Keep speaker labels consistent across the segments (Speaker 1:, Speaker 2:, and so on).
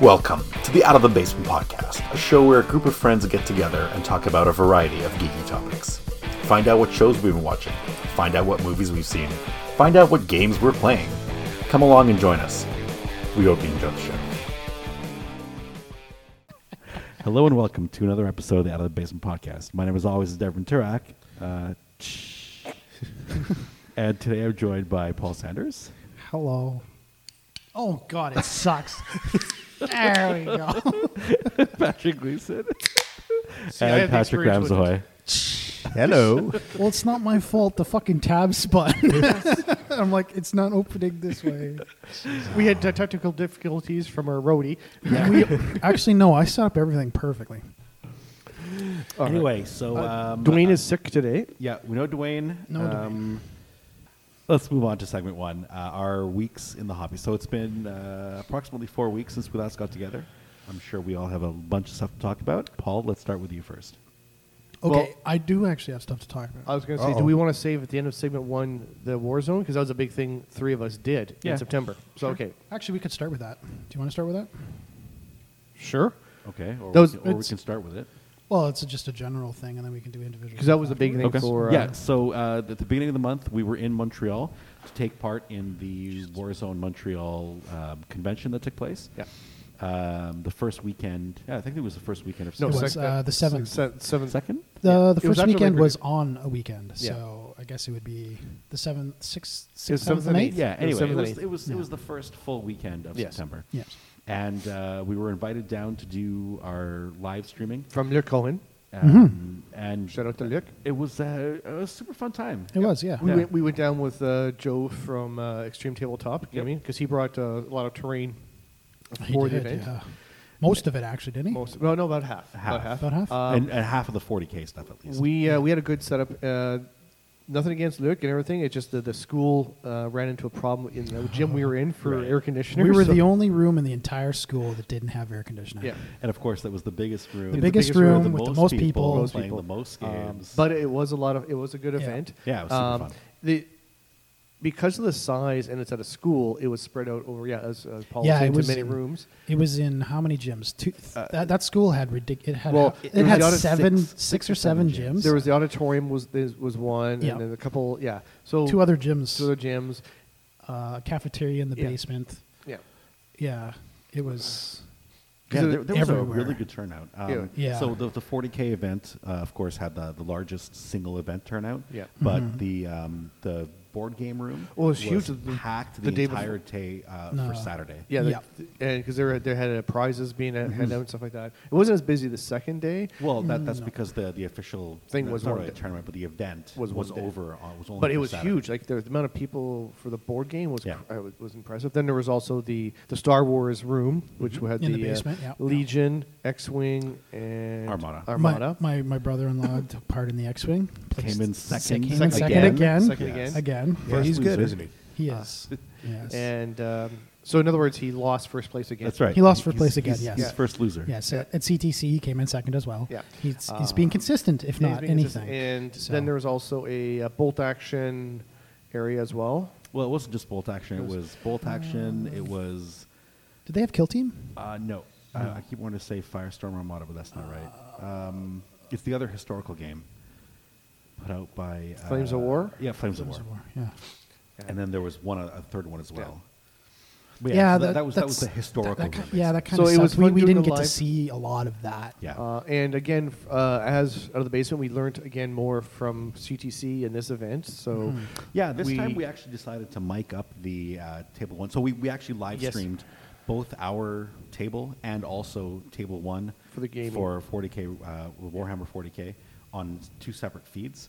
Speaker 1: Welcome to the Out of the Basement podcast, a show where a group of friends get together and talk about a variety of geeky topics. Find out what shows we've been watching, find out what movies we've seen, find out what games we're playing. Come along and join us. We hope you enjoy the show. Hello and welcome to another episode of the Out of the Basement podcast. My name, as always, is Devin Turak. Uh, and today I'm joined by Paul Sanders.
Speaker 2: Hello. Oh God, it sucks. there we go.
Speaker 1: Patrick Gleason.
Speaker 3: See, I
Speaker 1: and
Speaker 3: have the
Speaker 1: Patrick
Speaker 3: experience with
Speaker 1: Ramsahoy.
Speaker 4: Hello.
Speaker 2: Well, it's not my fault. The fucking tab spun. I'm like, it's not opening this way.
Speaker 3: it. We had uh, technical difficulties from our roadie.
Speaker 2: We, actually, no. I set up everything perfectly.
Speaker 1: anyway, so um,
Speaker 5: Dwayne is sick today.
Speaker 1: yeah, we know Dwayne.
Speaker 2: No Dwayne.
Speaker 1: um, Let's move on to segment one. Uh, our weeks in the hobby. So it's been uh, approximately four weeks since we last got together. I'm sure we all have a bunch of stuff to talk about. Paul, let's start with you first.
Speaker 2: Okay,
Speaker 3: Well-
Speaker 2: I do actually have stuff to talk
Speaker 3: I
Speaker 2: about.
Speaker 3: was going to say, do we want to save at the end of segment one the war zone? Because that was a big thing three of us did
Speaker 5: Yeah.
Speaker 3: in September. So, okay.
Speaker 2: Actually, we could start with that. Do you want to start with that?
Speaker 5: Sure.
Speaker 1: Okay, or,
Speaker 3: That was-
Speaker 1: we, can, or we
Speaker 3: it's-
Speaker 1: can start with it.
Speaker 2: Well, it's just a general thing, and then we can do individual.
Speaker 3: Because that was a big thing
Speaker 5: Okay.
Speaker 3: for. Uh,
Speaker 1: yeah, so uh, at the beginning of the month, we were in Montreal to take part in the Warzone Montreal um, convention that took place.
Speaker 3: yeah.
Speaker 1: Um, the first weekend, yeah, I think it was the first weekend of
Speaker 3: No,
Speaker 2: It
Speaker 1: September.
Speaker 2: was, uh, the seventh.
Speaker 3: se- seventh.
Speaker 1: second.
Speaker 2: The,
Speaker 3: Yeah.
Speaker 2: the
Speaker 3: It was
Speaker 2: first
Speaker 3: after
Speaker 2: weekend
Speaker 3: Labor
Speaker 2: was
Speaker 3: Day.
Speaker 2: on a weekend,
Speaker 3: Yeah.
Speaker 2: so I guess it would be the seventh, sixth,
Speaker 3: was
Speaker 2: sixth, seventh,
Speaker 3: seventh and
Speaker 2: and eighth.
Speaker 3: eighth.
Speaker 1: Yeah.
Speaker 3: It was
Speaker 1: Anyway, it
Speaker 3: seventh
Speaker 1: was
Speaker 3: and
Speaker 1: it was, it was the first full weekend of
Speaker 3: Yes.
Speaker 1: September.
Speaker 2: Yeah.
Speaker 1: And uh, we were invited down to do our live streaming.
Speaker 3: From Luke Cohen.
Speaker 1: Um, And
Speaker 3: Shout out to Luke.
Speaker 1: it was uh, a super fun time.
Speaker 2: It was, yeah.
Speaker 3: We,
Speaker 1: Yeah.
Speaker 3: went, we went down with uh, Joe from uh, Extreme Tabletop, you know what I mean? Because he brought uh, a lot of terrain
Speaker 2: He
Speaker 3: for the
Speaker 2: did,
Speaker 3: event.
Speaker 2: yeah. Most of it, actually, didn't he?
Speaker 3: Most, well, no, about half. About
Speaker 1: Half.
Speaker 3: half.
Speaker 2: About half.
Speaker 3: Um,
Speaker 1: and, and half of the 40K stuff, at least.
Speaker 3: We uh, we had a good setup. Uh, nothing against Luke and everything. It's just that the school uh, ran into a problem in the gym we were in for
Speaker 1: Right.
Speaker 3: air conditioning.
Speaker 2: We were the only room in the entire school that didn't have air conditioning.
Speaker 3: Yeah.
Speaker 1: and of course, that was the biggest room.
Speaker 2: The
Speaker 3: the
Speaker 2: biggest
Speaker 3: biggest room
Speaker 2: room
Speaker 3: with the
Speaker 2: with the most people.
Speaker 3: Most
Speaker 1: playing
Speaker 3: people.
Speaker 1: the most
Speaker 3: Um,
Speaker 1: games.
Speaker 3: but it was a lot of. It was a good
Speaker 2: Yeah.
Speaker 3: event. Um,
Speaker 1: Yeah, it was super fun.
Speaker 3: The because of the size and it's at a school, it was spread out over yeah, as, as Paul
Speaker 2: Yeah,
Speaker 3: said,
Speaker 2: it
Speaker 3: into
Speaker 2: was-
Speaker 3: many rooms. Uh,
Speaker 2: It was in how many gyms? Two, th- that, that school had ridiculous. It had,
Speaker 3: Well,
Speaker 2: it,
Speaker 3: it was
Speaker 2: had
Speaker 3: out of
Speaker 2: seven,
Speaker 3: six-
Speaker 2: six or seven gyms.
Speaker 3: There was the auditorium was there was one,
Speaker 2: Yeah.
Speaker 3: and then a couple yeah. So
Speaker 2: two other gyms,
Speaker 3: two other gyms.
Speaker 2: uh, cafeteria in the
Speaker 3: Yeah. Uh,
Speaker 2: basement.
Speaker 3: Yeah.
Speaker 2: Yeah, it was.
Speaker 1: Yeah,
Speaker 3: Because
Speaker 1: there,
Speaker 3: it-
Speaker 1: there was a
Speaker 2: everywhere.
Speaker 1: really good turnout. Um,
Speaker 2: Yeah.
Speaker 1: So the, the 40k event, uh, of course, had the, the largest single event turnout.
Speaker 3: Yeah. Mm-hmm.
Speaker 1: But the um, the board game room
Speaker 3: Well, it was huge. The-
Speaker 1: packed the,
Speaker 3: the day
Speaker 1: entire
Speaker 3: before-
Speaker 1: day uh,
Speaker 2: No.
Speaker 1: for Saturday.
Speaker 3: Yeah,
Speaker 2: Yeah.
Speaker 3: yeah. and because there were- there had uh, prizes being uh, handed out and stuff like that. It wasn't as busy the second day,
Speaker 1: Mm-hmm. Well, that, that's
Speaker 2: No.
Speaker 1: because the the official
Speaker 3: Thing
Speaker 1: no,
Speaker 3: was
Speaker 1: it's not
Speaker 3: one
Speaker 1: really a
Speaker 3: day.
Speaker 1: tournament, but the event was,
Speaker 3: Was one day.
Speaker 1: over. On, was only
Speaker 3: but it
Speaker 1: for
Speaker 3: was
Speaker 1: Saturday.
Speaker 3: huge. Like the, the amount of people for the board game was
Speaker 1: Yeah.
Speaker 3: cr- uh, was- was impressive. Then there was also the the Star Wars room, which
Speaker 1: Mm-hmm.
Speaker 3: had
Speaker 2: In
Speaker 3: the,
Speaker 2: the basement,
Speaker 3: uh,
Speaker 2: yeah.
Speaker 3: Legion, X Wing, and
Speaker 1: Armada.
Speaker 3: Armada.
Speaker 2: My, my, my brother-in-law took part in the X-wing.
Speaker 1: Came in second.
Speaker 2: Came in second
Speaker 3: Again.
Speaker 2: again.
Speaker 3: Second
Speaker 2: Again.
Speaker 3: again. Uh,
Speaker 4: Yeah, he's good, isn't he?
Speaker 2: He is. yes.
Speaker 3: and um, so, in other words, he lost first place again.
Speaker 1: That's right.
Speaker 2: He lost first
Speaker 1: He's-
Speaker 2: place again,
Speaker 1: He's,
Speaker 2: yes.
Speaker 1: he's
Speaker 2: Yeah.
Speaker 1: first loser.
Speaker 2: Yes, at at CTC he came in second as well.
Speaker 3: Yeah. Uh,
Speaker 2: he's he's being consistent, if
Speaker 3: He's
Speaker 2: not
Speaker 3: being
Speaker 2: anything.
Speaker 3: consistent. And
Speaker 2: So-
Speaker 3: then there was also a, uh bolt action area as well.
Speaker 1: Well, it wasn't just bolt action. It
Speaker 3: It was- Uh,
Speaker 1: was bolt action. It was
Speaker 2: Did they have kill team?
Speaker 1: Uh, no, I, I keep wanting to say Firestorm Armada, but that's not right. Um, it's the other historical game put out by uh,
Speaker 3: Flames of War?
Speaker 1: Yeah, Flames, of, War.
Speaker 2: Yeah.
Speaker 1: And then there was one, a, a third one as well. But
Speaker 2: Yeah,
Speaker 1: so that,
Speaker 2: that-
Speaker 1: that was that was the
Speaker 2: that's-
Speaker 1: historical.
Speaker 2: That ki-
Speaker 1: game, basically.
Speaker 2: yeah, that kind
Speaker 3: So
Speaker 2: of
Speaker 3: it was
Speaker 2: sucks. We,
Speaker 3: fun
Speaker 2: we
Speaker 3: doing
Speaker 2: didn't
Speaker 3: the
Speaker 2: get to
Speaker 3: live-
Speaker 2: see a lot of that.
Speaker 1: yeah.
Speaker 3: Uh, and again, f- uh, as out of the basement, we learned again more from CTC in this event. So,
Speaker 1: Hmm. Yeah, this
Speaker 3: we-
Speaker 1: time we actually decided to mic up the uh, table one. So we, we actually live
Speaker 3: Yes.
Speaker 1: streamed both our table and also table one
Speaker 3: For the gaming.
Speaker 1: for 40k uh, Warhammer 40k on two separate feeds.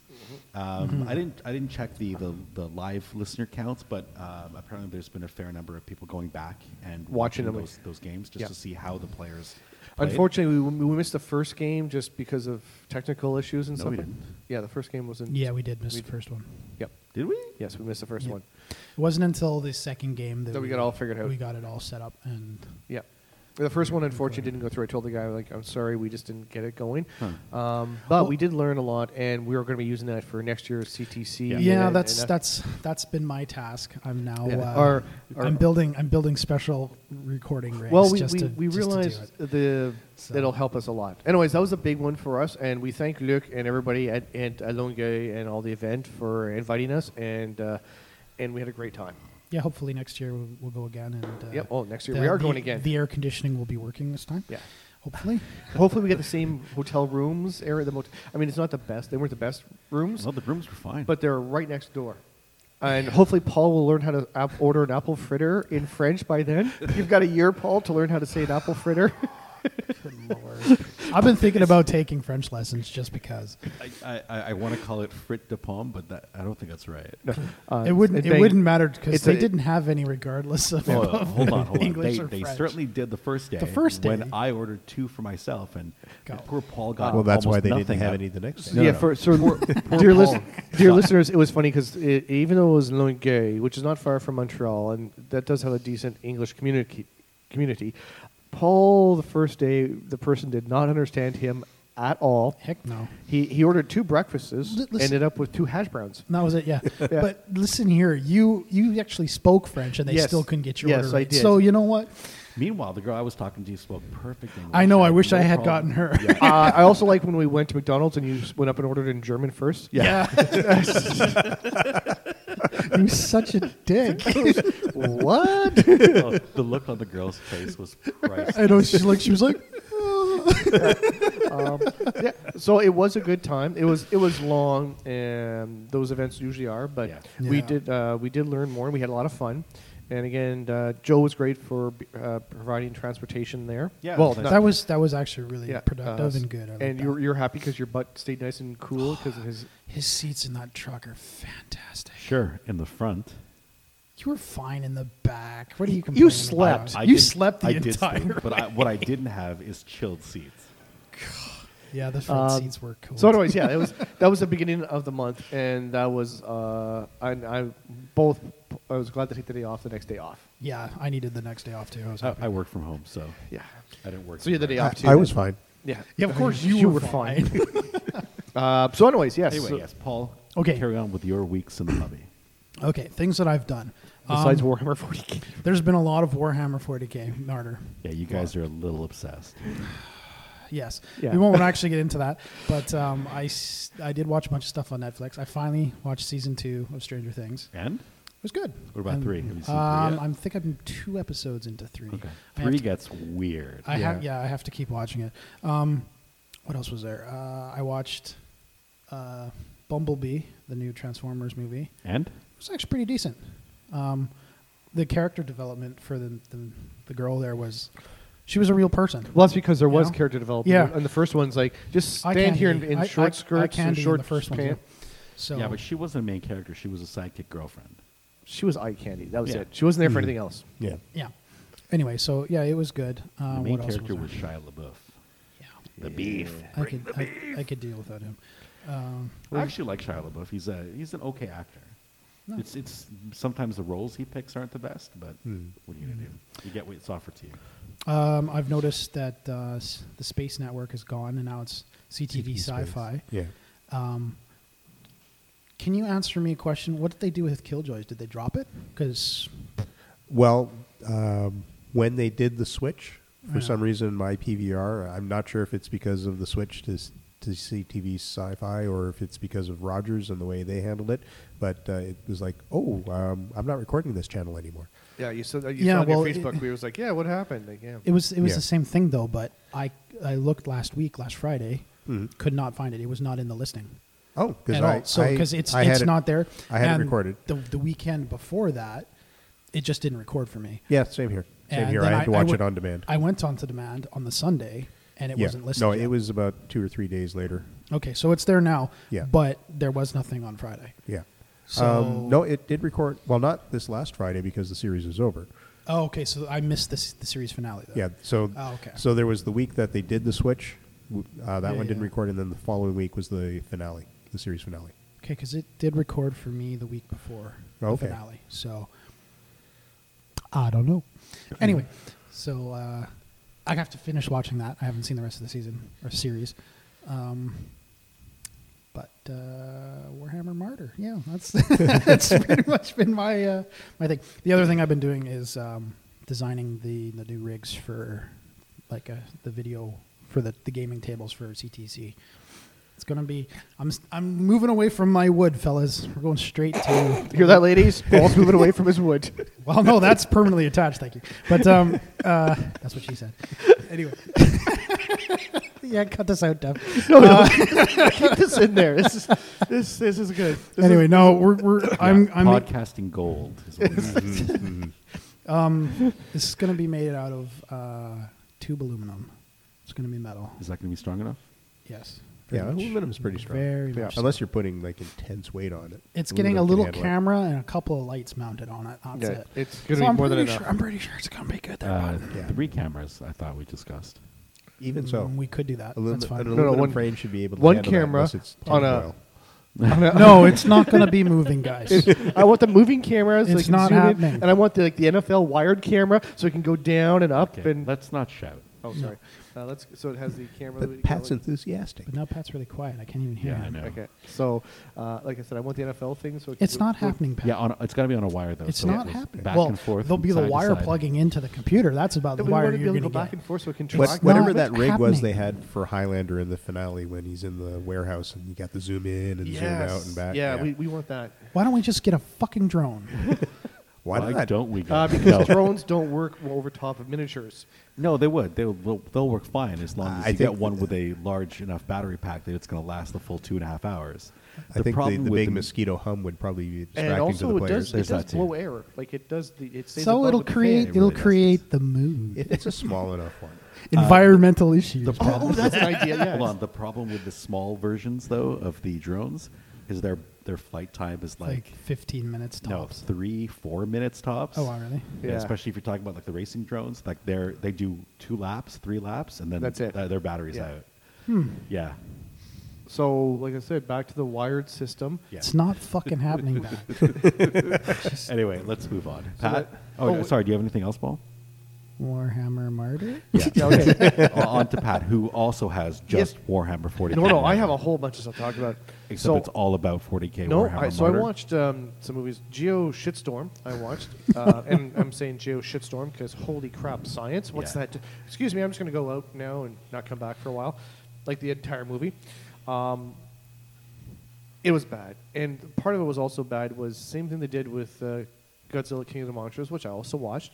Speaker 3: Mm-hmm.
Speaker 1: Um, I didn't I didn't check the, the, the live listener counts, but um, apparently there's been a fair number of people going back and
Speaker 3: Watching them.
Speaker 1: those, those games just
Speaker 3: Yeah.
Speaker 1: to see how the players. played.
Speaker 3: unfortunately, we, we missed the first game just because of technical issues and
Speaker 1: No,
Speaker 3: stuff.
Speaker 1: we didn't.
Speaker 3: Yeah, the first game was in.
Speaker 2: Yeah, we did miss
Speaker 3: We
Speaker 2: the
Speaker 3: did.
Speaker 2: first one.
Speaker 3: Yep.
Speaker 1: did we?
Speaker 3: Yes, we missed the first
Speaker 2: Yeah.
Speaker 3: one.
Speaker 2: It wasn't until the second game that,
Speaker 3: That we got all figured out.
Speaker 2: We got it all set up, and
Speaker 3: Yep. The first one, unfortunately, didn't go through. I told the guy, like, I'm sorry, we just didn't get it going. Um, but we did learn a lot, and we are going to be using that for next year's CTC.
Speaker 2: Yeah,
Speaker 3: and- uh, and
Speaker 2: that's
Speaker 3: that-
Speaker 2: that's that's been my task. I'm now
Speaker 3: Yeah.
Speaker 2: uh,
Speaker 3: Our-
Speaker 2: I'm
Speaker 3: our-
Speaker 2: building I'm building special recording rigs.
Speaker 3: Well, we,
Speaker 2: just
Speaker 3: we,
Speaker 2: to,
Speaker 3: we
Speaker 2: just to do it.
Speaker 3: realized the
Speaker 2: So-
Speaker 3: it'll help us a lot. Anyways, that was a big one for us, and we thank Luc and everybody at at Alonge and all the event for inviting us, and uh, and we had a great time.
Speaker 2: yeah. Hopefully next year we'll, we'll go again and uh,
Speaker 3: Yep. Oh, next year
Speaker 2: the-
Speaker 3: we are
Speaker 2: the-
Speaker 3: going again.
Speaker 2: The air conditioning will be working this time.
Speaker 3: yeah.
Speaker 2: Hopefully.
Speaker 3: Hopefully, we get the same hotel rooms. Area the mot- I mean, it's not the best. They weren't the best rooms,
Speaker 5: Well, the rooms were fine.
Speaker 3: but they're right next door. And hopefully, Paul will learn how to app- order an apple fritter in French by then. You've got a year, Paul, to learn how to say an apple fritter.
Speaker 2: I've been thinking about taking French lessons just because
Speaker 5: I, I, I, I want to call it frit de pomme, but that, I don't think that's right.
Speaker 3: Uh,
Speaker 2: it wouldn't it
Speaker 3: bang-
Speaker 2: wouldn't matter because
Speaker 3: it's
Speaker 2: they
Speaker 3: a- Oh,
Speaker 2: didn't have any regardless of.
Speaker 5: Well, hold on, hold on.
Speaker 2: English
Speaker 5: They,
Speaker 2: or
Speaker 5: they
Speaker 2: French.
Speaker 5: certainly did the first day.
Speaker 2: The first day.
Speaker 5: when I ordered two for myself, and
Speaker 2: Go.
Speaker 5: poor Paul got.
Speaker 4: well, that's why
Speaker 5: almost
Speaker 4: they
Speaker 5: nothing
Speaker 4: didn't have
Speaker 5: out-
Speaker 4: any the next day.
Speaker 5: No,
Speaker 3: yeah,
Speaker 5: no.
Speaker 3: for so dear, listen, dear listeners, it was funny because even though it was Longueuil, which is not far from Montreal, and that does have a decent English community, community, Paul the first day the person did not understand him at all.
Speaker 2: Heck no.
Speaker 3: He he ordered two breakfasts,
Speaker 2: Li- listen-
Speaker 3: ended up with two hash browns.
Speaker 2: And that was it, yeah. But listen here, you you actually spoke French and they
Speaker 3: Yes.
Speaker 2: still couldn't get your
Speaker 3: Yes,
Speaker 2: order
Speaker 3: I
Speaker 2: right.
Speaker 3: did.
Speaker 2: So you know what?
Speaker 5: Meanwhile, the girl I was talking to spoke perfect English.
Speaker 2: I know. I
Speaker 5: had
Speaker 2: wish
Speaker 5: no
Speaker 2: I had
Speaker 5: problem.
Speaker 2: gotten her.
Speaker 5: Yeah.
Speaker 3: uh, I also like when we went to McDonald's and you just went up and ordered in German first.
Speaker 2: Yeah. you such a dick.
Speaker 3: what?
Speaker 5: Oh, the look on the girl's face was priceless.
Speaker 2: I know. She's like, she was like,
Speaker 3: um, yeah. So it was a good time. It was it was long, and those events usually are. But
Speaker 5: Yeah.
Speaker 3: we
Speaker 2: Yeah.
Speaker 3: did uh, we did learn more, and we had a lot of fun. And again, uh, Joe was great for uh, providing transportation there.
Speaker 5: Yeah,
Speaker 3: well,
Speaker 5: it was
Speaker 3: not-
Speaker 5: nice.
Speaker 2: that was that was actually really
Speaker 3: yeah,
Speaker 2: productive
Speaker 3: uh,
Speaker 2: and good. I like
Speaker 3: and
Speaker 2: that.
Speaker 3: you're you're happy because your butt stayed nice and cool because of his.
Speaker 2: his seats in that truck are fantastic.
Speaker 5: Sure, in the front.
Speaker 2: You were fine in the back. What are you complaining
Speaker 3: You slept.
Speaker 2: about?
Speaker 5: I
Speaker 2: you
Speaker 5: did-
Speaker 2: slept the
Speaker 5: I did
Speaker 2: entire.
Speaker 5: sleep, but I, what I didn't have is chilled seats.
Speaker 2: yeah, the front
Speaker 3: Um,
Speaker 2: seats were cool.
Speaker 3: So, anyways, yeah, that was that was the beginning of the month, and that was uh, I, I both I was glad to take the day off, the next day off.
Speaker 2: yeah, I needed the next day off too. I
Speaker 3: Oh,
Speaker 2: was
Speaker 5: I,
Speaker 2: happy.
Speaker 5: I work from home, so
Speaker 3: Yeah,
Speaker 5: I didn't work.
Speaker 3: so you had the
Speaker 5: from
Speaker 3: day
Speaker 5: home.
Speaker 3: off too.
Speaker 4: I, I was fine.
Speaker 3: yeah,
Speaker 2: yeah, of course you, were fine.
Speaker 3: Uh, so, anyways, yes.
Speaker 5: Anyway,
Speaker 3: so-
Speaker 5: yes, Paul.
Speaker 2: Okay.
Speaker 5: Carry on with your weeks in the hobby.
Speaker 2: okay, things that I've done.
Speaker 3: Besides
Speaker 2: Um,
Speaker 3: Warhammer 40k.
Speaker 2: there's been a lot of Warhammer 40k murder.
Speaker 5: Yeah, you guys are a little obsessed.
Speaker 2: Yes.
Speaker 3: Yeah.
Speaker 2: We won't actually get into that, but um, I, s- I did watch a bunch of stuff on Netflix. I finally watched season two of Stranger Things. It
Speaker 5: And
Speaker 2: was good.
Speaker 5: what about
Speaker 2: And,
Speaker 5: three? Have you seen
Speaker 2: Um,
Speaker 5: three
Speaker 2: I
Speaker 5: yet?
Speaker 2: think I'm two episodes into three.
Speaker 5: okay.
Speaker 2: I have
Speaker 5: Three
Speaker 2: to-
Speaker 5: gets weird.
Speaker 2: I have
Speaker 3: Yeah.
Speaker 2: yeah, I have to keep watching it. Um, what else was there? Uh, I watched uh, Bumblebee, the new Transformers movie.
Speaker 5: and
Speaker 2: It was actually pretty decent. Um, the character development for the, the the girl there was, she was a real person.
Speaker 3: Well, that's because there was
Speaker 2: Yeah.
Speaker 3: character development.
Speaker 2: Yeah.
Speaker 3: And the first one's like, just
Speaker 2: I
Speaker 3: stand
Speaker 2: can't
Speaker 3: here in,
Speaker 2: be.
Speaker 3: in
Speaker 2: I-
Speaker 3: short
Speaker 2: I- I
Speaker 3: skirts
Speaker 2: can
Speaker 3: and
Speaker 2: be in
Speaker 3: short
Speaker 2: the first one,
Speaker 3: pants.
Speaker 2: So
Speaker 5: yeah, but she wasn't a main character. She was a sidekick girlfriend.
Speaker 3: She was eye candy. That was
Speaker 5: Yeah.
Speaker 3: it. She wasn't there for anything else.
Speaker 4: Yeah.
Speaker 2: yeah. Anyway, so yeah, it was good. Um,
Speaker 5: the main
Speaker 2: what else
Speaker 5: character Uh, was,
Speaker 2: was, there?
Speaker 5: Shia LaBeouf.
Speaker 2: Yeah,
Speaker 5: The beef.
Speaker 2: I could I, I could deal without him. Um,
Speaker 5: I actually like Shia LaBeouf. He's a he's an okay actor.
Speaker 2: No.
Speaker 5: It's it's sometimes the roles he picks aren't the best, but what are you gonna do? You get what's offered to you.
Speaker 2: um, I've noticed that uh, s- the Space Network is gone, and now it's CTV Sci-Fi.
Speaker 4: Yeah.
Speaker 2: Can you answer me a question? What did they do with Killjoys? Did they drop it? Because
Speaker 4: Well, um, when they did the switch,
Speaker 2: Yeah.
Speaker 4: for some reason, my PVR, I'm not sure if it's because of the switch to, s- to CTV sci fi or if it's because of Rogers and the way they handled it, but uh, it was like, oh, um, I'm not recording this channel anymore.
Speaker 3: Yeah, you said that.
Speaker 2: you Yeah, saw on your well, it- Facebook,
Speaker 3: we was like, yeah, what happened? yeah.
Speaker 2: it was it was
Speaker 4: Yeah.
Speaker 2: the same thing though. But I I looked last week, last Friday,
Speaker 3: Mm-hmm.
Speaker 4: Mhm.
Speaker 2: could not find it. It was not in the listing
Speaker 4: Oh, because
Speaker 2: at
Speaker 4: I,
Speaker 2: all. So
Speaker 4: I-
Speaker 2: because it's
Speaker 4: I had
Speaker 2: it's
Speaker 4: it-
Speaker 2: not there.
Speaker 4: I had it
Speaker 2: And
Speaker 4: recorded.
Speaker 2: The the weekend before that, it just didn't record for me.
Speaker 4: Yeah, same here. Same
Speaker 2: And
Speaker 4: here. I
Speaker 2: then
Speaker 4: had to watch
Speaker 2: went-
Speaker 4: it on demand.
Speaker 2: I went onto demand on the Sunday, and it
Speaker 4: yeah.
Speaker 2: wasn't listed.
Speaker 4: No,
Speaker 2: yet.
Speaker 4: it was about two or three days later.
Speaker 2: okay. So it's there now.
Speaker 4: Yeah.
Speaker 2: But there was nothing on Friday.
Speaker 4: Yeah.
Speaker 2: So-
Speaker 4: um, no, it did record. Well, not this last Friday because the series was over.
Speaker 2: Oh, okay. So I missed this the series finale. Though.
Speaker 4: Yeah. So,
Speaker 2: Oh, okay.
Speaker 4: so there was the week that they did the switch. w- Uh, that
Speaker 2: Yeah,
Speaker 4: one didn't
Speaker 2: yeah.
Speaker 4: record, and then the following week was the finale, the series finale.
Speaker 2: Okay, because it did record for me the week before
Speaker 4: Okay.
Speaker 2: the finale. So I don't know. Anyway, so uh, I have to finish watching that. I haven't seen the rest of the season or series. Um, but uh, Warhammer Martyr, yeah, that's that's pretty much been my uh, my thing. The other thing I've been doing is um, designing the the new rigs for like uh the video for the, the gaming tables for CTC. It's gonna be. I'm s- I'm moving away from my wood, fellas. We're going straight to
Speaker 3: Hear that, ladies? Paul's moving away from his wood.
Speaker 2: well, no, that's permanently attached. Thank you. But um, uh, that's what she said. Anyway. yeah, cut this out, Dev. Uh,
Speaker 3: No, no. Keep this in there. This is this this is good. This
Speaker 2: Anyway, no, we're, we're I'm I'm
Speaker 5: podcasting gold. Is what it is.
Speaker 2: um this is gonna be made out of uh, tube aluminum. It's gonna be metal.
Speaker 5: Is that going to be strong enough?
Speaker 2: Yes.
Speaker 4: yeah, aluminum is pretty strong.
Speaker 2: Very
Speaker 3: Yeah,
Speaker 2: much. so.
Speaker 4: Unless you're putting like intense weight on it.
Speaker 2: it's
Speaker 4: Aluminum
Speaker 2: getting a
Speaker 4: can
Speaker 2: little
Speaker 4: handle it.
Speaker 2: camera and a couple of lights mounted on it. That's
Speaker 3: Yeah,
Speaker 2: it.
Speaker 3: it's gonna
Speaker 2: So
Speaker 3: be
Speaker 2: I'm
Speaker 3: more than
Speaker 2: pretty
Speaker 3: enough.
Speaker 2: sure- I'm pretty sure it's gonna be good. That
Speaker 5: Uh,
Speaker 2: one.
Speaker 4: Yeah.
Speaker 5: Three cameras. I thought we discussed.
Speaker 4: Even so,
Speaker 2: Mm, we could do that.
Speaker 4: alumi-
Speaker 2: That's
Speaker 4: an
Speaker 2: fine.
Speaker 3: no,
Speaker 4: aluminum
Speaker 3: one-
Speaker 4: frame should be able to
Speaker 3: one
Speaker 4: handle that
Speaker 3: camera
Speaker 4: unless it's
Speaker 3: on a-
Speaker 4: tinfoil.
Speaker 2: no, it's not gonna be moving, guys.
Speaker 3: I want the moving cameras.
Speaker 2: It's
Speaker 3: like
Speaker 2: not
Speaker 3: zoom in,
Speaker 2: happening.
Speaker 3: and I want the like the NFL wired camera so it can go down and up.
Speaker 5: Okay,
Speaker 3: And
Speaker 5: let's not shout.
Speaker 3: oh, sorry. Uh, let's. So it has the camera. that we
Speaker 4: But
Speaker 3: can
Speaker 4: Pat's
Speaker 3: kinda
Speaker 4: enthusiastic.
Speaker 2: But now Pat's really quiet. I can't even hear
Speaker 5: Yeah,
Speaker 2: him.
Speaker 5: I know.
Speaker 3: like- okay. So, uh, like I said, I want the NFL thing. So it can
Speaker 2: It's
Speaker 3: go-
Speaker 2: not
Speaker 3: go-
Speaker 2: happening, Pat.
Speaker 5: Yeah, on a, it's got to be on a wire though.
Speaker 2: it's
Speaker 5: so it
Speaker 2: not
Speaker 5: goes
Speaker 2: happening.
Speaker 5: Back
Speaker 2: well,
Speaker 5: and forth.
Speaker 2: there'll
Speaker 5: and
Speaker 2: be the
Speaker 5: side to
Speaker 2: wire
Speaker 5: side.
Speaker 2: plugging into the computer. That's about the
Speaker 3: We want
Speaker 2: wire
Speaker 3: to be
Speaker 2: you're
Speaker 3: able to
Speaker 2: going to
Speaker 3: go back
Speaker 2: get.
Speaker 3: and forth so it can
Speaker 4: What,
Speaker 2: not
Speaker 3: track.
Speaker 4: whatever
Speaker 2: what's
Speaker 4: that rig was they
Speaker 2: happening.
Speaker 4: had for Highlander in the finale when he's in the warehouse and you got the zoom in and zoom out and back.
Speaker 3: Yeah, We, we want that.
Speaker 2: Why don't we just get a fucking drone?
Speaker 4: Why not?
Speaker 5: don't we? Go?
Speaker 3: Uh,
Speaker 5: no.
Speaker 3: because drones don't work well over top of miniatures.
Speaker 5: no, they would. They'll they'll, they'll work fine as long
Speaker 4: Uh,
Speaker 5: as
Speaker 4: I
Speaker 5: you get
Speaker 4: think-
Speaker 5: one with a large enough battery pack that it's going to last the full two and a half hours.
Speaker 4: I think the, the
Speaker 5: with
Speaker 4: big mosquito hum would probably be distracting
Speaker 3: And
Speaker 4: to
Speaker 3: also,
Speaker 4: the
Speaker 3: it
Speaker 4: players.
Speaker 3: does, it
Speaker 5: There's
Speaker 3: does
Speaker 5: that too.
Speaker 3: blow air. Like it does the. It stays
Speaker 2: so
Speaker 3: above
Speaker 2: it'll
Speaker 3: with the fan.
Speaker 2: create
Speaker 5: really
Speaker 2: it'll
Speaker 5: does.
Speaker 2: create the mood. Uh,
Speaker 4: if it's a small enough one.
Speaker 2: Environmental issues.
Speaker 5: The problem.
Speaker 3: Oh, that's an idea.
Speaker 5: Hold on.
Speaker 3: Yeah.
Speaker 5: The problem with the small versions though of the drones is their their flight time is
Speaker 2: like
Speaker 5: like,
Speaker 2: 15 minutes
Speaker 5: no
Speaker 2: tops.
Speaker 5: three four minutes tops.
Speaker 2: Oh, wow, really?
Speaker 5: Yeah,
Speaker 3: Yeah.
Speaker 5: Especially if you're talking about like the racing drones, like they're they do two laps, three laps, and then
Speaker 3: That's it.
Speaker 5: th- their batteries
Speaker 3: Yeah.
Speaker 5: out.
Speaker 2: Hmm.
Speaker 5: Yeah.
Speaker 3: So, like I said, back to the wired system.
Speaker 5: Yeah.
Speaker 2: It's not fucking happening, Pat.
Speaker 5: Anyway, let's move on.
Speaker 3: So
Speaker 5: Pat.
Speaker 3: that-
Speaker 5: oh,
Speaker 3: oh,
Speaker 5: no,
Speaker 3: wait.
Speaker 5: sorry. Do you have anything else, Paul?
Speaker 2: Warhammer Martyr.
Speaker 3: Yeah, okay.
Speaker 5: O- on to Pat, who also has just Warhammer 40k.
Speaker 3: No, no, I have a whole bunch of stuff to talk about.
Speaker 5: Except
Speaker 3: so,
Speaker 5: it's all about 40k.
Speaker 3: no,
Speaker 5: Warhammer
Speaker 3: I, so
Speaker 5: Martyr.
Speaker 3: I watched um, some movies. Geo Shitstorm, I watched, uh, and I'm saying Geo Shitstorm because holy crap, science! What's
Speaker 5: Yeah.
Speaker 3: that? Excuse me, I'm just going to go out now and not come back for a while, like the entire movie. Um, it was bad, and part of it was also bad. Was same thing they did with uh, Godzilla King of the Monsters, which I also watched.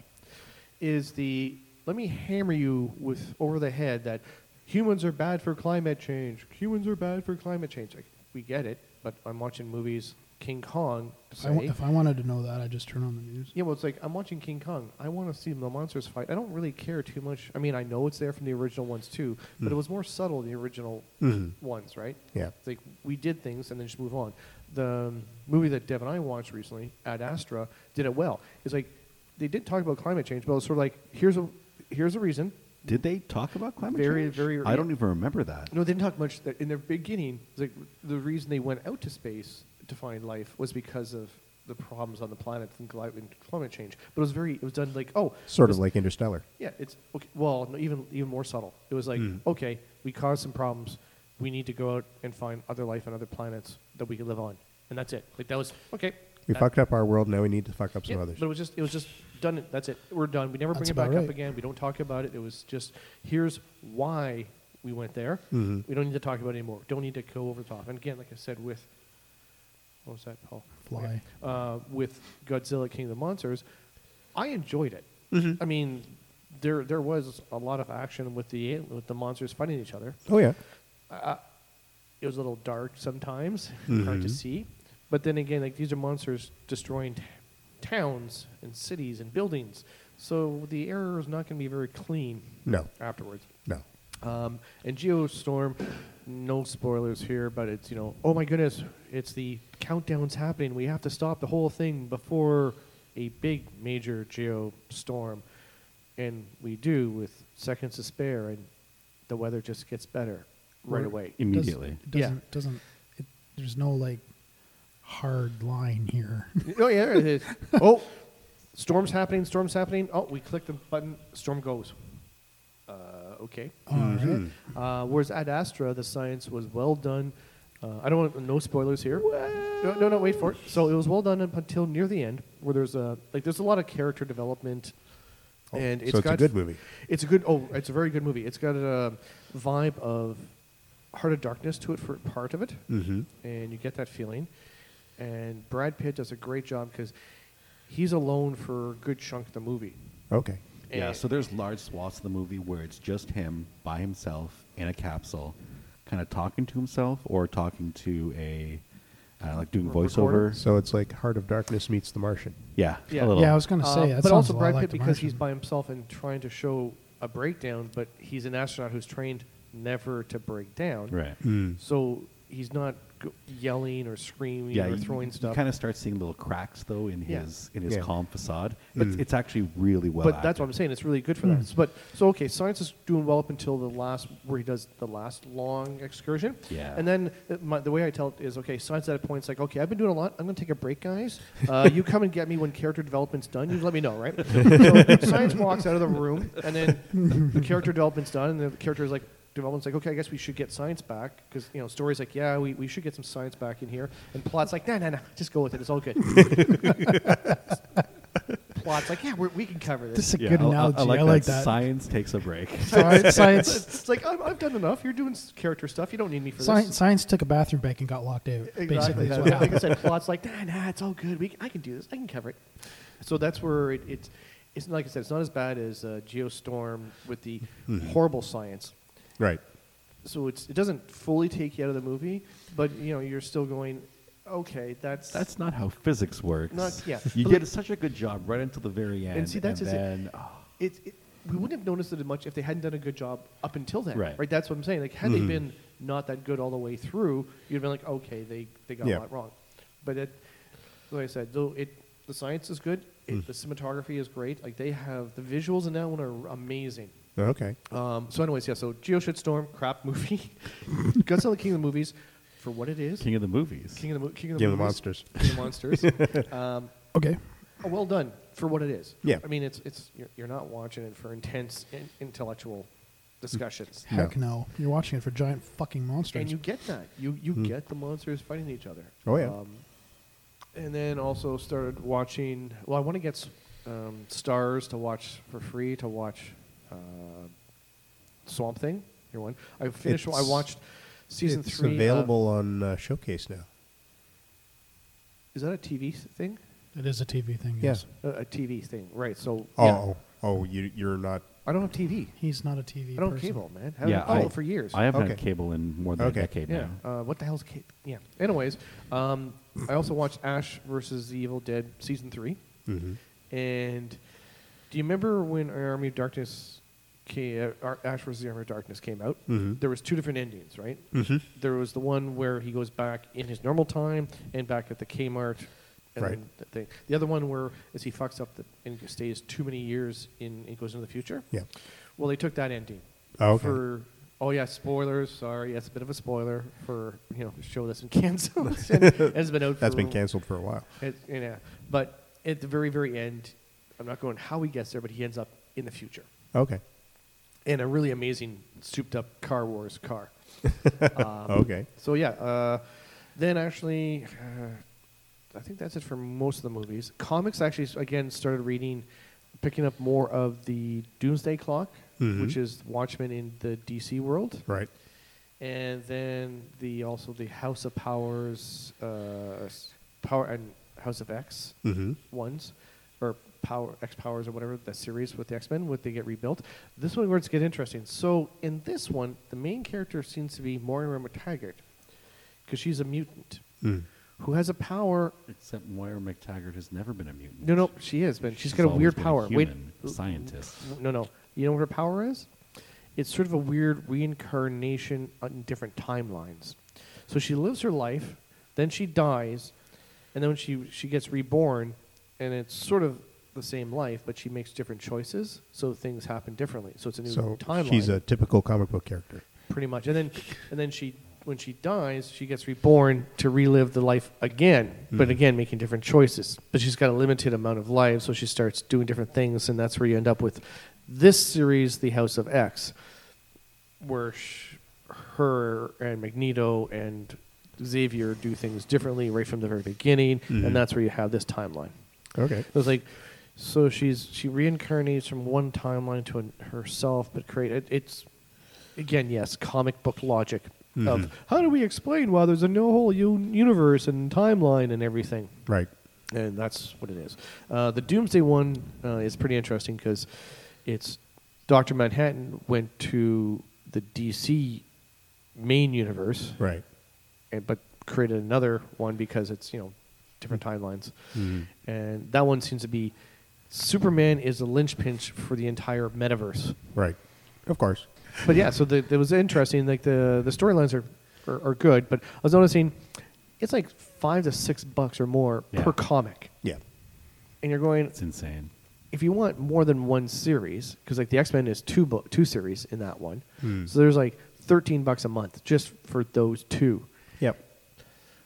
Speaker 3: Is the let me hammer you with over the head that humans are bad for climate change. Humans are bad for climate change. Like, we get it, but I'm watching movies. King Kong.
Speaker 2: If I wa-
Speaker 3: say-
Speaker 2: if I wanted to know that, I'd just turn on the news.
Speaker 3: yeah, well, it's like I'm watching King Kong. I want to see the monsters fight. I don't really care too much. I mean, I know it's there from the original ones too, but it was more subtle than the original ones, right?
Speaker 4: Mm. Mm-hmm. Yeah.
Speaker 3: It's like we did things and then just move on. The um, movie that Dev and I watched recently, Ad Astra, did it well. It's like they did talk about climate change, but it was sort of like here's a here's a reason.
Speaker 5: Did they talk about climate
Speaker 3: Very,
Speaker 5: change?
Speaker 3: very-
Speaker 5: I don't even remember that.
Speaker 3: No, they didn't talk much. That in their beginning, it's like the reason they went out to space to find life was because of the problems on the planet and cli- and climate change. But it was very it was done like oh
Speaker 4: Sort
Speaker 3: this-
Speaker 4: of like Interstellar.
Speaker 3: Yeah, it's okay. Well, no, even even more subtle. It was
Speaker 2: Hmm.
Speaker 3: like, okay, we caused some problems. We need to go out and find other life on other planets that we can live on, and that's it. Like that was okay.
Speaker 4: We
Speaker 3: that-
Speaker 4: fucked up our world. Now we need to fuck up some
Speaker 3: yeah,
Speaker 4: others.
Speaker 3: but it was just it was just done. That's it. We're done. We never
Speaker 2: That's
Speaker 3: bring it
Speaker 2: about
Speaker 3: back up
Speaker 2: right.
Speaker 3: again. We don't talk about it. It was just here's why we went there.
Speaker 2: Mm-hmm.
Speaker 3: We don't need to talk about it anymore. We don't need to go over the top. And again, like I said, with what was that, Paul?
Speaker 2: Fly.
Speaker 3: Okay. Uh, with Godzilla King of the Monsters, I enjoyed it. I mean, there there was a lot of action with the al- with the monsters fighting each other.
Speaker 4: oh yeah.
Speaker 3: It was a little dark sometimes, hard to see. But then again, like these are monsters destroying t- towns and cities and buildings, so the air is not going to be very clean
Speaker 4: No.
Speaker 3: afterwards.
Speaker 4: No.
Speaker 3: Um, and Geostorm, no spoilers here, but it's, you know, oh my goodness, it's the countdown's happening. We have to stop the whole thing before a big major geostorm. And we do with seconds to spare, and the weather just gets better right
Speaker 2: Or-
Speaker 3: away.
Speaker 5: Immediately.
Speaker 2: Does,
Speaker 3: Yeah.
Speaker 2: doesn't doesn't it, there's no like hard line here.
Speaker 3: oh, yeah, there it is. Oh, storm's happening, storm's happening. Oh, we click the button, storm goes. Uh, okay.
Speaker 2: Alright.
Speaker 3: Uh, whereas Ad Astra, the science was well done. Uh, I don't want no spoilers here. No, no, no, wait for it. So it was well done up until near the end, where there's a like there's a lot of character development,
Speaker 4: Oh,
Speaker 3: and
Speaker 4: so
Speaker 3: it's
Speaker 4: it's a
Speaker 3: got-
Speaker 4: good movie.
Speaker 3: It's a good. Oh, it's a very good movie. It's got a vibe of Heart of Darkness to it for part of it,
Speaker 4: Mm-hmm.
Speaker 3: and you get that feeling. And Brad Pitt does a great job because he's alone for a good chunk of the movie.
Speaker 4: Okay.
Speaker 5: Yeah,
Speaker 3: And-
Speaker 5: so there's large swaths of the movie where it's just him by himself in a capsule, kind of talking to himself or talking to a, uh, like doing
Speaker 3: Re-
Speaker 5: voiceover.
Speaker 3: recorder?
Speaker 4: So it's like Heart of Darkness meets The Martian.
Speaker 5: yeah,
Speaker 3: Yeah.
Speaker 5: a little.
Speaker 2: Yeah, I was going to say
Speaker 3: Uh,
Speaker 2: that.
Speaker 3: but
Speaker 2: sounds
Speaker 3: also
Speaker 2: a lot
Speaker 3: Brad
Speaker 2: like
Speaker 3: Pitt
Speaker 2: The
Speaker 3: because he's
Speaker 2: Martian.
Speaker 3: by himself and trying to show a breakdown, but he's an astronaut who's trained never to break down.
Speaker 5: right.
Speaker 2: Mm.
Speaker 3: So he's not g- yelling or screaming
Speaker 5: Yeah,
Speaker 3: or
Speaker 5: you,
Speaker 3: throwing stuff.
Speaker 5: kind of start seeing little cracks though in
Speaker 3: Yeah.
Speaker 5: his in his
Speaker 4: Yeah.
Speaker 5: calm facade. But it's- it's actually really well. Hmm.
Speaker 3: but that's what I'm
Speaker 5: acted.
Speaker 3: saying. It's really good for that. S- But so okay, science is doing well up until the last where he does the last long excursion.
Speaker 5: Yeah.
Speaker 3: And then uh, my, the way I tell it is okay. Science at a point is like okay, I've been doing a lot. I'm going to take a break, guys. Uh, you come and get me when character development's done. You let me know, right? so science walks out of the room, and then the character development's done, and the character is like. Development's like, okay, I guess we should get science back because you know, stories like, yeah, we, we should get some science back in here, and plots like, nah, nah, nah, just go with it, it's all good. plots like, yeah, we're, we can cover
Speaker 2: This
Speaker 3: this.
Speaker 2: is a
Speaker 5: Yeah,
Speaker 2: good
Speaker 5: I- I-
Speaker 2: analogy.
Speaker 5: I like,
Speaker 2: that.
Speaker 5: Science takes a break.
Speaker 2: Science, science,
Speaker 3: it's like I've, I've done enough. You're doing s- character stuff. You don't need me for
Speaker 2: science,
Speaker 3: this.
Speaker 2: science took a bathroom break and got locked out.
Speaker 3: Exactly.
Speaker 2: Basically, is
Speaker 3: That's
Speaker 2: what
Speaker 3: what, like I
Speaker 2: happened.
Speaker 3: said, plots like nah, nah, it's all good. We, c- I can do this. I can cover it. So that's where it, it's. It's like I said. It's not as bad as uh, Geostorm with the horrible science.
Speaker 4: Right.
Speaker 3: So it's it doesn't fully take you out of the movie, but you know you're still going. Okay, that's
Speaker 5: That's not how physics works.
Speaker 3: Not- yeah.
Speaker 5: You
Speaker 3: But
Speaker 5: get
Speaker 3: like-
Speaker 5: such a good job right until the very end.
Speaker 3: see, that's just it.
Speaker 5: then, oh,
Speaker 3: it, it, we wouldn't have noticed it as much if they hadn't done a good job up until then.
Speaker 5: Right.
Speaker 3: That's what I'm saying. Like, had
Speaker 4: Mm-hmm.
Speaker 3: they been not that good all the way through, you'd have been like, okay, they, they got
Speaker 4: Yeah.
Speaker 3: a lot wrong. But it, like I said, though it, the science is good. It,
Speaker 4: Mm.
Speaker 3: The cinematography is great. Like they have the visuals in that one are amazing.
Speaker 4: Okay.
Speaker 3: Um, so, anyways, yeah. So, Geo Shitstorm, crap movie. Guts of the King of the Movies, for what it is.
Speaker 5: King of the movies.
Speaker 3: King of the, Mo- King of the
Speaker 4: Game of the
Speaker 3: Movies,
Speaker 4: Monsters.
Speaker 3: King of the Monsters. um,
Speaker 2: Okay.
Speaker 3: Oh, well done for what it is.
Speaker 4: Yeah.
Speaker 3: I mean, it's it's you're, you're not watching it for intense in, intellectual discussions,
Speaker 4: No.
Speaker 2: Heck no. You're watching it for giant fucking monsters.
Speaker 3: and you get that. You you get the monsters fighting each other.
Speaker 4: Mm-hmm.
Speaker 3: Um,
Speaker 4: Oh, yeah.
Speaker 3: and then also started watching. Well, I want to get s- um, stars to watch for free to watch uh, Swamp Thing. Your one. I finished. I
Speaker 4: It's-
Speaker 3: watched season
Speaker 4: it's
Speaker 3: three. uh,
Speaker 4: available on uh, Showcase now.
Speaker 3: is that a TV thing?
Speaker 2: it is a TV thing.
Speaker 4: Yeah.
Speaker 2: Yes.
Speaker 3: Uh, a TV thing, right? So
Speaker 4: Oh,
Speaker 3: yeah.
Speaker 4: oh, oh, you, you're not.
Speaker 3: I don't have TV.
Speaker 2: He's not a TV.
Speaker 3: I don't have
Speaker 2: person.
Speaker 3: cable, man. I haven't had
Speaker 5: I-
Speaker 3: cable Oh, for years.
Speaker 5: I haven't had
Speaker 4: Okay.
Speaker 5: cable in more than
Speaker 4: Okay.
Speaker 5: a decade
Speaker 3: Yeah.
Speaker 5: now.
Speaker 3: Uh, what the hell's Kate? Yeah. Anyways, um, I also watched Ash versus the Evil Dead season three,
Speaker 4: Mhm.
Speaker 3: and do you remember when Army of Darkness, came, uh, Ar- Ash versus the Army of Darkness came out?
Speaker 4: Mhm.
Speaker 3: There was two different endings, right?
Speaker 4: Mhm.
Speaker 3: There was the one where he goes back in his normal time and back at the Kmart. And
Speaker 4: Right.
Speaker 3: then the, thing. the other one where is he fucks up the, and stays too many years in and goes into the future.
Speaker 4: Yeah.
Speaker 3: Well, they took that ending.
Speaker 4: Oh, okay.
Speaker 3: For oh yeah, spoilers. Sorry, that's a bit of a spoiler for you know the show that's been canceled. and has been out.
Speaker 4: That's
Speaker 3: for-
Speaker 4: been canceled for a while.
Speaker 3: It, yeah, but at the very very end, I'm not going how he gets there, but he ends up in the future
Speaker 4: Okay.
Speaker 3: in a really amazing souped up Car Wars car. um,
Speaker 4: Okay.
Speaker 3: So yeah, uh, then actually, uh, I think that's it for most of the movies. Comics actually s- again started reading, picking up more of the Doomsday Clock,
Speaker 4: Mhm.
Speaker 3: which is Watchmen in the DC world,
Speaker 4: Right.
Speaker 3: and then the also the House of Powers, uh, s- Power and House of X
Speaker 4: Mm-hmm.
Speaker 3: ones or power X powers or whatever the series with the X Men would they get rebuilt? This one where it's get interesting. So in this one, the main character seems to be Moira McTaggart because she's a mutant
Speaker 4: Mm.
Speaker 3: who has a power.
Speaker 5: Except Moira McTaggart has never been a mutant.
Speaker 3: No, no, she is, but she's
Speaker 5: She's
Speaker 3: got a
Speaker 5: always
Speaker 3: weird
Speaker 5: been a
Speaker 3: power.
Speaker 5: human
Speaker 3: Wait,
Speaker 5: scientist.
Speaker 3: No, no, you know what her power is? It's sort of a weird reincarnation on different timelines. So she lives her life, then she dies, and then when she she gets reborn, and it's sort of the same life, but she makes different choices, so things happen differently. So it's a new
Speaker 4: So
Speaker 3: timeline,
Speaker 4: she's a typical comic book character.
Speaker 3: pretty much. And then and then she when she dies, she gets reborn to relive the life again, but again making different choices. But she's got a limited amount of lives, so she starts doing different things, and that's where you end up with this series, The House of X. where sh- her and Magneto and Xavier do things differently right from the very beginning, and that's where you have this timeline.
Speaker 4: Okay.
Speaker 3: It was like, so she's she reincarnates from one timeline to an, herself, but create it, it's again yes, comic book logic
Speaker 4: Mhm.
Speaker 3: of how do we explain why there's a no whole u- universe and timeline and everything
Speaker 4: Right.
Speaker 3: and that's what it is. Uh, the Doomsday one uh, is pretty interesting because it's Doctor Manhattan went to the DC main universe,
Speaker 4: Right.
Speaker 3: and, but created another one because it's you know different timelines,
Speaker 4: Mhm.
Speaker 3: and that one seems to be Superman is the linchpin for the entire metaverse.
Speaker 4: Right. Of course.
Speaker 3: But yeah, so the, it was interesting. Like the the storylines are, are are good, but I was noticing it's like five to six bucks or more
Speaker 5: Yeah.
Speaker 3: per comic,
Speaker 4: Yeah.
Speaker 3: and you're going
Speaker 5: It's insane.
Speaker 3: if you want more than one series, because like the X Men is two book, two series in that one,
Speaker 4: Hmm.
Speaker 3: so there's like thirteen bucks a month just for those two.
Speaker 4: Yep.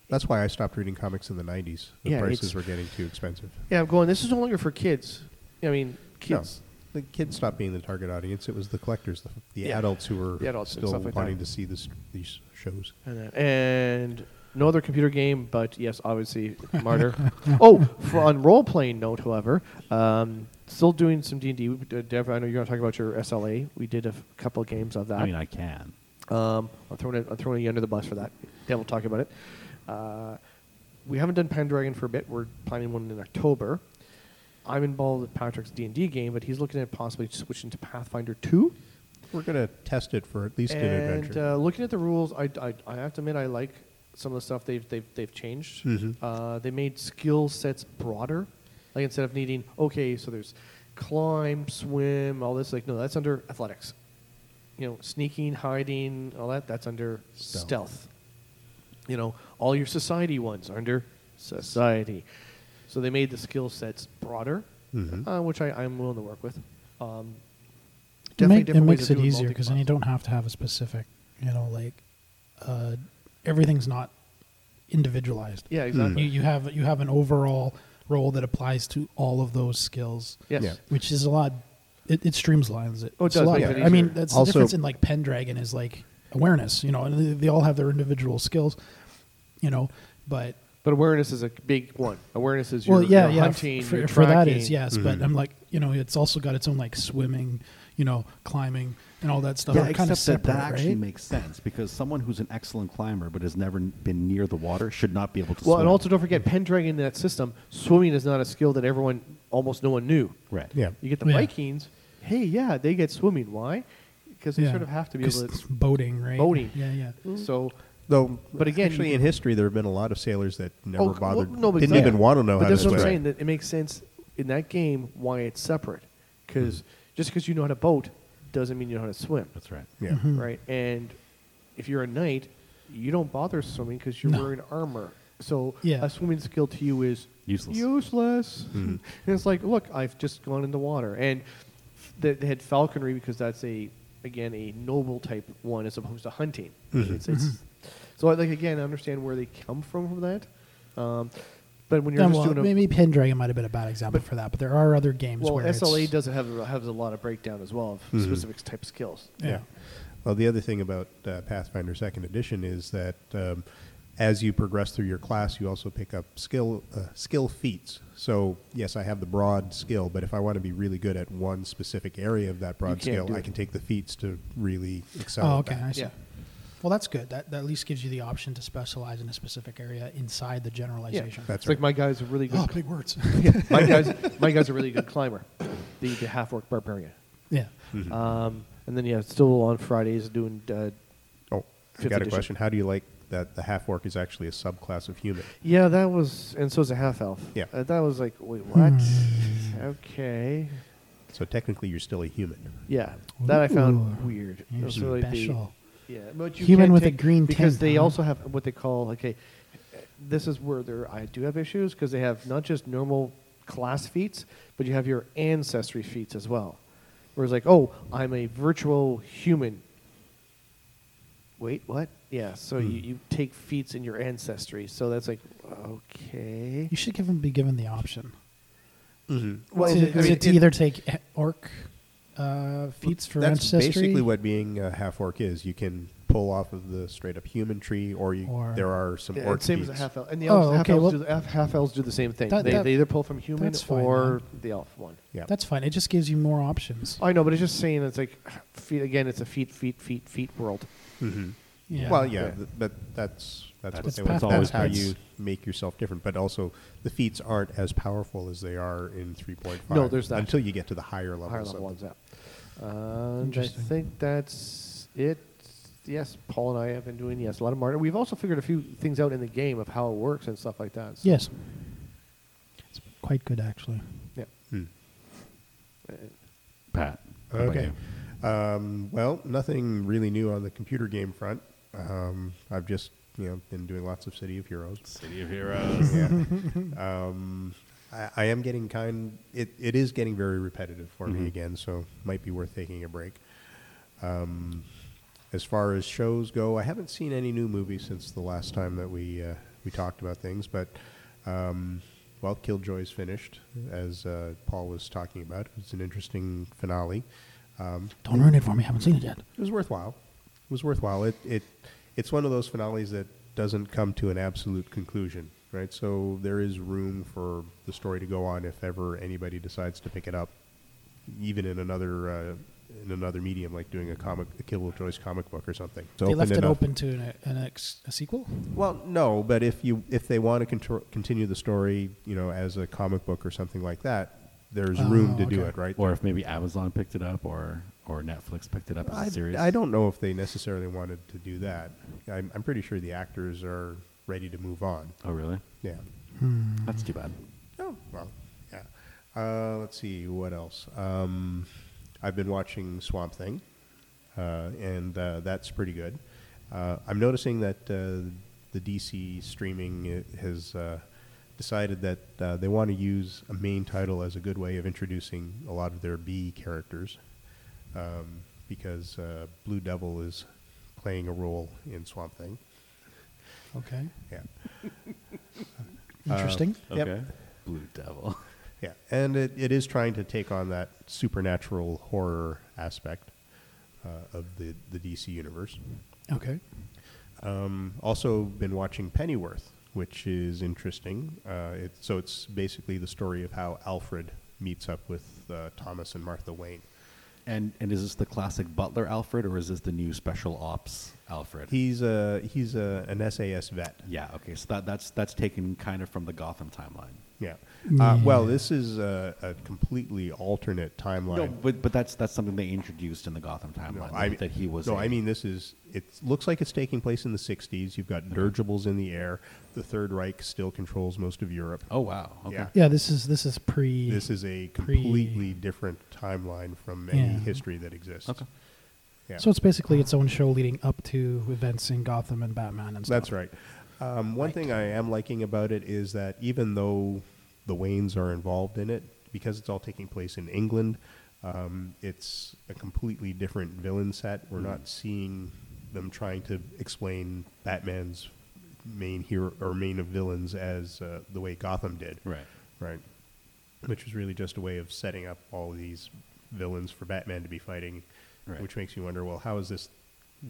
Speaker 4: That's why I stopped reading comics in the 90s. The
Speaker 3: Yeah,
Speaker 4: prices
Speaker 3: it's-
Speaker 4: were getting too expensive.
Speaker 3: Yeah, I'm going. This is no longer for kids. I mean, kids.
Speaker 4: No, the kids stopped being the target audience. It was the collectors, the, the
Speaker 3: Yeah.
Speaker 4: adults who were
Speaker 3: The adults and
Speaker 4: still
Speaker 3: stuff like
Speaker 4: wanting
Speaker 3: that.
Speaker 4: to see this, these shows.
Speaker 3: And, then- and no other computer game, but yes, obviously Martyr. oh, for, on role playing note, however, um, still doing some D and D. Dev, I know you're going to talk about your SLA. We did a f- couple of games of that.
Speaker 5: I mean, I can.
Speaker 3: Um, I'm throwing it, I'm throwing you under the bus for that. Dan will talk about it. Uh, we haven't done Pandragon for a bit. We're planning one in October. I'm involved with Patrick's D and D game, but he's looking at possibly switching to Pathfinder Two.
Speaker 4: We're going to test it for at least an
Speaker 3: And
Speaker 4: adventure.
Speaker 3: uh, looking at the rules, I, I, I have to admit I like some of the stuff they've they've, they've changed.
Speaker 4: Mhm.
Speaker 3: Uh, they made skill sets broader. Like instead of needing okay, so there's climb, swim, all this. Like no, that's under athletics. You know, sneaking, hiding, all that. That's under
Speaker 4: Stealth.
Speaker 3: stealth. You know, all your society ones are under society. So they made the skill sets broader,
Speaker 4: Mhm.
Speaker 3: uh, which I, I'm willing to work with. Um,
Speaker 2: It,
Speaker 3: definitely
Speaker 2: make- it
Speaker 3: different ways
Speaker 2: makes
Speaker 3: of
Speaker 2: it
Speaker 3: doing
Speaker 2: easier because then you
Speaker 3: multi-class.
Speaker 2: don't have to have a specific, you know, like uh, everything's not individualized.
Speaker 4: Hmm.
Speaker 3: Yeah,
Speaker 2: You,
Speaker 3: exactly.
Speaker 2: you have you have an overall role that applies to all of those skills,
Speaker 3: Yes.
Speaker 4: Yeah.
Speaker 2: which is a lot. It, it streamlines it.
Speaker 3: Oh, it
Speaker 2: It's a
Speaker 3: does
Speaker 2: lot
Speaker 3: make
Speaker 2: better.
Speaker 3: it
Speaker 2: I mean,
Speaker 3: easier.
Speaker 2: that's
Speaker 4: Also-
Speaker 2: the difference in like Pendragon is like awareness, you know, and they, they all have their individual skills, you know, but
Speaker 3: But awareness is a big one. Awareness is your,
Speaker 2: well, yeah,
Speaker 3: your
Speaker 2: yeah,
Speaker 3: hunting,
Speaker 2: for,
Speaker 3: your
Speaker 2: for that is
Speaker 3: tracking.
Speaker 2: yes, but I'm like, you know, it's also got its own like swimming, you know, climbing and all that stuff.
Speaker 5: yeah,
Speaker 2: are
Speaker 5: except
Speaker 2: kind of
Speaker 5: that
Speaker 2: separate,
Speaker 5: that actually
Speaker 2: right?
Speaker 5: makes sense because someone who's an excellent climber but has never n- been near the water should not be able to
Speaker 3: Well,
Speaker 5: swim.
Speaker 3: and also don't forget, Pendragon in that system, swimming is not a skill that everyone, almost no one knew.
Speaker 5: right.
Speaker 4: yeah.
Speaker 3: You get the
Speaker 2: Yeah.
Speaker 3: Vikings, hey, yeah, they get swimming. Why? Because they
Speaker 2: Yeah,
Speaker 3: sort of have to be
Speaker 2: 'cause
Speaker 3: able
Speaker 2: it's
Speaker 3: to.
Speaker 2: boating, right?
Speaker 3: Boating.
Speaker 2: Yeah, yeah.
Speaker 3: So,
Speaker 4: Though,
Speaker 3: But again,
Speaker 4: actually,
Speaker 3: you-
Speaker 4: in history, there have been a lot of sailors that never
Speaker 3: oh, well,
Speaker 4: bothered,
Speaker 3: no, but
Speaker 4: didn't
Speaker 3: yeah.
Speaker 4: even want to know
Speaker 3: but
Speaker 4: how to
Speaker 3: that's
Speaker 4: swim.
Speaker 3: what I'm saying. That it makes sense in that game why it's separate. Because
Speaker 4: Hmm.
Speaker 3: just because you know how to boat doesn't mean you know how to swim.
Speaker 5: That's right.
Speaker 4: Yeah.
Speaker 2: Hmm.
Speaker 3: right? And if you're a knight, you don't bother swimming because you're
Speaker 2: No.
Speaker 3: wearing armor. So
Speaker 2: Yeah. Hmm.
Speaker 3: a swimming skill to you is
Speaker 5: Useless.
Speaker 3: Useless.
Speaker 4: Mhm.
Speaker 3: and it's like, look, I've just gone in the water, and they, they had falconry because that's a again a noble type one as opposed to hunting.
Speaker 2: Hmm.
Speaker 3: It's, it's, So I like again I understand where they come from from that, um, but when you're
Speaker 2: Yeah,
Speaker 3: just
Speaker 2: well,
Speaker 3: doing a
Speaker 2: maybe Pendragon might have been a bad example for that, but there are other games
Speaker 3: well,
Speaker 2: where
Speaker 3: SLA
Speaker 2: it's, Hmm.
Speaker 3: doesn't have has a lot of breakdown as well of specific type of skills.
Speaker 2: Yeah.
Speaker 4: Well, the other thing about uh, Pathfinder Second Edition is that um, as you progress through your class, you also pick up skill uh, skill feats. So yes, I have the broad skill, but if I want to be really good at one specific area of that broad
Speaker 3: can't
Speaker 4: skill,
Speaker 3: do
Speaker 4: I
Speaker 3: it.
Speaker 4: can take the feats to really excel.
Speaker 2: Oh,
Speaker 4: at
Speaker 2: okay,
Speaker 4: that.
Speaker 2: I see.
Speaker 3: Yeah.
Speaker 2: Well, that's good. That, that at least gives you the option to specialize in a specific area inside the generalization.
Speaker 4: That's
Speaker 3: It's like
Speaker 4: right.
Speaker 3: my guy's a really good
Speaker 2: oh, big words.
Speaker 3: my guy's my guy's a really good climber, the, the half orc barbarian.
Speaker 2: yeah.
Speaker 3: Um, and then yeah, still on Fridays doing. Uh,
Speaker 4: Oh, I
Speaker 3: Fifth
Speaker 4: got a
Speaker 3: edition.
Speaker 4: question. How do you like that the half orc is actually a subclass of human?
Speaker 3: yeah, that was and so is a half elf.
Speaker 4: Yeah.
Speaker 3: Uh, that was like wait what?
Speaker 2: Hmm.
Speaker 3: okay,
Speaker 4: So technically, you're still a human.
Speaker 3: yeah, that I found
Speaker 2: Ooh.
Speaker 3: weird.
Speaker 2: You're
Speaker 3: Those are, like, the-
Speaker 2: special.
Speaker 3: yeah, but you
Speaker 2: Human
Speaker 3: can't
Speaker 2: with a
Speaker 3: take-
Speaker 2: green
Speaker 3: because
Speaker 2: tint,
Speaker 3: they
Speaker 2: huh?
Speaker 3: also have what they call okay. This is where there I do have issues because they have not just normal class feats, but you have your ancestry feats as well. Where it's like, oh, I'm a virtual human. Wait, what? Yeah, so
Speaker 2: Hmm.
Speaker 3: you, you take feats in your ancestry. So that's like, okay.
Speaker 2: You should give them, be given the option.
Speaker 4: Mm-hmm.
Speaker 3: Well,
Speaker 2: to,
Speaker 3: I mean,
Speaker 2: to- to
Speaker 3: it-
Speaker 2: either take e- orc uh, feats for
Speaker 4: That's
Speaker 2: ancestry.
Speaker 4: basically what being a half orc is. You can pull off of the straight up human tree, or, you,
Speaker 2: Or-
Speaker 4: there are some
Speaker 3: Yeah,
Speaker 4: orc
Speaker 3: it's same as a
Speaker 4: feats.
Speaker 3: half elf, and the
Speaker 2: Oh,
Speaker 3: elves, half,
Speaker 2: okay,
Speaker 3: elves
Speaker 2: well-
Speaker 3: do the, half, half elves do the same thing.
Speaker 2: That-
Speaker 3: they,
Speaker 2: that-
Speaker 3: they either pull from human
Speaker 2: that's fine,
Speaker 3: or the elf one.
Speaker 4: Yeah. Uh,
Speaker 2: That's fine. It just gives you more options.
Speaker 3: I know, but it's just saying it's like feet again. It's a feet, feet, feet, feet world.
Speaker 4: Mhm.
Speaker 2: Yeah.
Speaker 4: Well, yeah,
Speaker 3: Yeah.
Speaker 4: th- but that's that's,
Speaker 5: That's-
Speaker 4: what they
Speaker 2: that's
Speaker 4: want.
Speaker 5: always
Speaker 4: That's how
Speaker 5: been-
Speaker 4: you make yourself different. But also, the feats aren't as powerful as they are in three point five.
Speaker 3: No, there's that.
Speaker 4: until you get to the higher levels.
Speaker 3: Higher
Speaker 4: of
Speaker 3: level
Speaker 4: them.
Speaker 3: ones up. And I
Speaker 2: Interesting.
Speaker 3: think that's it. Yes, Paul and I have been doing yes a lot of Martin. We've also figured a few things out in the game of how it works and stuff like that. so-
Speaker 2: Yes. It's quite good, actually.
Speaker 3: Yeah.
Speaker 4: Hmm.
Speaker 5: Pat. how about
Speaker 4: Okay.
Speaker 5: you?
Speaker 4: Um, well, nothing really new on the computer game front. Um, I've just you know been doing lots of City of Heroes.
Speaker 5: City of Heroes.
Speaker 4: yeah. um, I, I am getting kind. It, it is getting very repetitive for me
Speaker 5: Mhm.
Speaker 4: again, so might be worth taking a break. Um, as far as shows go, I haven't seen any new movies since the last time that we uh, we talked about things. But um, well, Killjoy's finished, as uh, Paul was talking about. It's an interesting finale. Um,
Speaker 2: Don't ruin it for me. I haven't seen it yet.
Speaker 4: it was worthwhile. It was worthwhile. It it it's one of those finales that doesn't come to an absolute conclusion, right? So there is room for the story to go on if ever anybody decides to pick it up, even in another uh, in another medium, like doing a comic, a Killjoy's comic book or something. It's
Speaker 2: they
Speaker 4: open
Speaker 2: left it
Speaker 4: enough-
Speaker 2: open to an, an ex, a sequel.
Speaker 4: Well, no, but if you if they want to contro- continue the story, you know, as a comic book or something like that, there's room
Speaker 2: Oh,
Speaker 4: to do
Speaker 2: okay.
Speaker 4: it, right?
Speaker 5: or if maybe Amazon picked it up or or Netflix picked it up as
Speaker 4: I,
Speaker 5: a series.
Speaker 4: I don't know if they necessarily wanted to do that. I'm, I'm pretty sure the actors are ready to move on.
Speaker 5: Oh, really?
Speaker 4: Yeah.
Speaker 5: That's too bad.
Speaker 4: Oh well. Yeah. Uh, let's see what else. Um, I've been watching Swamp Thing, uh, and uh, that's pretty good. Uh, I'm noticing that uh, the DC streaming i- has uh, decided that uh, they want to use a main title as a good way of introducing a lot of their B characters, um, because uh, Blue Devil is playing a role in Swamp Thing.
Speaker 2: Okay.
Speaker 4: Yeah. Uh,
Speaker 2: Interesting.
Speaker 4: Yep.
Speaker 5: Blue Devil.
Speaker 4: Yeah, and it, it is trying to take on that supernatural horror aspect uh, of the, the DC universe.
Speaker 2: okay.
Speaker 4: Um, also, been watching Pennyworth, which is interesting. Uh, it, so it's basically the story of how Alfred meets up with uh, Thomas and Martha Wayne.
Speaker 5: And and is this the classic Butler Alfred or is this the new Special Ops Alfred?
Speaker 4: He's a he's a, an SAS vet.
Speaker 5: yeah. Okay. So that that's that's taken kind of from the Gotham timeline.
Speaker 4: Yeah. Uh, well,
Speaker 2: Yeah.
Speaker 4: this is a, a completely alternate timeline.
Speaker 5: No, but but that's that's something they introduced in the Gotham
Speaker 4: No,
Speaker 5: timeline
Speaker 4: I
Speaker 5: that- that he was.
Speaker 4: No,
Speaker 5: I
Speaker 4: I mean this is. It looks like it's taking place in the '60s. You've got dirigibles in the air. The Third Reich still controls most of Europe.
Speaker 5: Oh wow. Okay.
Speaker 4: Yeah.
Speaker 2: Yeah, this is this is pre.
Speaker 4: This is a
Speaker 2: Pre-
Speaker 4: completely different timeline from any
Speaker 2: Yeah.
Speaker 4: history that exists.
Speaker 5: Okay.
Speaker 4: Yeah.
Speaker 2: So it's basically its own show leading up to events in Gotham and Batman and stuff.
Speaker 4: That's right. Um, one thing I am liking about it is that even though the Waynes are involved in it, because it's all taking place in England, um, it's a completely different villain set. We're not seeing them trying to explain Batman's main hero or main of villains as uh, the way Gotham did,
Speaker 5: Right.
Speaker 4: right? Which was really just a way of setting up all these villains for Batman to be fighting,
Speaker 5: Right.
Speaker 4: which makes you wonder, well, how is this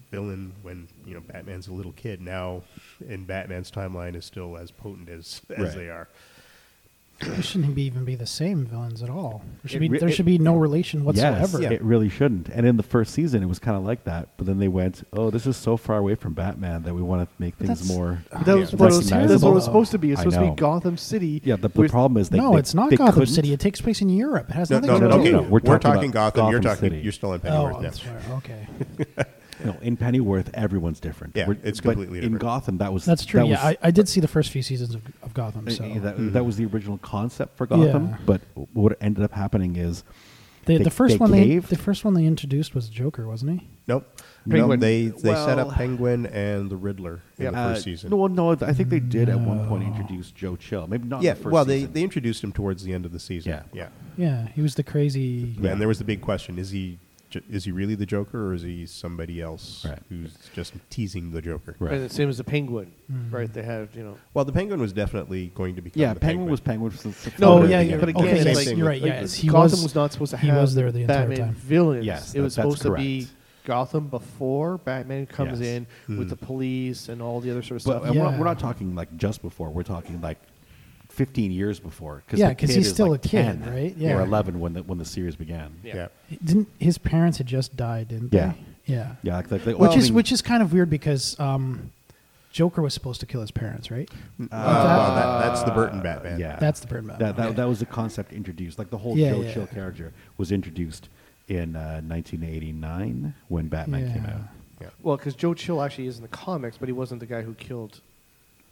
Speaker 4: villain when you know Batman's a little kid now, in Batman's timeline is still as potent as as
Speaker 5: Right.
Speaker 4: they are.
Speaker 2: They shouldn't be, even be the same villains at all. There should
Speaker 5: It
Speaker 2: be
Speaker 5: re-
Speaker 2: there
Speaker 5: it-
Speaker 2: should be no relation
Speaker 5: Yes,
Speaker 2: whatsoever.
Speaker 4: Yeah.
Speaker 5: it really shouldn't. And in the first season, it was kind of like that. But then they went, "Oh, this is so far away from Batman that we want to make things
Speaker 2: that's-
Speaker 5: more."
Speaker 3: That was
Speaker 4: Yeah.
Speaker 3: what it was, that's what it was
Speaker 2: Recognizable.
Speaker 3: supposed to be. It's
Speaker 5: I
Speaker 3: supposed to
Speaker 5: know.
Speaker 3: be Gotham City.
Speaker 5: Yeah, the, the
Speaker 3: with-
Speaker 5: problem is they.
Speaker 2: no,
Speaker 5: they-
Speaker 2: it's not
Speaker 5: they
Speaker 2: Gotham
Speaker 5: couldn't-
Speaker 2: City. It takes place in Europe. It has
Speaker 4: No,
Speaker 2: nothing
Speaker 4: no,
Speaker 2: to
Speaker 4: no,
Speaker 2: do
Speaker 4: okay.
Speaker 2: with
Speaker 5: no,
Speaker 4: we're,
Speaker 5: we're
Speaker 4: talking,
Speaker 5: talking about
Speaker 4: Gotham. You're
Speaker 5: Gotham
Speaker 4: talking.
Speaker 5: City.
Speaker 4: You're still in Pennyworth
Speaker 2: Oh,
Speaker 4: now.
Speaker 2: that's right. Okay.
Speaker 5: No, in Pennyworth, everyone's different.
Speaker 4: Yeah, it's
Speaker 5: but
Speaker 4: completely
Speaker 5: In
Speaker 4: different.
Speaker 5: Gotham, that was
Speaker 2: That's true.
Speaker 5: That
Speaker 2: yeah,
Speaker 5: was,
Speaker 2: I, I did see the first few seasons of, of Gotham. So
Speaker 5: uh, that, that was the original concept for Gotham.
Speaker 2: Yeah.
Speaker 5: But what ended up happening is
Speaker 2: the,
Speaker 5: they-
Speaker 2: the first
Speaker 5: they
Speaker 2: one they
Speaker 5: caved?
Speaker 2: the first one they introduced was Joker, wasn't he?
Speaker 4: Nope. No,
Speaker 3: Penguin.
Speaker 4: they they set
Speaker 5: Well-
Speaker 4: up Penguin and the Riddler in the
Speaker 5: uh,
Speaker 4: first season.
Speaker 5: No, well, no, I think they did at one point introduce Joe Chill. Maybe not. in
Speaker 4: yeah.
Speaker 5: the first
Speaker 4: Well, they,
Speaker 5: season.
Speaker 4: they introduced him towards the end of the season.
Speaker 5: Yeah.
Speaker 4: Yeah.
Speaker 2: Yeah, he was the crazy.
Speaker 4: And there was the big question: Is he j- is he really the Joker or is he somebody else
Speaker 5: Right.
Speaker 4: who's just teasing the Joker?
Speaker 5: Right.
Speaker 3: And the same as the penguin, right? They had you know.
Speaker 4: Well, the Penguin was definitely going to become.
Speaker 5: Yeah,
Speaker 4: the
Speaker 5: Penguin was Penguin since the
Speaker 3: No,
Speaker 5: very
Speaker 3: yeah,
Speaker 5: beginning.
Speaker 3: but again,
Speaker 2: okay,
Speaker 4: same
Speaker 2: yes,
Speaker 4: thing
Speaker 2: you're
Speaker 4: with
Speaker 2: right.
Speaker 4: Lincoln.
Speaker 2: Yes, he
Speaker 3: Gotham
Speaker 2: was,
Speaker 3: was not supposed to
Speaker 2: he
Speaker 3: have
Speaker 2: was there the entire
Speaker 3: Batman
Speaker 2: time.
Speaker 3: villains.
Speaker 5: Yes,
Speaker 3: it was
Speaker 5: that- that's
Speaker 3: supposed to be
Speaker 5: correct.
Speaker 3: Gotham before Batman comes
Speaker 5: Yes.
Speaker 3: in with the police and all the other sort of
Speaker 5: But um,
Speaker 3: stuff.
Speaker 5: and we're, not,
Speaker 2: Yeah.
Speaker 5: we're not talking like just before. We're talking like 15 years before.
Speaker 2: Yeah,
Speaker 5: the
Speaker 2: 'cause
Speaker 5: kid
Speaker 2: he's
Speaker 5: is,
Speaker 2: still
Speaker 5: like
Speaker 2: a kid,
Speaker 5: 10
Speaker 2: right? Yeah.
Speaker 5: Or 11 when the when the series began.
Speaker 4: Yeah.
Speaker 2: Didn't his parents had just died? Didn't
Speaker 5: Yeah.
Speaker 2: they? Yeah.
Speaker 5: Yeah, like, like, like-
Speaker 2: which
Speaker 5: well, I
Speaker 2: is
Speaker 5: mean,
Speaker 2: which is kind of weird because um, Joker was supposed to kill his parents, right?
Speaker 4: Uh, that- that's the Burton Batman.
Speaker 5: yeah.
Speaker 2: That's the Birdman.
Speaker 5: that, that, that was the concept introduced. Like the whole
Speaker 2: Yeah,
Speaker 5: Joe
Speaker 2: yeah.
Speaker 5: Chill character was introduced in uh, 1989 when Batman came
Speaker 2: Yeah.
Speaker 5: out,
Speaker 4: Yeah.
Speaker 3: Well, because Joe Chill actually is in the comics, but he wasn't the guy who killed.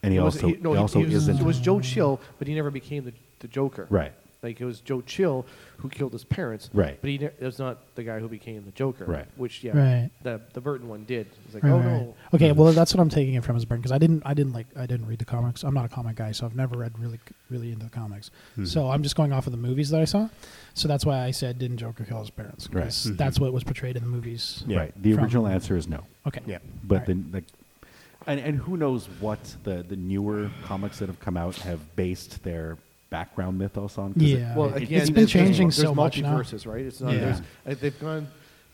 Speaker 5: and he
Speaker 3: It was-
Speaker 5: also
Speaker 3: he- no,
Speaker 5: he
Speaker 3: he-
Speaker 5: also
Speaker 3: he was,
Speaker 5: isn't
Speaker 3: It was Joe Chill, but he never became the, the Joker.
Speaker 5: Right.
Speaker 3: Like it was Joe Chill who killed his parents.
Speaker 5: Right.
Speaker 3: But he ne- it was not the guy who became the Joker.
Speaker 5: Right.
Speaker 3: Which yeah.
Speaker 2: Right.
Speaker 3: The the Burton one did. It's like
Speaker 2: Right,
Speaker 3: oh
Speaker 2: right.
Speaker 3: no.
Speaker 2: Okay, well that's what I'm taking it from is Burton because I didn't I didn't like I didn't read the comics. I'm not a comic guy, so I've never read really really into the comics. So I'm just going off of the movies that I saw. So that's why I said didn't Joker kill his parents? 'Cause
Speaker 5: Right.
Speaker 2: That's what was portrayed in the movies.
Speaker 4: Yeah.
Speaker 5: Mm-hmm. right. The
Speaker 2: From-
Speaker 5: original answer is no.
Speaker 2: Okay.
Speaker 4: Yeah.
Speaker 5: But
Speaker 2: Alright.
Speaker 5: then, like, and, and who knows what the, the newer comics that have come out have based their background mythos on? 'cause it-
Speaker 2: Yeah.
Speaker 3: Well,
Speaker 5: it-
Speaker 3: again,
Speaker 2: Uh, It's been
Speaker 3: there's- there's-
Speaker 2: changing
Speaker 3: there's
Speaker 2: so much now.
Speaker 3: multiverses, right? It's not.
Speaker 2: Yeah.
Speaker 3: There's, uh, they've gone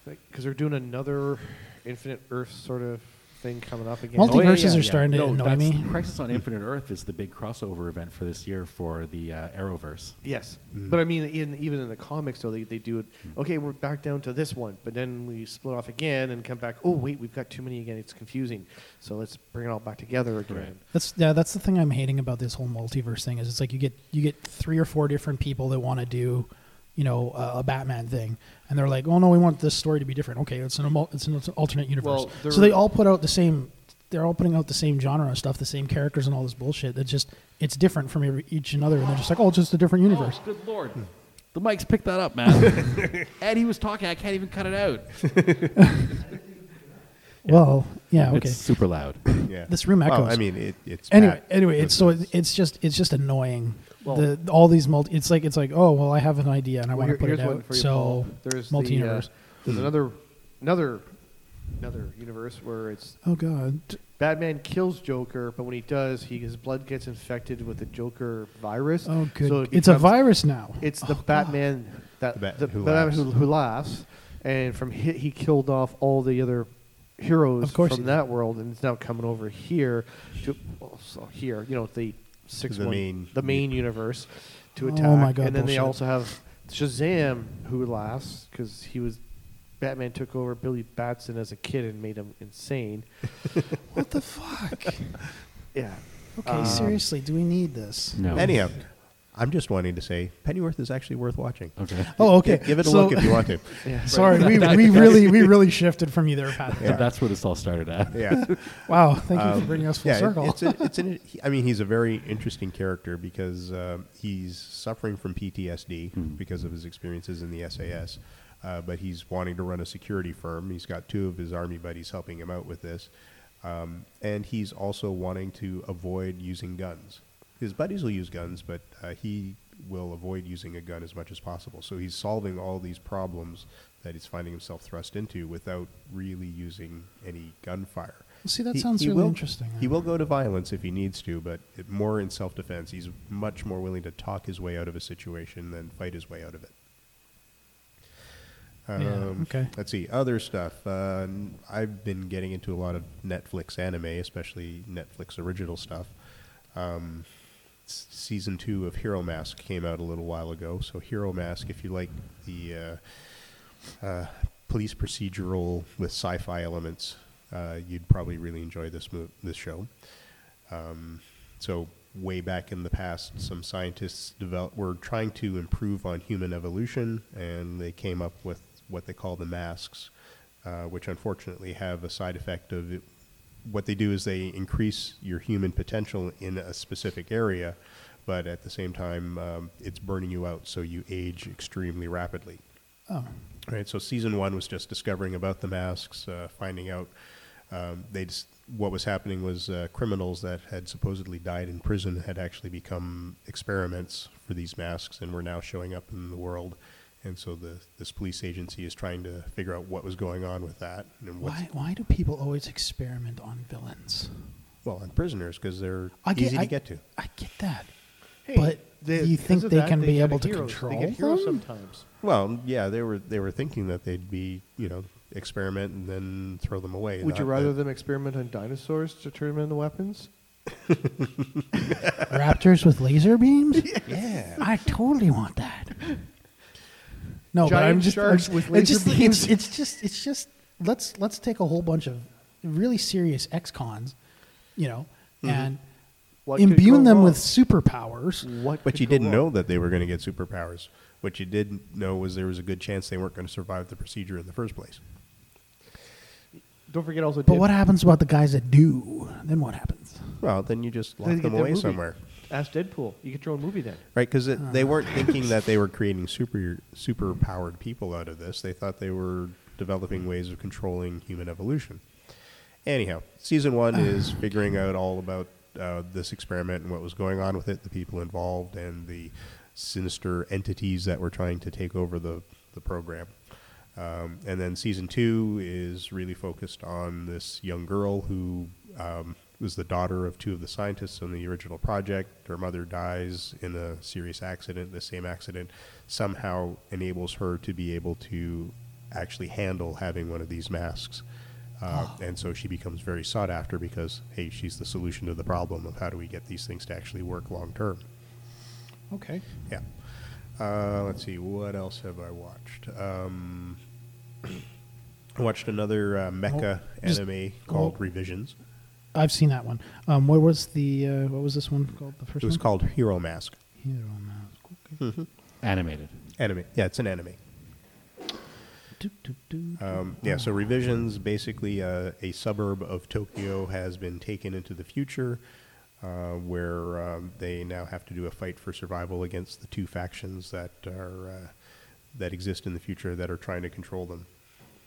Speaker 3: because they're doing another Infinite Earth sort of thing coming up again.
Speaker 2: Multi-
Speaker 3: Oh, yeah.
Speaker 2: Multiverses are starting to
Speaker 5: no,
Speaker 2: annoy
Speaker 5: that's-
Speaker 2: me.
Speaker 5: Crisis on Infinite Earth is the big crossover event for this year for the uh, Arrowverse.
Speaker 3: Yes,
Speaker 2: Mm-hmm.
Speaker 3: but I mean, in, even in the comics, though, they, they do it. Okay, we're back down to this one, but then we split off again and come back. Oh wait, we've got too many again. It's confusing. So let's bring it all back together again.
Speaker 5: Right.
Speaker 2: That's yeah. That's the thing I'm hating about this whole multiverse thing is it's like you get you get three or four different people that want to do, you know, a a Batman thing, and they're like, oh no, we want this story to be different. Okay, it's an emo- it's an, it's an alternate universe.
Speaker 3: Well, there-
Speaker 2: so they all put out the same. They're all putting out the same genre of stuff, the same characters, and all this bullshit. That just it's different from every- each another, and they're just like, oh, it's just a different universe.
Speaker 5: good lord. Hmm. The mic's picked that up, man. Ed, he was talking. I can't even cut it out.
Speaker 2: Well, yeah, okay.
Speaker 5: It's super loud.
Speaker 4: Yeah.
Speaker 2: This room
Speaker 4: Well,
Speaker 2: echoes.
Speaker 4: I mean, it, it's
Speaker 2: anyway,
Speaker 4: Bat-
Speaker 2: anyway, it's so it,
Speaker 4: this is-
Speaker 2: it's just it's just annoying.
Speaker 3: Well-
Speaker 2: the all these multi, it's like it's like oh well, I have an idea and I
Speaker 3: Well,
Speaker 2: want to
Speaker 3: here-
Speaker 2: put it
Speaker 3: here's one
Speaker 2: out.
Speaker 3: for you,
Speaker 2: So
Speaker 3: Paul. there's
Speaker 2: multi
Speaker 3: The, uh,
Speaker 2: universe.
Speaker 3: there's another, another, another universe where it's
Speaker 2: Oh god.
Speaker 3: Batman kills Joker, but when he does, he, his blood gets infected with the Joker virus.
Speaker 2: Oh good.
Speaker 3: So it
Speaker 2: it's a
Speaker 3: becomes-
Speaker 2: virus now. Oh,
Speaker 3: It's the Batman that
Speaker 4: The
Speaker 3: the,
Speaker 4: Bat- who
Speaker 3: who Batman
Speaker 4: laughs.
Speaker 3: Who, who laughs, and from he, he killed off all the other heroes
Speaker 2: Of course he
Speaker 3: from
Speaker 2: did.
Speaker 3: that world, and it's now coming over here to also here. You know the six
Speaker 4: The
Speaker 3: one,
Speaker 4: main-
Speaker 3: the main universe to
Speaker 2: Oh
Speaker 3: attack,
Speaker 2: my God,
Speaker 3: and then they
Speaker 2: bullshit.
Speaker 3: also have Shazam who laughs because he was. Batman took over Billy Batson as a kid and made him insane.
Speaker 2: what the fuck? Okay,
Speaker 3: Yeah.
Speaker 4: Uh,
Speaker 2: Um, seriously, do we need this?
Speaker 5: No.
Speaker 4: Anyhow, I'm just wanting to say Pennyworth is actually worth watching.
Speaker 5: Okay.
Speaker 2: Oh okay.
Speaker 4: Gi- Give it a
Speaker 2: So-
Speaker 4: look if you want to.
Speaker 3: Yeah.
Speaker 2: Sorry, we, we really we really shifted from you there, Pat.
Speaker 4: Yeah.
Speaker 5: That's what this all started at.
Speaker 4: Yeah.
Speaker 2: Wow, thank you for
Speaker 4: Um,
Speaker 2: bringing us full
Speaker 4: yeah, it-
Speaker 2: circle.
Speaker 4: It's a, it's an, he- I mean, he's a very interesting character because um, he's suffering from PTSD because of his experiences in the SAS, uh, but he's wanting to run a security firm. He's got two of his army buddies helping him out with this, um, and he's also wanting to avoid using guns. His buddies will use guns, but uh, he will avoid using a gun as much as possible. So he's solving all these problems that he's finding himself thrust into without really using any gunfire.
Speaker 2: See, that sounds really interesting.
Speaker 4: He will go to violence if he needs to, but it, more in self defense. He's much more willing to talk his way out of a situation than fight his way out of it. Um,
Speaker 2: okay.
Speaker 4: Let's see other stuff. Uh, n- I've been getting into a lot of Netflix anime, especially Netflix original stuff. Um, s- season two of Hero Mask came out a little while ago. So Hero Mask, if you like the uh, uh, police procedural with sci-fi elements, uh, you'd probably really enjoy this mo- this show. Um, so way back in the past, some scientists develop, were trying to improve on human evolution, and they came up with what they call the masks, uh, which unfortunately have a side effect of it. what they do is they increase your human potential in a specific area, but at the same time, um, it's burning you out, so you age extremely rapidly.
Speaker 2: oh.
Speaker 4: Right. So season one was just discovering about the masks, uh, finding out um, they just, what was happening was uh, criminals that had supposedly died in prison had actually become experiments for these masks, and were now showing up in the world and so the this police agency is trying to figure out what was going on with that and what's,
Speaker 2: Why, why do people always experiment on villains?
Speaker 4: well, on prisoners because they're
Speaker 2: I get,
Speaker 4: easy to
Speaker 2: I-
Speaker 4: get to.
Speaker 2: I get that. But do you think they can be able to control
Speaker 3: They get heroes
Speaker 2: them?
Speaker 3: sometimes.
Speaker 4: Well, yeah, they were they were thinking that they'd be you know experiment and then throw them away.
Speaker 3: Would you
Speaker 4: not
Speaker 3: rather
Speaker 4: that-
Speaker 3: them experiment on dinosaurs to turn them into weapons?
Speaker 2: Raptors with laser beams?
Speaker 4: Yeah.
Speaker 2: I totally want that. No, but
Speaker 3: Giant
Speaker 2: I'm just, I'm
Speaker 3: sharks
Speaker 2: just-
Speaker 3: with
Speaker 2: it's
Speaker 3: laser
Speaker 2: just-
Speaker 3: beams.
Speaker 2: It's, it's just it's just let's let's take a whole bunch of really serious ex-cons, you know, and
Speaker 3: Mm-hmm. What could
Speaker 2: imbue
Speaker 3: go
Speaker 2: them
Speaker 3: wrong?
Speaker 2: with superpowers.
Speaker 3: What
Speaker 4: But
Speaker 3: could
Speaker 4: you
Speaker 3: go
Speaker 4: didn't
Speaker 3: wrong?
Speaker 4: know that they were going to get superpowers. What you didn't know was there was a good chance they weren't going to survive the procedure in the first place.
Speaker 3: Don't forget also.
Speaker 2: But
Speaker 3: did-
Speaker 2: what happens about the guys that do? Then what happens?
Speaker 4: Well, then you just
Speaker 3: Then
Speaker 4: lock
Speaker 3: you get
Speaker 4: them
Speaker 3: that
Speaker 4: away
Speaker 3: movie.
Speaker 4: somewhere,
Speaker 3: Ask Deadpool. You get your own movie then.
Speaker 4: right? Because they
Speaker 3: Ah.
Speaker 4: weren't thinking that they were creating super super powered people out of this. They thought they were developing ways of controlling human evolution. Anyhow, season one is figuring out all about uh, this experiment and what was going on with it, the people involved, and the sinister entities that were trying to take over the, the program. Um, and then season two is really focused on this young girl who um, was the daughter of two of the scientists on the original project. Her mother dies in a serious accident. The same accident somehow enables her to be able to actually handle having one of these masks. Uh, And so she becomes very sought after because, hey, she's the solution to the problem of how do we get these things to actually work long term.
Speaker 2: Okay.
Speaker 4: Yeah. Uh, let's see. What else have I watched? Um, I watched another uh, mecha
Speaker 2: Oh, just-
Speaker 4: anime called
Speaker 2: oh.
Speaker 4: Revisions.
Speaker 2: I've seen that one. Um, what was the uh, what was this one called? The first
Speaker 4: It was
Speaker 2: one
Speaker 4: called Hero Mask.
Speaker 2: Hero Mask. Okay.
Speaker 3: Hmm.
Speaker 5: Animated.
Speaker 4: Anime. Yeah, it's an anime.
Speaker 2: Do, do, do, do.
Speaker 4: Um, yeah, so Revisions, basically uh, a suburb of Tokyo, has been taken into the future uh, where um, they now have to do a fight for survival against the two factions that are uh, that exist in the future that are trying to control them.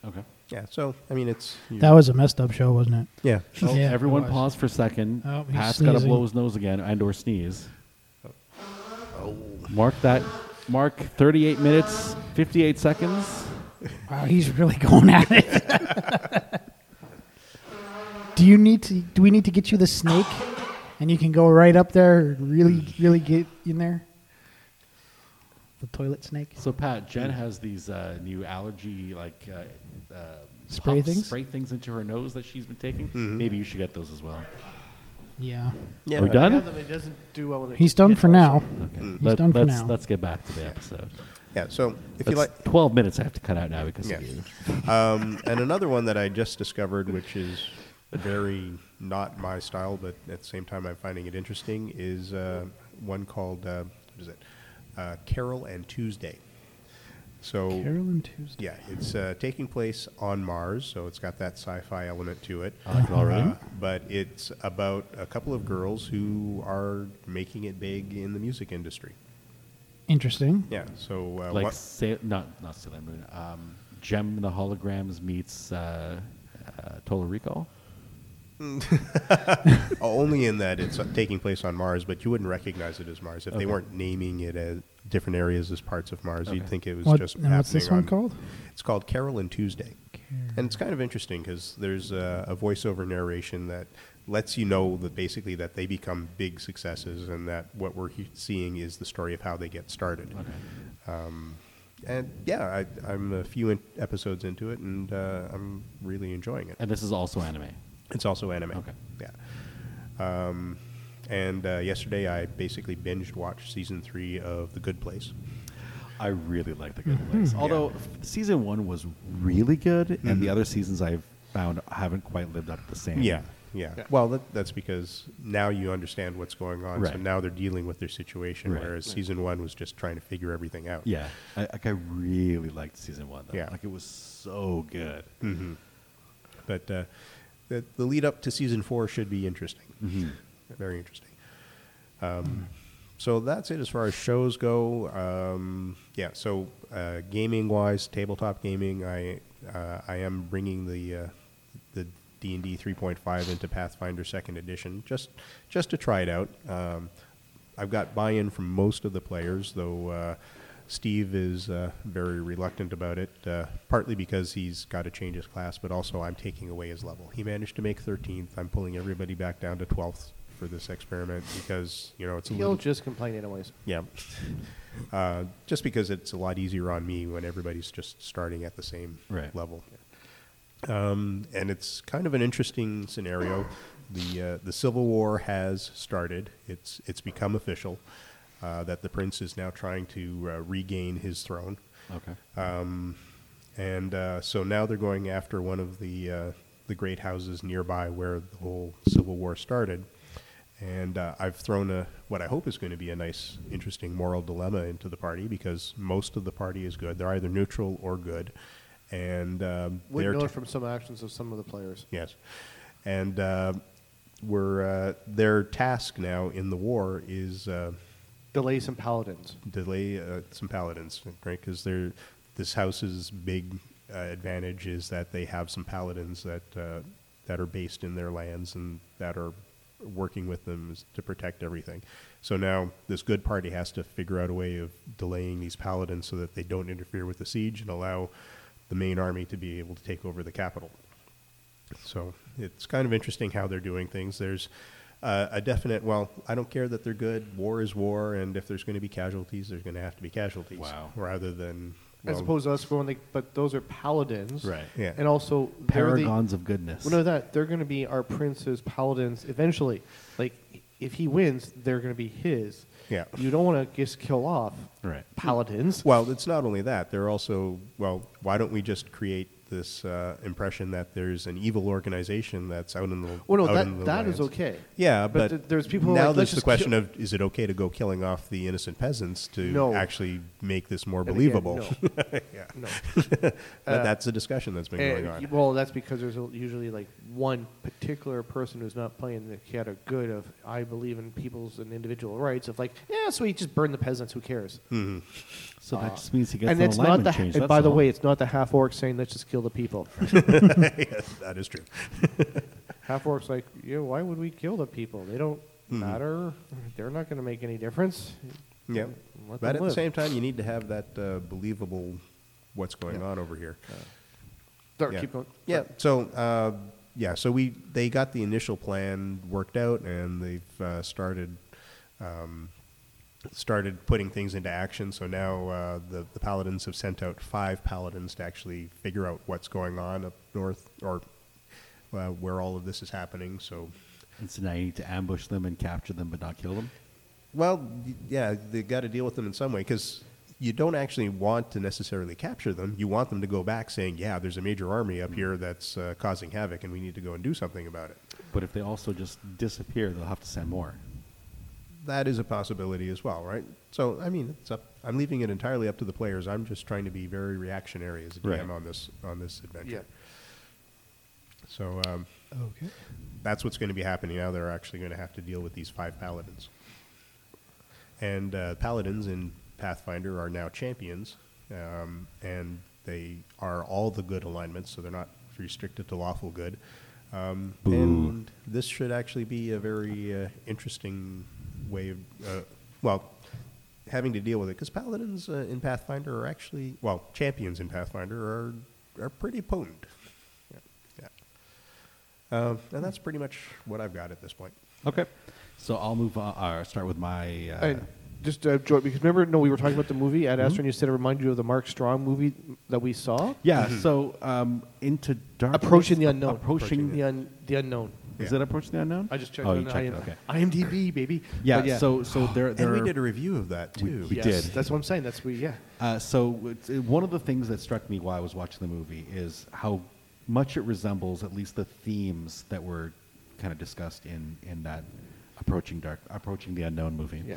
Speaker 5: Okay.
Speaker 4: Yeah, so, I mean, it's.
Speaker 2: that was a messed up show, wasn't it?
Speaker 4: Yeah.
Speaker 5: Oh,
Speaker 2: Yeah, it
Speaker 5: everyone
Speaker 2: was.
Speaker 5: pause for a second.
Speaker 2: Oh, he's
Speaker 5: Pat's got to
Speaker 2: sneezing.
Speaker 5: blow his nose again and or sneeze.
Speaker 4: Oh.
Speaker 5: Mark that. Mark 38 minutes, 58 seconds.
Speaker 2: Wow, he's really going at it. do you need to? Do we need to get you the snake, and you can go right up there? and Really, really get in there. The toilet snake.
Speaker 5: So Pat, Jen has these uh, new allergy like uh, uh,
Speaker 2: Spray
Speaker 5: pumps,
Speaker 2: things?
Speaker 5: spray things into her nose that she's been taking.
Speaker 4: Mm-hmm.
Speaker 5: Maybe you should get those as well.
Speaker 2: Yeah,
Speaker 5: Are we done?
Speaker 3: it doesn't do well when
Speaker 2: he's done for now.
Speaker 5: Okay.
Speaker 2: He's done for
Speaker 5: let's,
Speaker 2: now.
Speaker 5: let's get back to the episode.
Speaker 4: Yeah, so if you
Speaker 5: That's
Speaker 4: like.
Speaker 5: 12 minutes I have to cut out now because of
Speaker 4: Yeah.
Speaker 5: you.
Speaker 4: Um, and another one that I just discovered, which is very not my style, but at the same time I'm finding it interesting, is uh, one called uh, what is it? Uh, Carol and Tuesday. So
Speaker 2: Carolyn Tuesday.
Speaker 4: yeah, it's uh, taking place on Mars, so it's got that sci-fi element to it.
Speaker 5: I like it already.
Speaker 4: Uh, but it's about a couple of girls who are making it big in the music industry.
Speaker 2: Interesting.
Speaker 4: Yeah, so uh,
Speaker 5: like
Speaker 4: one-
Speaker 5: Sa- not not Sailor Moon. Um, Gem and the Holograms meets uh, uh, Total Recall.
Speaker 4: Oh, Only in that it's uh, taking place on Mars, but you wouldn't recognize it as Mars if
Speaker 5: Okay.
Speaker 4: they weren't naming it as different areas as parts of Mars. You'd
Speaker 5: Okay.
Speaker 4: think it was
Speaker 2: What-
Speaker 4: just.
Speaker 2: and what's this
Speaker 4: happening
Speaker 2: one
Speaker 4: on-
Speaker 2: called?
Speaker 4: It's called Carol and Tuesday, and it's kind of interesting because there's a, a voiceover narration that lets you know that basically that they become big successes and that what we're he- seeing is the story of how they get started. Um,
Speaker 5: Okay.
Speaker 4: And yeah, I, I'm a few in- episodes into it, and uh, I'm really enjoying it.
Speaker 5: And this is also anime.
Speaker 4: It's also anime.
Speaker 5: Okay.
Speaker 4: Yeah. Um, and uh, yesterday I basically binged watched season three of The Good Place.
Speaker 5: I really like The Good Place. Although f- season one was really good, and the other seasons I've found haven't quite lived up to the same.
Speaker 4: Yeah. Yeah.
Speaker 3: Yeah.
Speaker 4: Well, that, that's because now you understand what's going on. So
Speaker 5: Right.
Speaker 4: now they're dealing with their situation,
Speaker 5: Right.
Speaker 4: whereas season one was just trying to figure everything out.
Speaker 5: Yeah. I, like I really liked season one, though.
Speaker 4: Yeah.
Speaker 5: Like it was so good.
Speaker 4: But uh, the, the lead up to season four should be interesting.
Speaker 5: Mhm.
Speaker 4: Very interesting. Um, so that's it as far as shows go. Um, yeah. So uh, gaming wise, tabletop gaming, I uh, I am bringing the uh, the D and D 3.5 into Pathfinder Second Edition just just to try it out. Um, I've got buy-in from most of the players, though. Uh, Steve is uh, very reluctant about it, uh, partly because he's got to change his class, but also I'm taking away his level. He managed to make 13th. I'm pulling everybody back down to 12th for this experiment because you know it's a
Speaker 3: He'll
Speaker 4: little
Speaker 3: just complain anyways.
Speaker 4: yeah. Uh, just because it's a lot easier on me when everybody's just starting at the same
Speaker 5: Right.
Speaker 4: level. Um, and it's kind of an interesting scenario. The uh, the Civil War has started. It's it's become official uh, that the prince is now trying to uh, regain his throne.
Speaker 5: Okay.
Speaker 4: And uh, so now they're going after one of the uh, the great houses nearby where the whole Civil War started. And uh, I've thrown a what I hope is going to be a nice, interesting moral dilemma into the party because most of the party is good. They're either neutral or good, and um,
Speaker 3: We
Speaker 4: they're
Speaker 3: know
Speaker 4: t-
Speaker 3: it from some actions of some of the players.
Speaker 4: yes, and uh, we're uh, their task now in the war is. Uh,
Speaker 3: Delay some paladins.
Speaker 4: delay uh, some paladins, right? Because they're this house's big uh, advantage is that they have some paladins that uh, that are based in their lands and that are working with them is to protect everything. So now this good party has to figure out a way of delaying these paladins so that they don't interfere with the siege and allow the main army to be able to take over the capital. So it's kind of interesting how they're doing things. There's uh, a definite, well, I don't care that they're good. War is war, and if there's going to be casualties, there's going to have to be casualties.
Speaker 5: Wow.
Speaker 4: Rather than
Speaker 3: as
Speaker 4: well,
Speaker 3: opposed to us going like, but those are paladins.
Speaker 5: Right.
Speaker 4: Yeah.
Speaker 3: And also they're the-
Speaker 5: Paragons of goodness.
Speaker 3: Well, no, that they're going to be our prince's paladins eventually. Like, if he wins, they're going to be his.
Speaker 4: Yeah.
Speaker 3: You don't want to just kill off
Speaker 5: Right.
Speaker 3: paladins.
Speaker 4: Well, it's not only that. They're also well. Why don't we just create this uh, impression that there's an evil organization that's out in the
Speaker 3: Well, no,
Speaker 4: out
Speaker 3: that-
Speaker 4: in the
Speaker 3: that is
Speaker 4: lands.
Speaker 3: okay.
Speaker 4: Yeah,
Speaker 3: But
Speaker 4: but,
Speaker 3: th- there's people who are
Speaker 4: now.
Speaker 3: like, let's
Speaker 4: there's the
Speaker 3: just
Speaker 4: question
Speaker 3: kill-
Speaker 4: of is it okay to go killing off the innocent peasants to
Speaker 3: No.
Speaker 4: actually make this more
Speaker 3: And again,
Speaker 4: believable?
Speaker 3: no.
Speaker 4: yeah,
Speaker 3: No.
Speaker 4: But that's a discussion that's been going
Speaker 3: And
Speaker 4: on.
Speaker 3: you- well, that's because there's usually like one particular person who's not playing the Kiata good of I believe in people's and individual rights of like yeah, so you just burn the peasants. Who cares?
Speaker 4: Hmm.
Speaker 5: so that just means he gets
Speaker 3: uh, and
Speaker 5: an
Speaker 3: it's not
Speaker 5: alignment
Speaker 3: the
Speaker 5: change.
Speaker 3: and
Speaker 5: that's
Speaker 3: by the
Speaker 5: all.
Speaker 3: way, it's not the half orc saying let's just kill the people.
Speaker 4: yes, that is true.
Speaker 3: half orcs like yeah, why would we kill the people? They don't
Speaker 5: Mm-hmm.
Speaker 3: matter. They're not going to make any difference.
Speaker 4: Yeah.
Speaker 3: Let
Speaker 4: But
Speaker 3: them
Speaker 4: at
Speaker 3: live.
Speaker 4: the same time, you need to have that uh, believable what's going on over here.
Speaker 3: Sorry,
Speaker 4: yeah.
Speaker 3: Keep going.
Speaker 4: Yeah. So, uh, yeah. So we they got the initial plan worked out, and they've uh, started um, started putting things into action. So now uh, the the paladins have sent out five paladins to actually figure out what's going on up north or uh, where all of this is happening. So
Speaker 5: And so now you need to ambush them and capture them, but not kill them.
Speaker 4: Well, y- yeah, they got to deal with them in some way because you don't actually want to necessarily capture them. You want them to go back saying, "Yeah, there's a major army up here that's uh, causing havoc, and we need to go and do something about it."
Speaker 5: But if they also just disappear, they'll have to send more.
Speaker 4: That is a possibility as well, right? So, I mean, it's up. I'm leaving it entirely up to the players. I'm just trying to be very reactionary as a DM
Speaker 5: Right.
Speaker 4: on this on this adventure.
Speaker 3: Yeah.
Speaker 4: So um,
Speaker 2: Okay.
Speaker 4: that's what's going to be happening now. They're actually going to have to deal with these five paladins. And uh, paladins in Pathfinder are now champions, um, and they are all the good alignments, so they're not restricted to lawful good. Um,
Speaker 5: Boo.
Speaker 4: and this should actually be a very uh, interesting way of, uh, well, having to deal with it, because paladins uh, in Pathfinder are actually, well, champions in Pathfinder are, are pretty potent. Yeah. yeah. Um, and that's pretty much what I've got at this point.
Speaker 5: Okay. So I'll move on. Or start with my. Uh, Mm-hmm.
Speaker 3: And just uh, joy, because remember, no, we were talking about the movie at Astro, and you said it reminded you of the Mark Strong movie that we saw.
Speaker 5: yeah. So um, into dark.
Speaker 3: Mm-hmm. Approaching the unknown.
Speaker 5: Approaching.
Speaker 3: the, un- the unknown.
Speaker 5: Is
Speaker 4: Yeah.
Speaker 5: it approaching the unknown?
Speaker 3: I just checked.
Speaker 5: Oh,
Speaker 3: on
Speaker 5: you checked.
Speaker 3: IM-
Speaker 5: it, okay.
Speaker 3: IMDb, baby.
Speaker 5: Yeah,
Speaker 3: But
Speaker 5: So so there there
Speaker 4: And we
Speaker 5: are-
Speaker 4: did a review of that too.
Speaker 5: we
Speaker 3: yes,
Speaker 5: did.
Speaker 3: That's what I'm saying. That's we. Yeah.
Speaker 5: Uh, so it's, uh, one of the things that struck me while I was watching the movie is how much it resembles at least the themes that were kind of discussed in, in that approaching dark approaching the unknown movie.
Speaker 3: Yeah.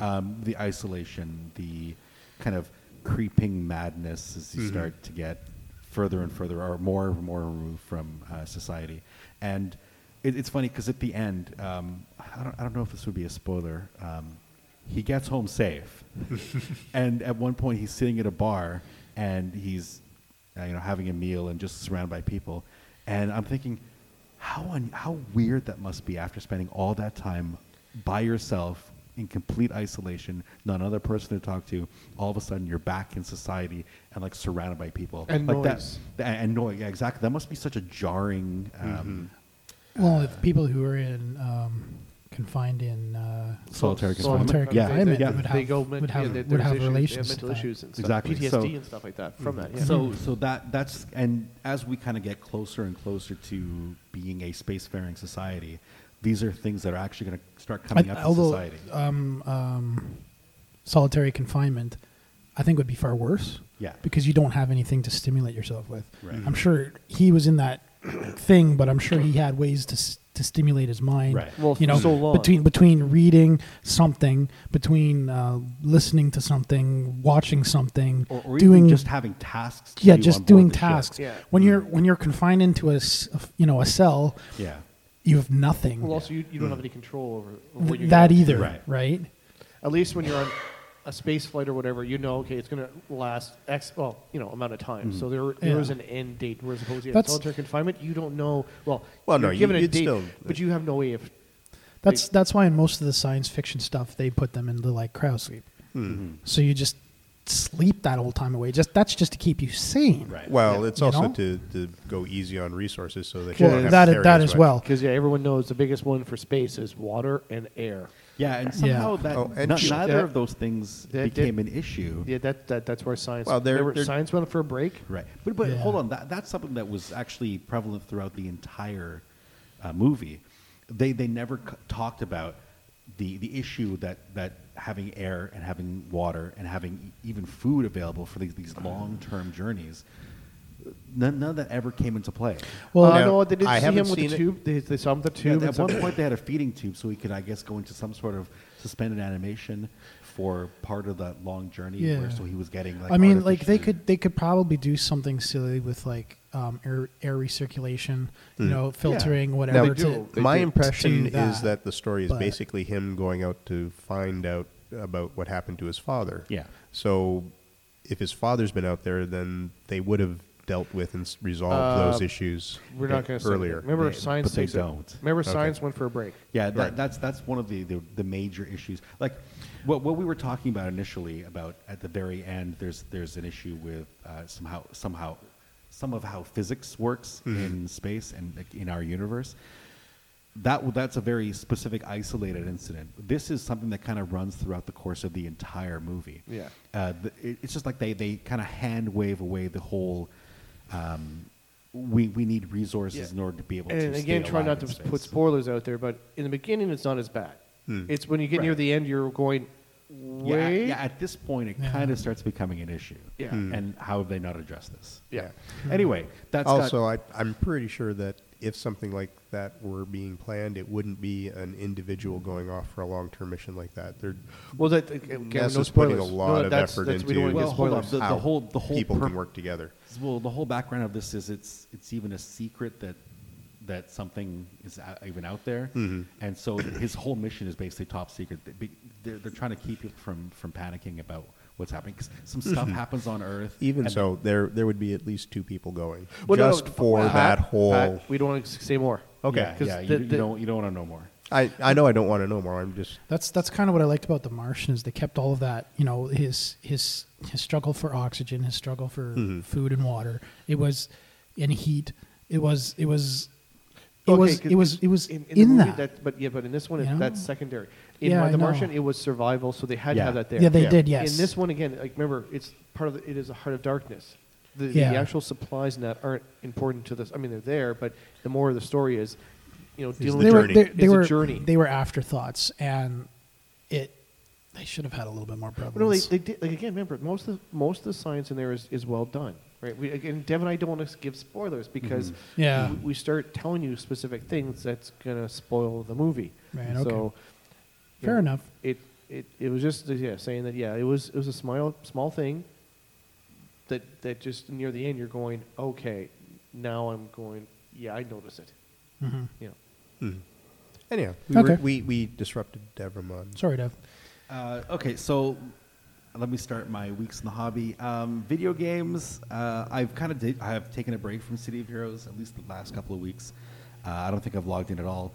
Speaker 5: Um, the isolation, the kind of creeping madness as you start to get further and further or more and more removed from uh, society. And it, it's funny because at the end, um, I, don't, I don't know if this would be a spoiler. Um, he gets home safe. and at one point, he's sitting at a bar and he's uh, you know, having a meal and just surrounded by people. And I'm thinking, how, un- how weird that must be after spending all that time by yourself in complete isolation, not another person to talk to. All of a sudden, you're back in society and like surrounded by people
Speaker 3: And
Speaker 5: like that-
Speaker 3: noise.
Speaker 5: tha- and noise. Yeah, exactly. That must be such a jarring.
Speaker 3: Mm-hmm.
Speaker 5: Um,
Speaker 2: Well, if people who are in um, confined in uh,
Speaker 5: Solitary confinement.
Speaker 2: solitary
Speaker 5: Yeah.
Speaker 2: confinement
Speaker 5: Yeah.
Speaker 2: would have
Speaker 3: they go men-
Speaker 2: would have,
Speaker 3: yeah, there-
Speaker 2: would
Speaker 3: there's
Speaker 2: have
Speaker 3: issues, they
Speaker 2: relations
Speaker 3: mental
Speaker 2: to that.
Speaker 3: issues and stuff.
Speaker 5: Exactly,
Speaker 3: PTSD
Speaker 5: so-
Speaker 3: and stuff like that from that. Yeah.
Speaker 5: So, so that that's and as we kind of get closer and closer to being a spacefaring society, these are things that are actually going to start coming
Speaker 2: I-
Speaker 5: up in
Speaker 2: although
Speaker 5: society.
Speaker 2: um, um, solitary confinement, I think would be far worse.
Speaker 5: Yeah.
Speaker 2: because you don't have anything to stimulate yourself with.
Speaker 5: Right.
Speaker 2: I'm sure he was in that thing, but I'm sure he had ways to s- to stimulate his mind.
Speaker 5: Right.
Speaker 3: Well,
Speaker 2: you know,
Speaker 3: so long.
Speaker 2: between between reading something, between uh, listening to something, watching something,
Speaker 5: or, or
Speaker 2: doing
Speaker 5: even just having tasks. to
Speaker 2: yeah,
Speaker 5: do on
Speaker 2: just
Speaker 5: board
Speaker 2: doing
Speaker 5: the ship.
Speaker 2: tasks.
Speaker 3: Yeah.
Speaker 2: When you're when you're confined into a s- a f- you know a cell,
Speaker 5: Yeah.
Speaker 2: you have nothing.
Speaker 3: well, also you, you don't have any control over, over what
Speaker 2: Th-
Speaker 3: you're
Speaker 2: that
Speaker 3: gonna-
Speaker 2: either,
Speaker 5: Right.
Speaker 2: right?
Speaker 3: At least when you're on a space flight or whatever, you know, okay, it's going to last X, well, you know, amount of time. So there, there
Speaker 2: Yeah.
Speaker 3: is an end date. Whereas opposed to
Speaker 2: That's-
Speaker 3: solitary confinement, you don't know. Well,
Speaker 4: Well,
Speaker 3: you're
Speaker 4: no, you-
Speaker 3: given a
Speaker 4: you'd
Speaker 3: date,
Speaker 4: still-
Speaker 3: but you have no way of.
Speaker 2: That's that's why in most of the science fiction stuff they put them into like cryo sleep.
Speaker 4: Hmm.
Speaker 2: So you just sleep that whole time away. Just that's just to keep you sane.
Speaker 5: Right.
Speaker 4: Well,
Speaker 5: Yeah.
Speaker 4: it's
Speaker 2: You
Speaker 4: also
Speaker 2: know?
Speaker 4: to, to go easy on resources so that you don't
Speaker 2: Well,
Speaker 4: have to
Speaker 2: that
Speaker 4: carry
Speaker 2: that as
Speaker 4: much.
Speaker 2: well.
Speaker 3: Because yeah, everyone knows the biggest one for space is water and air.
Speaker 5: Yeah, and somehow that
Speaker 4: Oh, and
Speaker 5: no-
Speaker 4: shield.
Speaker 5: neither
Speaker 3: Yeah.
Speaker 5: of those things
Speaker 3: That did-
Speaker 5: became an issue.
Speaker 3: Yeah, that, that that's where science.
Speaker 4: Well, they're-
Speaker 3: remember
Speaker 4: they're-
Speaker 3: science went for a break.
Speaker 5: Right. But but
Speaker 2: Yeah.
Speaker 5: hold on, that that's something that was actually prevalent throughout the entire uh, movie. They they never c- talked about the the issue that that having air and having water and having e- even food available for these these long term journeys. None, none of that ever came into play.
Speaker 2: Well,
Speaker 3: uh,
Speaker 4: now,
Speaker 3: no, they did
Speaker 4: I
Speaker 3: see
Speaker 4: haven't
Speaker 3: him with the
Speaker 4: seen it.
Speaker 3: tube. They, they saw him with the
Speaker 5: Yeah,
Speaker 3: tube.
Speaker 5: at
Speaker 3: and
Speaker 5: one
Speaker 3: some-
Speaker 5: point, they had a feeding tube, so he could, I guess, go into some sort of suspended animation for part of that long journey.
Speaker 2: Yeah.
Speaker 5: Where, so he was getting. Like,
Speaker 2: I mean, like they
Speaker 5: artificially-
Speaker 2: could they could probably do something silly with like um, air air recirculation, you know, filtering whatever.
Speaker 4: Now,
Speaker 2: to,
Speaker 4: Hmm. my
Speaker 2: to
Speaker 4: impression
Speaker 2: do
Speaker 4: is that the story is
Speaker 2: but-
Speaker 4: basically him going out to find out about what happened to his father.
Speaker 5: Yeah.
Speaker 4: So if his father's been out there, then they would have dealt with and s- resolved
Speaker 3: Uh,
Speaker 4: those issues
Speaker 3: We're not going to
Speaker 4: earlier.
Speaker 3: Remember,
Speaker 5: They-
Speaker 3: science
Speaker 5: but they
Speaker 3: takes a-
Speaker 5: don't.
Speaker 3: Remember,
Speaker 4: Okay.
Speaker 3: science went for a break.
Speaker 5: Yeah, that,
Speaker 4: Right.
Speaker 5: that's that's one of the, the, the major issues. Like what what we were talking about initially about at the very end. There's there's an issue with uh, somehow somehow some of how physics works
Speaker 3: Mm-hmm.
Speaker 5: in space and like, in our universe. That w- that's a very specific isolated incident. This is something that kind of runs throughout the course of the entire movie.
Speaker 3: Yeah.
Speaker 5: uh, the, it, it's just like they they kind of hand wave away the whole. Um, we, we need resources
Speaker 3: Yeah.
Speaker 5: in order to be able to
Speaker 3: And
Speaker 5: stay
Speaker 3: again, try
Speaker 5: alive
Speaker 3: not to
Speaker 5: in space.
Speaker 3: put spoilers out there, but in the beginning, it's not as bad.
Speaker 4: Hmm.
Speaker 3: It's when you get near
Speaker 5: Right.
Speaker 3: the end, you're going,
Speaker 5: Yeah, at-
Speaker 3: wait.
Speaker 5: yeah, at this point, it
Speaker 2: Yeah.
Speaker 5: kind of starts becoming an issue.
Speaker 3: Yeah. Hmm.
Speaker 5: And how have they not addressed this?
Speaker 3: Yeah.
Speaker 5: Anyway, that's got-
Speaker 4: also, I, I'm pretty sure that if something like that were being planned, it wouldn't be an individual going off for a long-term mission like that. They're
Speaker 3: Well, that, again,
Speaker 4: Ness
Speaker 3: no
Speaker 4: is putting
Speaker 3: spoilers.
Speaker 4: a
Speaker 3: no,
Speaker 4: lot of
Speaker 3: that's,
Speaker 4: effort
Speaker 3: that's, We
Speaker 4: into-
Speaker 3: don't want to
Speaker 5: well,
Speaker 3: get
Speaker 5: hold on.
Speaker 3: spoilers.
Speaker 5: The, the
Speaker 4: How
Speaker 5: whole the whole
Speaker 4: people
Speaker 5: pur-
Speaker 4: can work together.
Speaker 5: Well, the whole background of this is it's it's even a secret that that something is out, even out there,
Speaker 4: Mm-hmm.
Speaker 5: and so his whole mission is basically top secret. They be- They're, they're trying to keep you from from panicking about what's happening 'cause some stuff happens on Earth.
Speaker 4: Mm-hmm. Even
Speaker 5: and
Speaker 4: so, there there would be at least two people going
Speaker 3: Well, no, no,
Speaker 4: just for
Speaker 3: Pat,
Speaker 4: that whole.
Speaker 3: Pat, we don't want to say more.
Speaker 4: Okay.
Speaker 5: yeah,
Speaker 3: 'Cause
Speaker 5: yeah, you,
Speaker 3: the-
Speaker 5: you
Speaker 3: the-
Speaker 5: don't you don't want to know more.
Speaker 4: I, I know I don't want to know more. I'm just
Speaker 2: That's that's kind of what I liked about The Martian is they kept all of that. You know, his his his struggle for oxygen, his struggle for food and water. It was in heat. It was it was it
Speaker 3: Okay,
Speaker 2: was
Speaker 3: 'cause
Speaker 2: it was it was in,
Speaker 3: in, in, the
Speaker 2: that.
Speaker 3: movie, that- But yeah, but in this one,
Speaker 2: You
Speaker 3: it,
Speaker 2: know?
Speaker 3: that's secondary. In
Speaker 2: Yeah,
Speaker 3: My-
Speaker 2: I
Speaker 3: The
Speaker 2: know.
Speaker 3: Martian, it was survival, so they had
Speaker 5: Yeah.
Speaker 3: to have that there.
Speaker 2: Yeah, they
Speaker 4: Yeah.
Speaker 2: did. Yes.
Speaker 3: In this one again, like remember, it's part of the, it is a heart of darkness. The,
Speaker 2: Yeah.
Speaker 3: the actual supplies in that aren't important to this. I mean, they're there, but the more of the story is, you know, dealing
Speaker 4: the
Speaker 3: with
Speaker 2: were
Speaker 4: journey.
Speaker 2: they, they
Speaker 3: It's a
Speaker 2: were
Speaker 3: journey.
Speaker 2: they were afterthoughts, and it they should have had a little bit more prevalence.
Speaker 3: No, they, they did. Like again, remember most of most of the science in there is, is well done, right? We, again, Dev and I don't want to give spoilers because
Speaker 2: Mm-hmm. Yeah.
Speaker 3: we, we start telling you specific things that's gonna spoil the movie.
Speaker 2: Right,
Speaker 3: So,
Speaker 2: okay.
Speaker 3: you
Speaker 2: Fair enough.
Speaker 3: It it it was just uh, yeah saying that yeah it was it was a small small thing. That that just near the end you're going okay, now I'm going yeah I notice it.
Speaker 2: Mhm.
Speaker 3: You know.
Speaker 4: anyhow. We, were-
Speaker 2: Okay.
Speaker 4: we we disrupted Devramon.
Speaker 2: Sorry, Dev.
Speaker 5: Uh, okay, so let me start my weeks in the hobby. Um, video games. Uh, I've kind of did, I have taken a break from City of Heroes at least the last couple of weeks. Uh, I don't think I've logged in at all.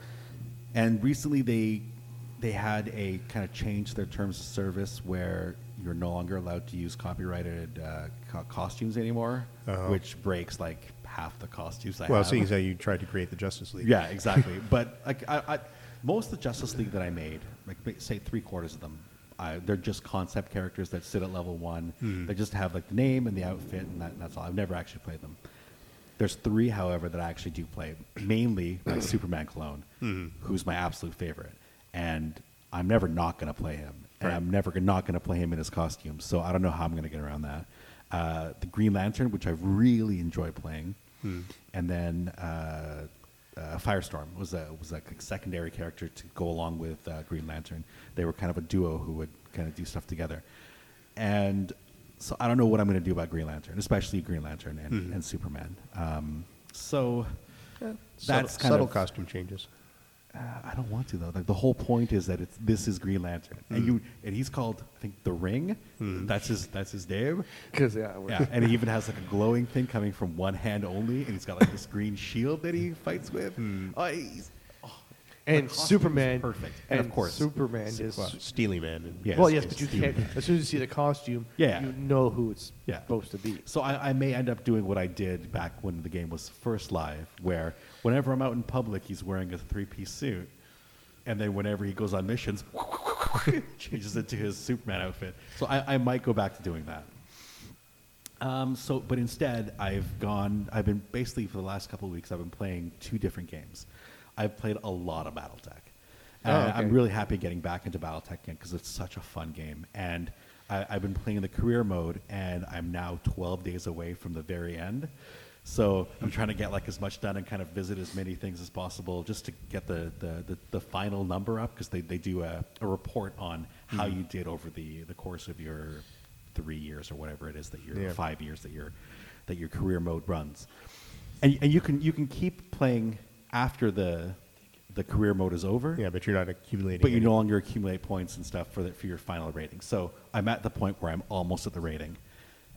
Speaker 5: And recently they they had a kind of change to their terms of service where you're no longer allowed to use copyrighted uh, co- costumes anymore,
Speaker 4: Uh-huh.
Speaker 5: which breaks like half the costumes I
Speaker 4: well,
Speaker 5: have.
Speaker 4: seeing as how you tried to create the Justice League.
Speaker 5: Yeah, exactly. but like I, I, most of the Justice League that I made, like ma- say three quarters of them, I, they're just concept characters that sit at level one. They just have like the name and the outfit, and, that, and that's all. I've never actually played them. There's three, however, that I actually do play. Mainly my Superman clone, who's my absolute favorite, and I'm never not going to play him, and
Speaker 4: Right.
Speaker 5: I'm never g- not going to play him in his costume. So I don't know how I'm going to get around that. Uh, the Green Lantern, which I really enjoy playing, and then uh, uh, Firestorm was a was like a secondary character to go along with uh, Green Lantern. They were kind of a duo who would kind of do stuff together, and so I don't know what I'm going to do about Green Lantern, especially Green Lantern and, and Superman. Um, so
Speaker 4: Subtle,
Speaker 5: that's kind
Speaker 4: subtle
Speaker 5: of
Speaker 4: costume changes.
Speaker 5: uh, I don't want to though. Like the whole point is that it's this is Green Lantern,
Speaker 4: Mm.
Speaker 5: and you and he's called I think the Ring. That's his that's his name.
Speaker 3: Because yeah, we're-
Speaker 5: Yeah, and he even has like a glowing thing coming from one hand only, and he's got like this green shield that he fights with.
Speaker 4: Mm.
Speaker 5: Oh, he's- oh, the
Speaker 3: and
Speaker 5: costume is
Speaker 3: Superman,
Speaker 5: perfect, and, of course
Speaker 3: Superman is.
Speaker 4: Well, Steely Man.
Speaker 5: Yeah.
Speaker 3: well,
Speaker 5: it's-
Speaker 3: yes,
Speaker 5: it's
Speaker 3: but you
Speaker 5: Steely
Speaker 3: can't. As soon as you see the costume,
Speaker 5: Yeah.
Speaker 3: you know who it's
Speaker 5: Yeah.
Speaker 3: supposed to be.
Speaker 5: So I, I may end up doing what I did back when the game was first live, where whenever I'm out in public, he's wearing a three-piece suit, and then whenever he goes on missions, changes it to his Superman outfit. So I, I might go back to doing that. Um, so, but instead, I've gone. I've been basically for the last couple of weeks, I've been playing two different games. I've played a lot of BattleTech, and
Speaker 3: Oh, okay.
Speaker 5: I'm really happy getting back into BattleTech again because it's such a fun game. And I, I've been playing the career mode, and I'm now 12 days away from the very end. So I'm trying to get like as much done and kind of visit as many things as possible just to get the the, the, the final number up because they, they do a, a report on how
Speaker 4: Hmm.
Speaker 5: you did over the, the course of your three years or whatever it is that your
Speaker 4: Yeah.
Speaker 5: five years that your that your career mode runs, and, and you can you can keep playing after the the career mode is over.
Speaker 4: Yeah, but you're not accumulating.
Speaker 5: But you
Speaker 4: any-
Speaker 5: no longer accumulate points and stuff for the, for your final rating. So I'm at the point where I'm almost at the rating,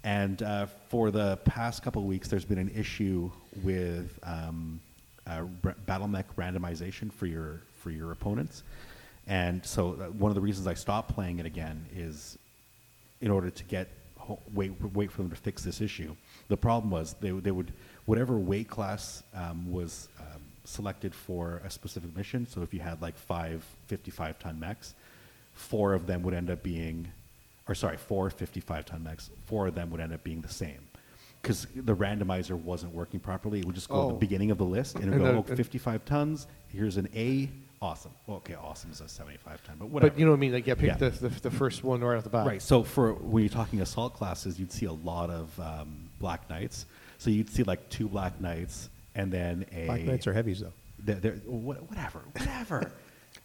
Speaker 5: and uh, for the past couple of weeks, there's been an issue with um, uh, r- battle mech randomization for your for your opponents, and so uh, one of the reasons I stopped playing it again is in order to get ho- wait wait for them to fix this issue. The problem was they they would whatever weight class um, was um, selected for a specific mission. So if you had like five 55 ton mechs, four of them would end up being, or sorry, four 55 ton mechs. Four of them would end up being the same. Because the randomizer wasn't working properly, it would just go to
Speaker 3: Oh.
Speaker 5: the beginning of the list and it would
Speaker 3: And
Speaker 5: go,
Speaker 3: the-
Speaker 5: oh,
Speaker 3: and-
Speaker 5: 55 tons. Here's an A, awesome. Well, okay, awesome is a 75 ton, but whatever.
Speaker 3: But you know what I mean? Like, yeah, pick
Speaker 5: Yeah.
Speaker 3: The, the the first one right off the
Speaker 4: Uh,
Speaker 3: bat.
Speaker 5: Right. So for when you're talking assault classes, you'd see a lot of um, black knights. So you'd see like two black knights and then a
Speaker 4: Black Knights are heavies though.
Speaker 5: They're, they're, wha- whatever, whatever.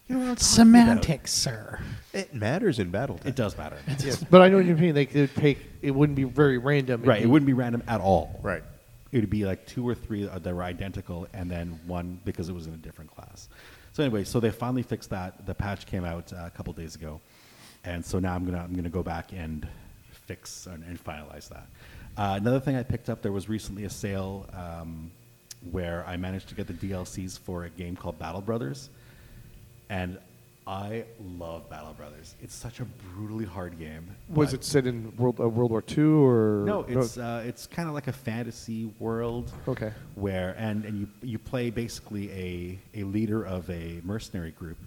Speaker 5: you know what I'm talking about.
Speaker 2: Semantics, sir.
Speaker 4: It matters in battle.
Speaker 5: It does matter.
Speaker 3: Yes. but I know what you mean. Like, they would take. It wouldn't be very random. It'd
Speaker 5: right. It
Speaker 3: be-
Speaker 5: wouldn't be random at all.
Speaker 4: Right.
Speaker 5: It would be like two or three that were identical, and then one because it was in a different class. So anyway, so they finally fixed that. The patch came out uh, a couple days ago, and so now I'm gonna I'm gonna go back and fix and, and finalize that. Uh, another thing I picked up there was recently a sale um, where I managed to get the DLCs for a game called Battle Brothers, and I love Battle Brothers. It's such a brutally hard game.
Speaker 3: Was
Speaker 5: but-
Speaker 3: it set in World uh, World War II or
Speaker 5: no, it's uh, it's kind of like a fantasy world.
Speaker 3: Okay.
Speaker 5: Where and, and you you play basically a, a leader of a mercenary group,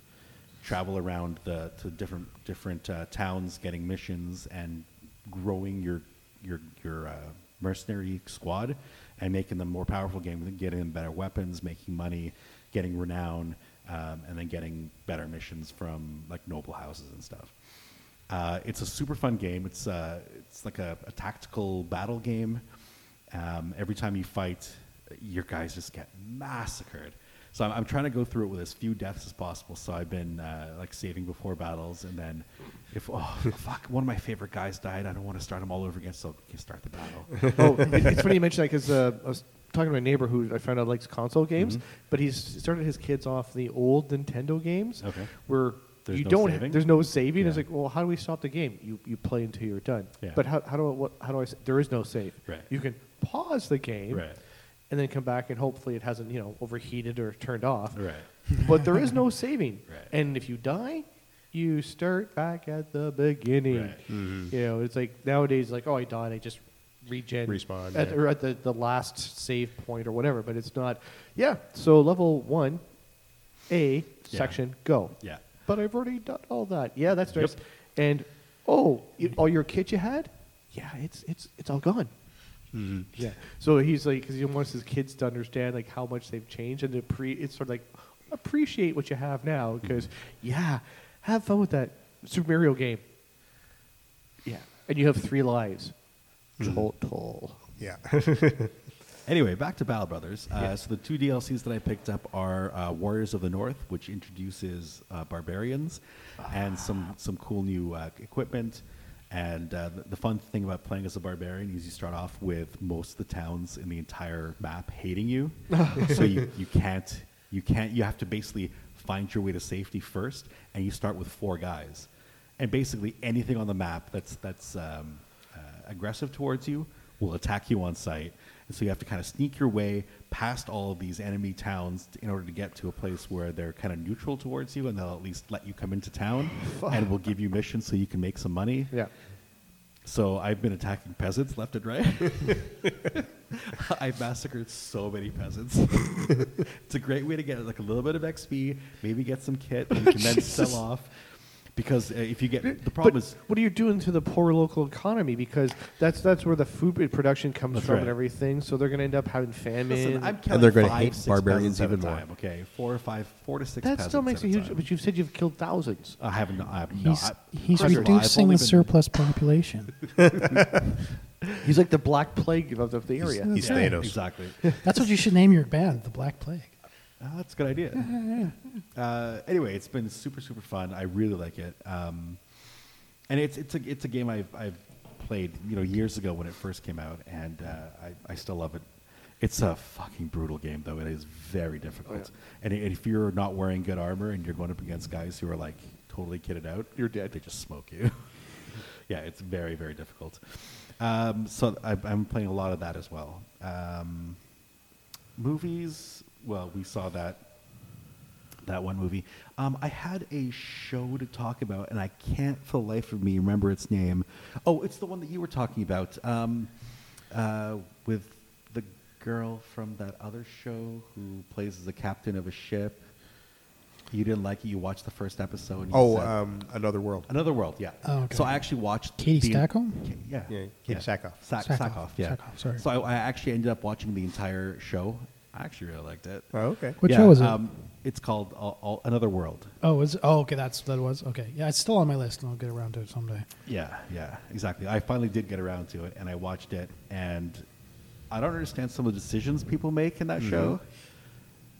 Speaker 5: travel around the to different different uh, towns, getting missions and growing your your your uh, mercenary squad and making them more powerful, getting getting them better weapons, making money, getting renown, um, and then getting better missions from like noble houses and stuff. Uh, it's a super fun game. It's uh, it's like a, a tactical battle game. Um, every time you fight, your guys just get massacred. So I'm, I'm trying to go through it with as few deaths as possible. So I've been uh, like saving before battles, and then if oh fuck, one of my favorite guys died, I don't want to start him all over again. So I can start the battle.
Speaker 3: oh, it- it's funny you mentioned that because uh, I was talking to my neighbor who I found out likes console games,
Speaker 5: Mm-hmm.
Speaker 3: but he's started his kids off the old Nintendo games.
Speaker 5: Okay.
Speaker 3: Where
Speaker 5: There's
Speaker 3: you
Speaker 5: no
Speaker 3: don't
Speaker 5: saving?
Speaker 3: there's no saving. It's
Speaker 5: Yeah.
Speaker 3: like, well, how do we stop the game? You you play until you're done.
Speaker 5: Yeah.
Speaker 3: But how how do I, what how do I s- there is no save.
Speaker 5: Right.
Speaker 3: You can pause the game.
Speaker 5: Right.
Speaker 3: And then come back and hopefully it hasn't you know overheated or turned off.
Speaker 5: Right.
Speaker 3: But there is no saving.
Speaker 5: Right.
Speaker 3: And if you die, you start back at the beginning.
Speaker 5: Right. Mm-hmm.
Speaker 3: You know, it's like nowadays, like, oh, I died, I just regen.
Speaker 4: Respawn,
Speaker 3: At,
Speaker 4: yeah.
Speaker 3: Or at the, the last save point or whatever, but it's not. Yeah, so level one, A, section, go.
Speaker 5: Yeah.
Speaker 3: But I've already done all that. Yeah, that's
Speaker 5: Yep.
Speaker 3: nice. And, oh, you, all your kit you had? Yeah, it's, it's, it's all gone. Yeah. So he's like, because he wants his kids to understand like how much they've changed and to pre, it's sort of like appreciate what you have now. Because yeah, have fun with that Super Mario game. Yeah, and you have three lives. Total.
Speaker 4: Yeah.
Speaker 5: Anyway, back to Battle Brothers. Uh,
Speaker 3: Yeah.
Speaker 5: So the two DLCs that I picked up are uh, Warriors of the North, which introduces uh, barbarians and some some cool new uh, equipment. And uh, the, the fun thing about playing as a barbarian is you start off with most of the towns in the entire map hating you, so you, you can't you can't you have to basically find your way to safety first, and you start with four guys, and basically anything on the map that's that's um, uh, aggressive towards you will attack you on sight. And so you have to kind of sneak your way past all of these enemy towns t- in order to get to a place where they're kind of neutral towards you and they'll at least let you come into town and will give you missions so you can make some money.
Speaker 3: Yeah.
Speaker 5: So I've been attacking peasants left and right. I've massacred so many peasants. it's a great way to get like a little bit of XP, maybe get some kit that you can then sell off. Because uh, if you get the problem
Speaker 3: but
Speaker 5: is
Speaker 3: what are you doing to the poor local economy? Because that's that's where the food production comes
Speaker 5: That's
Speaker 3: from
Speaker 5: right.
Speaker 3: and everything. So they're going to end up having famine.
Speaker 5: Listen, I'm killing
Speaker 4: And they're gonna
Speaker 5: five,
Speaker 4: hate
Speaker 5: six peasants
Speaker 4: barbarians
Speaker 5: at a
Speaker 4: even more.
Speaker 5: time, Okay, four or five, four to six.
Speaker 3: that still
Speaker 5: peasants
Speaker 3: makes
Speaker 5: at
Speaker 3: a huge.
Speaker 5: time.
Speaker 3: But you've said you've killed thousands.
Speaker 5: I have not. I have
Speaker 2: He's,
Speaker 5: not.
Speaker 2: he's
Speaker 5: I've survived.
Speaker 2: reducing
Speaker 5: Only
Speaker 2: the
Speaker 5: been-
Speaker 2: surplus population.
Speaker 3: He's like the black plague of, of the area.
Speaker 4: He's
Speaker 5: Yeah,
Speaker 4: Thanos.
Speaker 5: Exactly.
Speaker 2: That's what you should name your band, the Black Plague.
Speaker 5: Ah, that's a good idea. uh, anyway, it's been super super fun. I really like it. Um, and it's it's a it's a game I've I've played you know years ago when it first came out, and uh, I I still love it. It's a fucking brutal game though. It is very
Speaker 3: Oh,
Speaker 5: difficult, and, i- and if you're not wearing good armor and you're going up against guys who are like totally kitted out,
Speaker 3: You're dead.
Speaker 5: They just smoke you. yeah, it's very very difficult. Um, so I, I'm playing a lot of that as well. Um, movies. Well, we saw that that one movie. Um, I had a show to talk about, and I can't for the life of me remember its name. Oh, it's the one that you were talking about um, uh, with the girl from that other show who plays as the captain of a ship. You didn't like it. You watched the first episode. And you
Speaker 4: oh,
Speaker 5: said-
Speaker 4: um, another world.
Speaker 5: Another World. Yeah.
Speaker 2: Oh, okay.
Speaker 5: So I actually watched
Speaker 2: Katie
Speaker 5: the-
Speaker 2: Stackholm?
Speaker 5: Ka- Yeah.
Speaker 4: Yeah, Katie Sackhoff.
Speaker 5: Sack,
Speaker 2: Sackhoff,
Speaker 5: Sackhoff, Yeah.
Speaker 2: Sackhoff, sorry.
Speaker 5: So I, I actually ended up watching the entire show. I actually really liked it. um,
Speaker 4: Oh, okay.
Speaker 2: What show was it?
Speaker 5: it's called All, All, Another World.
Speaker 2: Oh, is oh okay. That's that was okay. Yeah, it's still on my list, and I'll get around to it someday.
Speaker 5: Yeah, yeah, exactly. I finally did get around to it, and I watched it, and I don't understand some of the decisions people make in that show,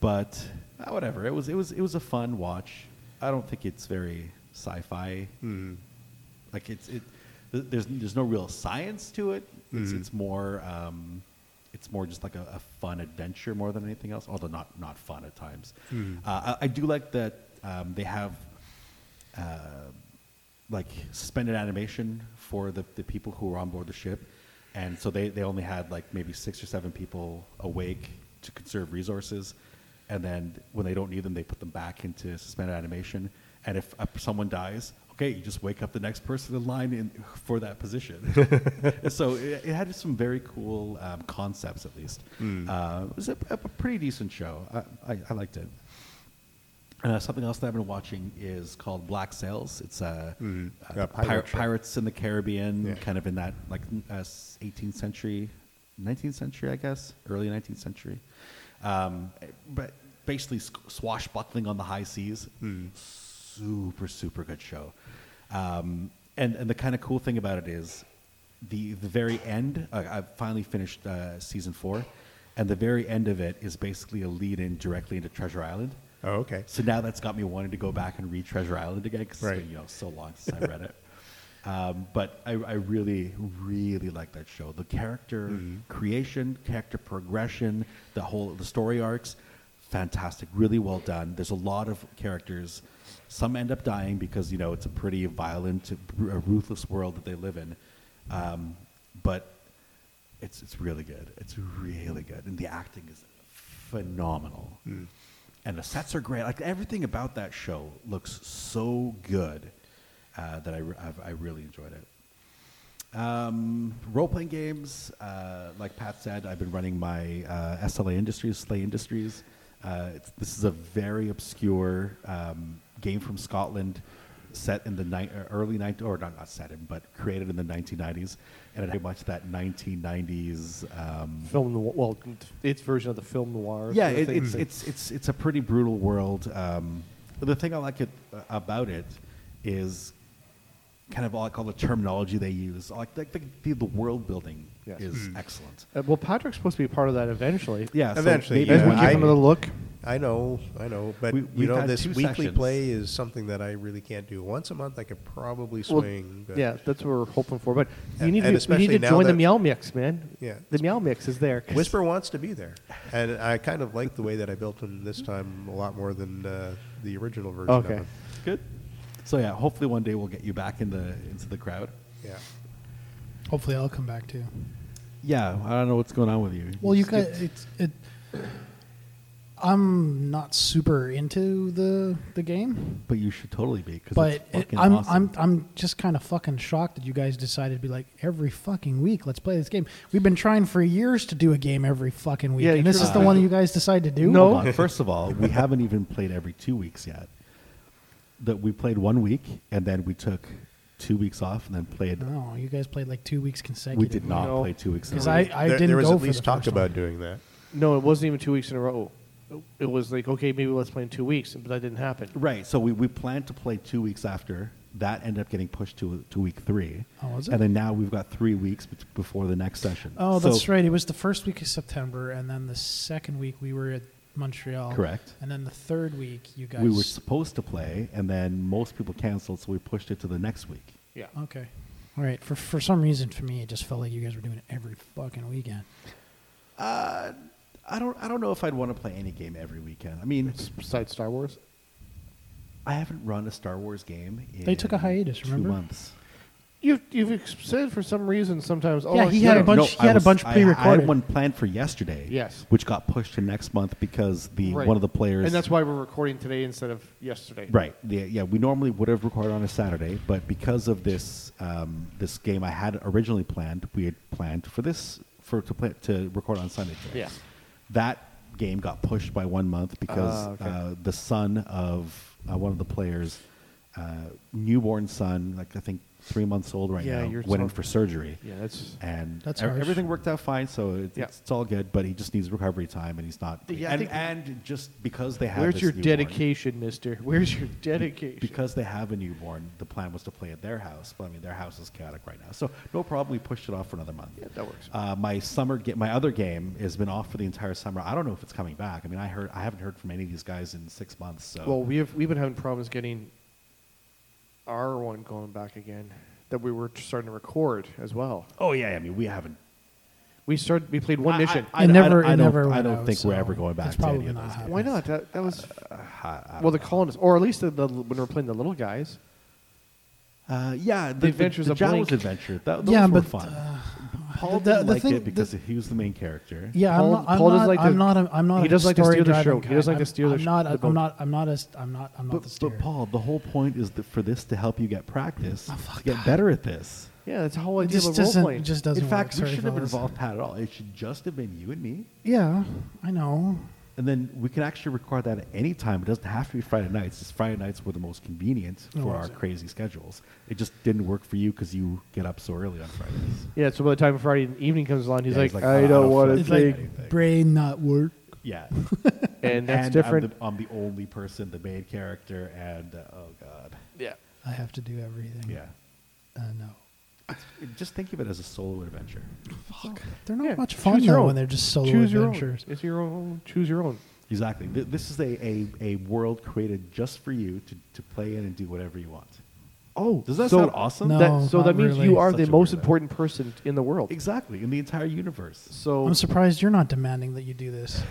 Speaker 5: but ah, whatever. It was it was it was a fun watch. I don't think it's very sci-fi. Like it's it. th- There's there's no real science to it. It's it's more um, it's more just like a, a fun adventure more than anything else. Although not not fun at times. Uh, I, I do like that um, they have. Uh, like suspended animation for the, the people who were on board the ship. And so they, they only had like maybe six or seven people awake to conserve resources. And then when they don't need them, they put them back into suspended animation. And if uh, someone dies, okay, you just wake up the next person in line in, for that position. And so it, it had some very cool um, concepts, at least. Uh, it was a, a pretty decent show. I, I, I liked it. Uh, something else that I've been watching is called Black Sails. It's uh,
Speaker 4: Mhm.
Speaker 5: uh,
Speaker 4: Yeah,
Speaker 5: the
Speaker 4: pirate
Speaker 5: pirate
Speaker 4: ship.
Speaker 5: pirates in the Caribbean,
Speaker 4: Yeah.
Speaker 5: kind of in that like n- uh, s- 18th century, 19th century, I guess, early 19th century. Um, but basically sq- swashbuckling on the high seas.
Speaker 4: Mm.
Speaker 5: Super, super good show. Um, and and the kind of cool thing about it is the the very end. Uh, I finally finished uh, season four, and the very end of it is basically a lead in directly into Treasure Island.
Speaker 4: Oh, okay.
Speaker 5: So now that's got me wanting to go back and read Treasure Island again because it's
Speaker 4: Right.
Speaker 5: been you know so long since I read it. Um, but I, I really, really like that show. The character
Speaker 4: Mm-hmm.
Speaker 5: creation, character progression, the whole the story arcs, fantastic, really well done. There's a lot of characters. Some end up dying because you know it's a pretty violent, r- ruthless world that they live in. Um, but it's it's really good. It's really good, and the acting is phenomenal. and the sets are great. Like everything about that show looks so good uh, that I, re- I've, I really enjoyed it. Um, role playing games, uh, like Pat said, I've been running my uh, SLA Industries, Slay Industries. Uh, it's, this is a very obscure um, game from Scotland, set in the ni- uh, early 90s, or not, not set in, but created in the 1990s. And it had much that 1990s. Um,
Speaker 3: Film noir. Well, its version of the film noir.
Speaker 5: yeah,
Speaker 3: sort of
Speaker 5: it,
Speaker 3: thing.
Speaker 5: it's, it's it's it's a pretty brutal world. Um, but the thing I like it, uh, about it is kind of all I call the terminology they use. Like the the, the world building
Speaker 3: Yes.
Speaker 5: is excellent.
Speaker 3: Uh, well, Patrick's supposed to be part of that eventually.
Speaker 5: Yeah, so
Speaker 4: Eventually,
Speaker 5: maybe
Speaker 4: yeah,
Speaker 5: we
Speaker 3: we give
Speaker 5: can-
Speaker 3: him another look.
Speaker 4: I know, I know, but
Speaker 5: We-
Speaker 4: you
Speaker 5: we've
Speaker 4: know
Speaker 5: had
Speaker 4: this
Speaker 5: two
Speaker 4: weekly
Speaker 5: sessions.
Speaker 4: play is something that I really can't do. Once a month, I could probably
Speaker 3: Well,
Speaker 4: swing. but-
Speaker 3: yeah, that's what we're hoping for. But you
Speaker 4: And-
Speaker 3: need
Speaker 4: and
Speaker 3: to, you need
Speaker 4: especially
Speaker 3: to
Speaker 4: now
Speaker 3: join the
Speaker 4: that-
Speaker 3: Meow Mix, man.
Speaker 4: Yeah.
Speaker 3: the Meow Mix is there. 'cause-
Speaker 4: Whisper wants to be there, and I kind of like the way that I built him this time a lot more than uh, the original version.
Speaker 3: Okay.
Speaker 4: Of him.
Speaker 5: good. So yeah, hopefully one day we'll get you back in the into the crowd.
Speaker 4: Yeah.
Speaker 2: Hopefully, I'll come back too.
Speaker 5: Yeah, I don't know what's going on with you.
Speaker 2: Well, you
Speaker 5: Just get-
Speaker 2: got it's it. I'm not super into the the game,
Speaker 5: but you should totally be because
Speaker 2: but
Speaker 5: it's
Speaker 2: it,
Speaker 5: fucking
Speaker 2: I'm
Speaker 5: awesome.
Speaker 2: I'm I'm just kind of fucking shocked that you guys decided to be like every fucking week. Let's play this game. We've been trying for years to do a game every fucking week,
Speaker 3: Yeah, you
Speaker 2: and this
Speaker 3: should
Speaker 2: is the
Speaker 5: have.
Speaker 2: one you guys decide to do.
Speaker 5: Hold on. First of all, we haven't even played every two weeks yet. That we played one week and then we took two weeks off and then played.
Speaker 2: no, you guys played like two weeks consecutive.
Speaker 5: we did not
Speaker 3: No.
Speaker 5: play two weeks. in a
Speaker 2: because
Speaker 5: row.
Speaker 2: I I
Speaker 4: there,
Speaker 2: didn't
Speaker 4: there was
Speaker 2: go
Speaker 4: at
Speaker 2: for
Speaker 4: least
Speaker 2: the
Speaker 4: talk
Speaker 2: first one.
Speaker 4: about doing that.
Speaker 3: No, it wasn't even two weeks in a row. It was like, okay, maybe let's play in two weeks, but that didn't happen.
Speaker 5: Right. So we, we planned to play two weeks after. That ended up getting pushed to, to week three.
Speaker 2: Oh, was it?
Speaker 5: And then now we've got three weeks bet- before the next session.
Speaker 2: Oh,
Speaker 5: So-
Speaker 2: that's right. It was the first week of September, and then the second week we were at Montreal.
Speaker 5: Correct.
Speaker 2: And then the third week you guys.
Speaker 5: We were supposed to play, and then most people canceled, so we pushed it to the next week.
Speaker 3: Yeah.
Speaker 2: okay. All right. For for some reason, for me, it just felt like you guys were doing it every fucking weekend.
Speaker 5: Uh, I don't, I don't know if I'd want to play any game every weekend. I mean,
Speaker 3: Besides Star Wars.
Speaker 5: I haven't run a Star Wars game in
Speaker 2: They took a hiatus,
Speaker 5: two
Speaker 2: remember?
Speaker 5: months.
Speaker 3: You've, you've ex- said for some reason sometimes. Oh,
Speaker 2: Yeah, he had a bunch- he
Speaker 5: I
Speaker 2: had a bunch
Speaker 5: I- I had
Speaker 2: pre-recorded.
Speaker 5: one planned for yesterday.
Speaker 3: Yes.
Speaker 5: Which got pushed to next month because the
Speaker 3: Right.
Speaker 5: one of the players
Speaker 3: And that's why we're recording today instead of yesterday.
Speaker 5: Right. Yeah, yeah. We normally would have recorded on a Saturday, but because of this um, this game I had originally planned, we had planned for this for to play, to record on Sunday. today.
Speaker 3: Yeah.
Speaker 5: That game got pushed by one month because
Speaker 3: Ah, okay.
Speaker 5: uh, the son of uh, one of the players, uh, newborn son, like I think three months old right
Speaker 3: Yeah,
Speaker 5: now,
Speaker 3: your
Speaker 5: went in
Speaker 3: son-
Speaker 5: for surgery.
Speaker 3: Yeah, that's.
Speaker 5: And
Speaker 2: That's
Speaker 5: e-
Speaker 2: harsh.
Speaker 5: everything worked out fine, so it,
Speaker 3: Yeah.
Speaker 5: it's, it's all good. But he just needs recovery time, and he's not.
Speaker 3: Yeah, I
Speaker 5: and,
Speaker 3: think-
Speaker 5: and just because they have
Speaker 3: Where's
Speaker 5: this
Speaker 3: your
Speaker 5: newborn-
Speaker 3: dedication, mister? Where's your dedication?
Speaker 5: because they have a newborn, the plan was to play at their house. But I mean, their house is chaotic right now, so no problem. We pushed it off for another month.
Speaker 3: Yeah, that works.
Speaker 5: Uh, my summer, ga- my other game has been off for the entire summer. I don't know if it's coming back. I mean, I heard I haven't heard from any of these guys in six months. So
Speaker 3: well, we have, we've been having problems getting our one going back again that we were starting to record as well.
Speaker 5: oh yeah, I mean, we haven't.
Speaker 3: We started. We played one
Speaker 5: I- I-
Speaker 3: mission.
Speaker 5: I
Speaker 2: it
Speaker 5: don't-
Speaker 2: never.
Speaker 5: I
Speaker 2: it
Speaker 5: don't-
Speaker 2: never
Speaker 5: I
Speaker 2: went
Speaker 5: don't
Speaker 2: out,
Speaker 5: think we're
Speaker 2: so
Speaker 5: ever going back
Speaker 2: it's
Speaker 5: to any
Speaker 2: probably
Speaker 5: of
Speaker 2: not
Speaker 5: those
Speaker 2: happening.
Speaker 3: Why not? That, that was
Speaker 5: I- I
Speaker 3: well
Speaker 5: don't
Speaker 3: the
Speaker 5: know.
Speaker 3: colonists, or at least the, the, when we were playing the little guys.
Speaker 5: Uh, yeah, the,
Speaker 3: Adventures
Speaker 5: the,
Speaker 3: of
Speaker 5: the Jaws
Speaker 3: Blink.
Speaker 5: adventure. That, those
Speaker 2: Yeah,
Speaker 5: were
Speaker 2: but,
Speaker 5: fun.
Speaker 2: uh,
Speaker 5: Paul
Speaker 2: the-
Speaker 5: didn't
Speaker 2: the
Speaker 5: like
Speaker 2: thing-
Speaker 5: it because
Speaker 2: the-
Speaker 5: he was the main character.
Speaker 2: Yeah,
Speaker 3: Paul-
Speaker 2: I'm not. I'm
Speaker 3: Paul doesn't
Speaker 2: not,
Speaker 3: like to-
Speaker 2: I'm not. A, I'm not.
Speaker 3: he
Speaker 2: a
Speaker 3: doesn't like to steer the
Speaker 2: story-driven
Speaker 3: show. He
Speaker 2: guy.
Speaker 3: doesn't like
Speaker 2: I'm-
Speaker 3: to steer the
Speaker 2: I'm
Speaker 3: sh-
Speaker 2: not.
Speaker 3: the
Speaker 2: I'm
Speaker 3: boat.
Speaker 2: not. I'm not. a st- I'm not. I'm not
Speaker 5: But,
Speaker 2: the steer.
Speaker 5: but Paul, the whole point is that for this to help you get
Speaker 2: Oh,
Speaker 5: practice, to get better at this.
Speaker 3: Yeah, that's the whole
Speaker 2: It
Speaker 3: idea
Speaker 2: just
Speaker 3: of role playing.
Speaker 2: doesn't. Just doesn't.
Speaker 5: In fact,
Speaker 2: work.
Speaker 5: we
Speaker 2: Sorry,
Speaker 5: shouldn't have
Speaker 2: fellas.
Speaker 5: involved Pat at all. It should just have been you and me.
Speaker 2: Yeah, I know.
Speaker 5: And then we can actually record that at any time. It doesn't have to be Friday nights. Just Friday nights were the most convenient
Speaker 2: Oh,
Speaker 5: for
Speaker 2: I
Speaker 5: our
Speaker 2: see.
Speaker 5: crazy schedules. It just didn't work for you because you get up so early on Fridays.
Speaker 3: yeah, so by the time Friday evening comes along, he's,
Speaker 5: Yeah,
Speaker 3: like,
Speaker 5: he's like,
Speaker 3: I
Speaker 5: "I
Speaker 3: don't,
Speaker 5: don't
Speaker 3: want
Speaker 5: feel
Speaker 3: to
Speaker 2: It's
Speaker 5: like
Speaker 3: take.
Speaker 5: it." anything.
Speaker 2: like brain not work.
Speaker 5: Yeah.
Speaker 3: And that's
Speaker 5: and
Speaker 3: different.
Speaker 5: I'm the, I'm the only person, the main character, and uh, oh god,
Speaker 3: yeah.
Speaker 2: I have to do everything.
Speaker 5: yeah.
Speaker 2: Uh, no.
Speaker 5: Just think of it as a solo adventure.
Speaker 2: Fuck. They're not
Speaker 3: Yeah,
Speaker 2: much
Speaker 3: choose
Speaker 2: fun
Speaker 3: your
Speaker 2: though
Speaker 3: own.
Speaker 2: when they're just solo
Speaker 3: choose
Speaker 2: adventures.
Speaker 3: Your own. It's your own. Choose your own.
Speaker 5: Exactly. Th- this is a, a, a world created just for you to, to play in and do whatever you want.
Speaker 3: Oh,
Speaker 5: Does that
Speaker 3: so
Speaker 5: sound awesome?
Speaker 2: No,
Speaker 3: that, so
Speaker 2: not
Speaker 3: that means
Speaker 2: really.
Speaker 3: you are
Speaker 5: Such
Speaker 3: the
Speaker 5: a
Speaker 3: most
Speaker 5: weirdo.
Speaker 3: important person in the world.
Speaker 5: Exactly. In the entire universe.
Speaker 3: So
Speaker 2: I'm surprised you're not demanding that you do this.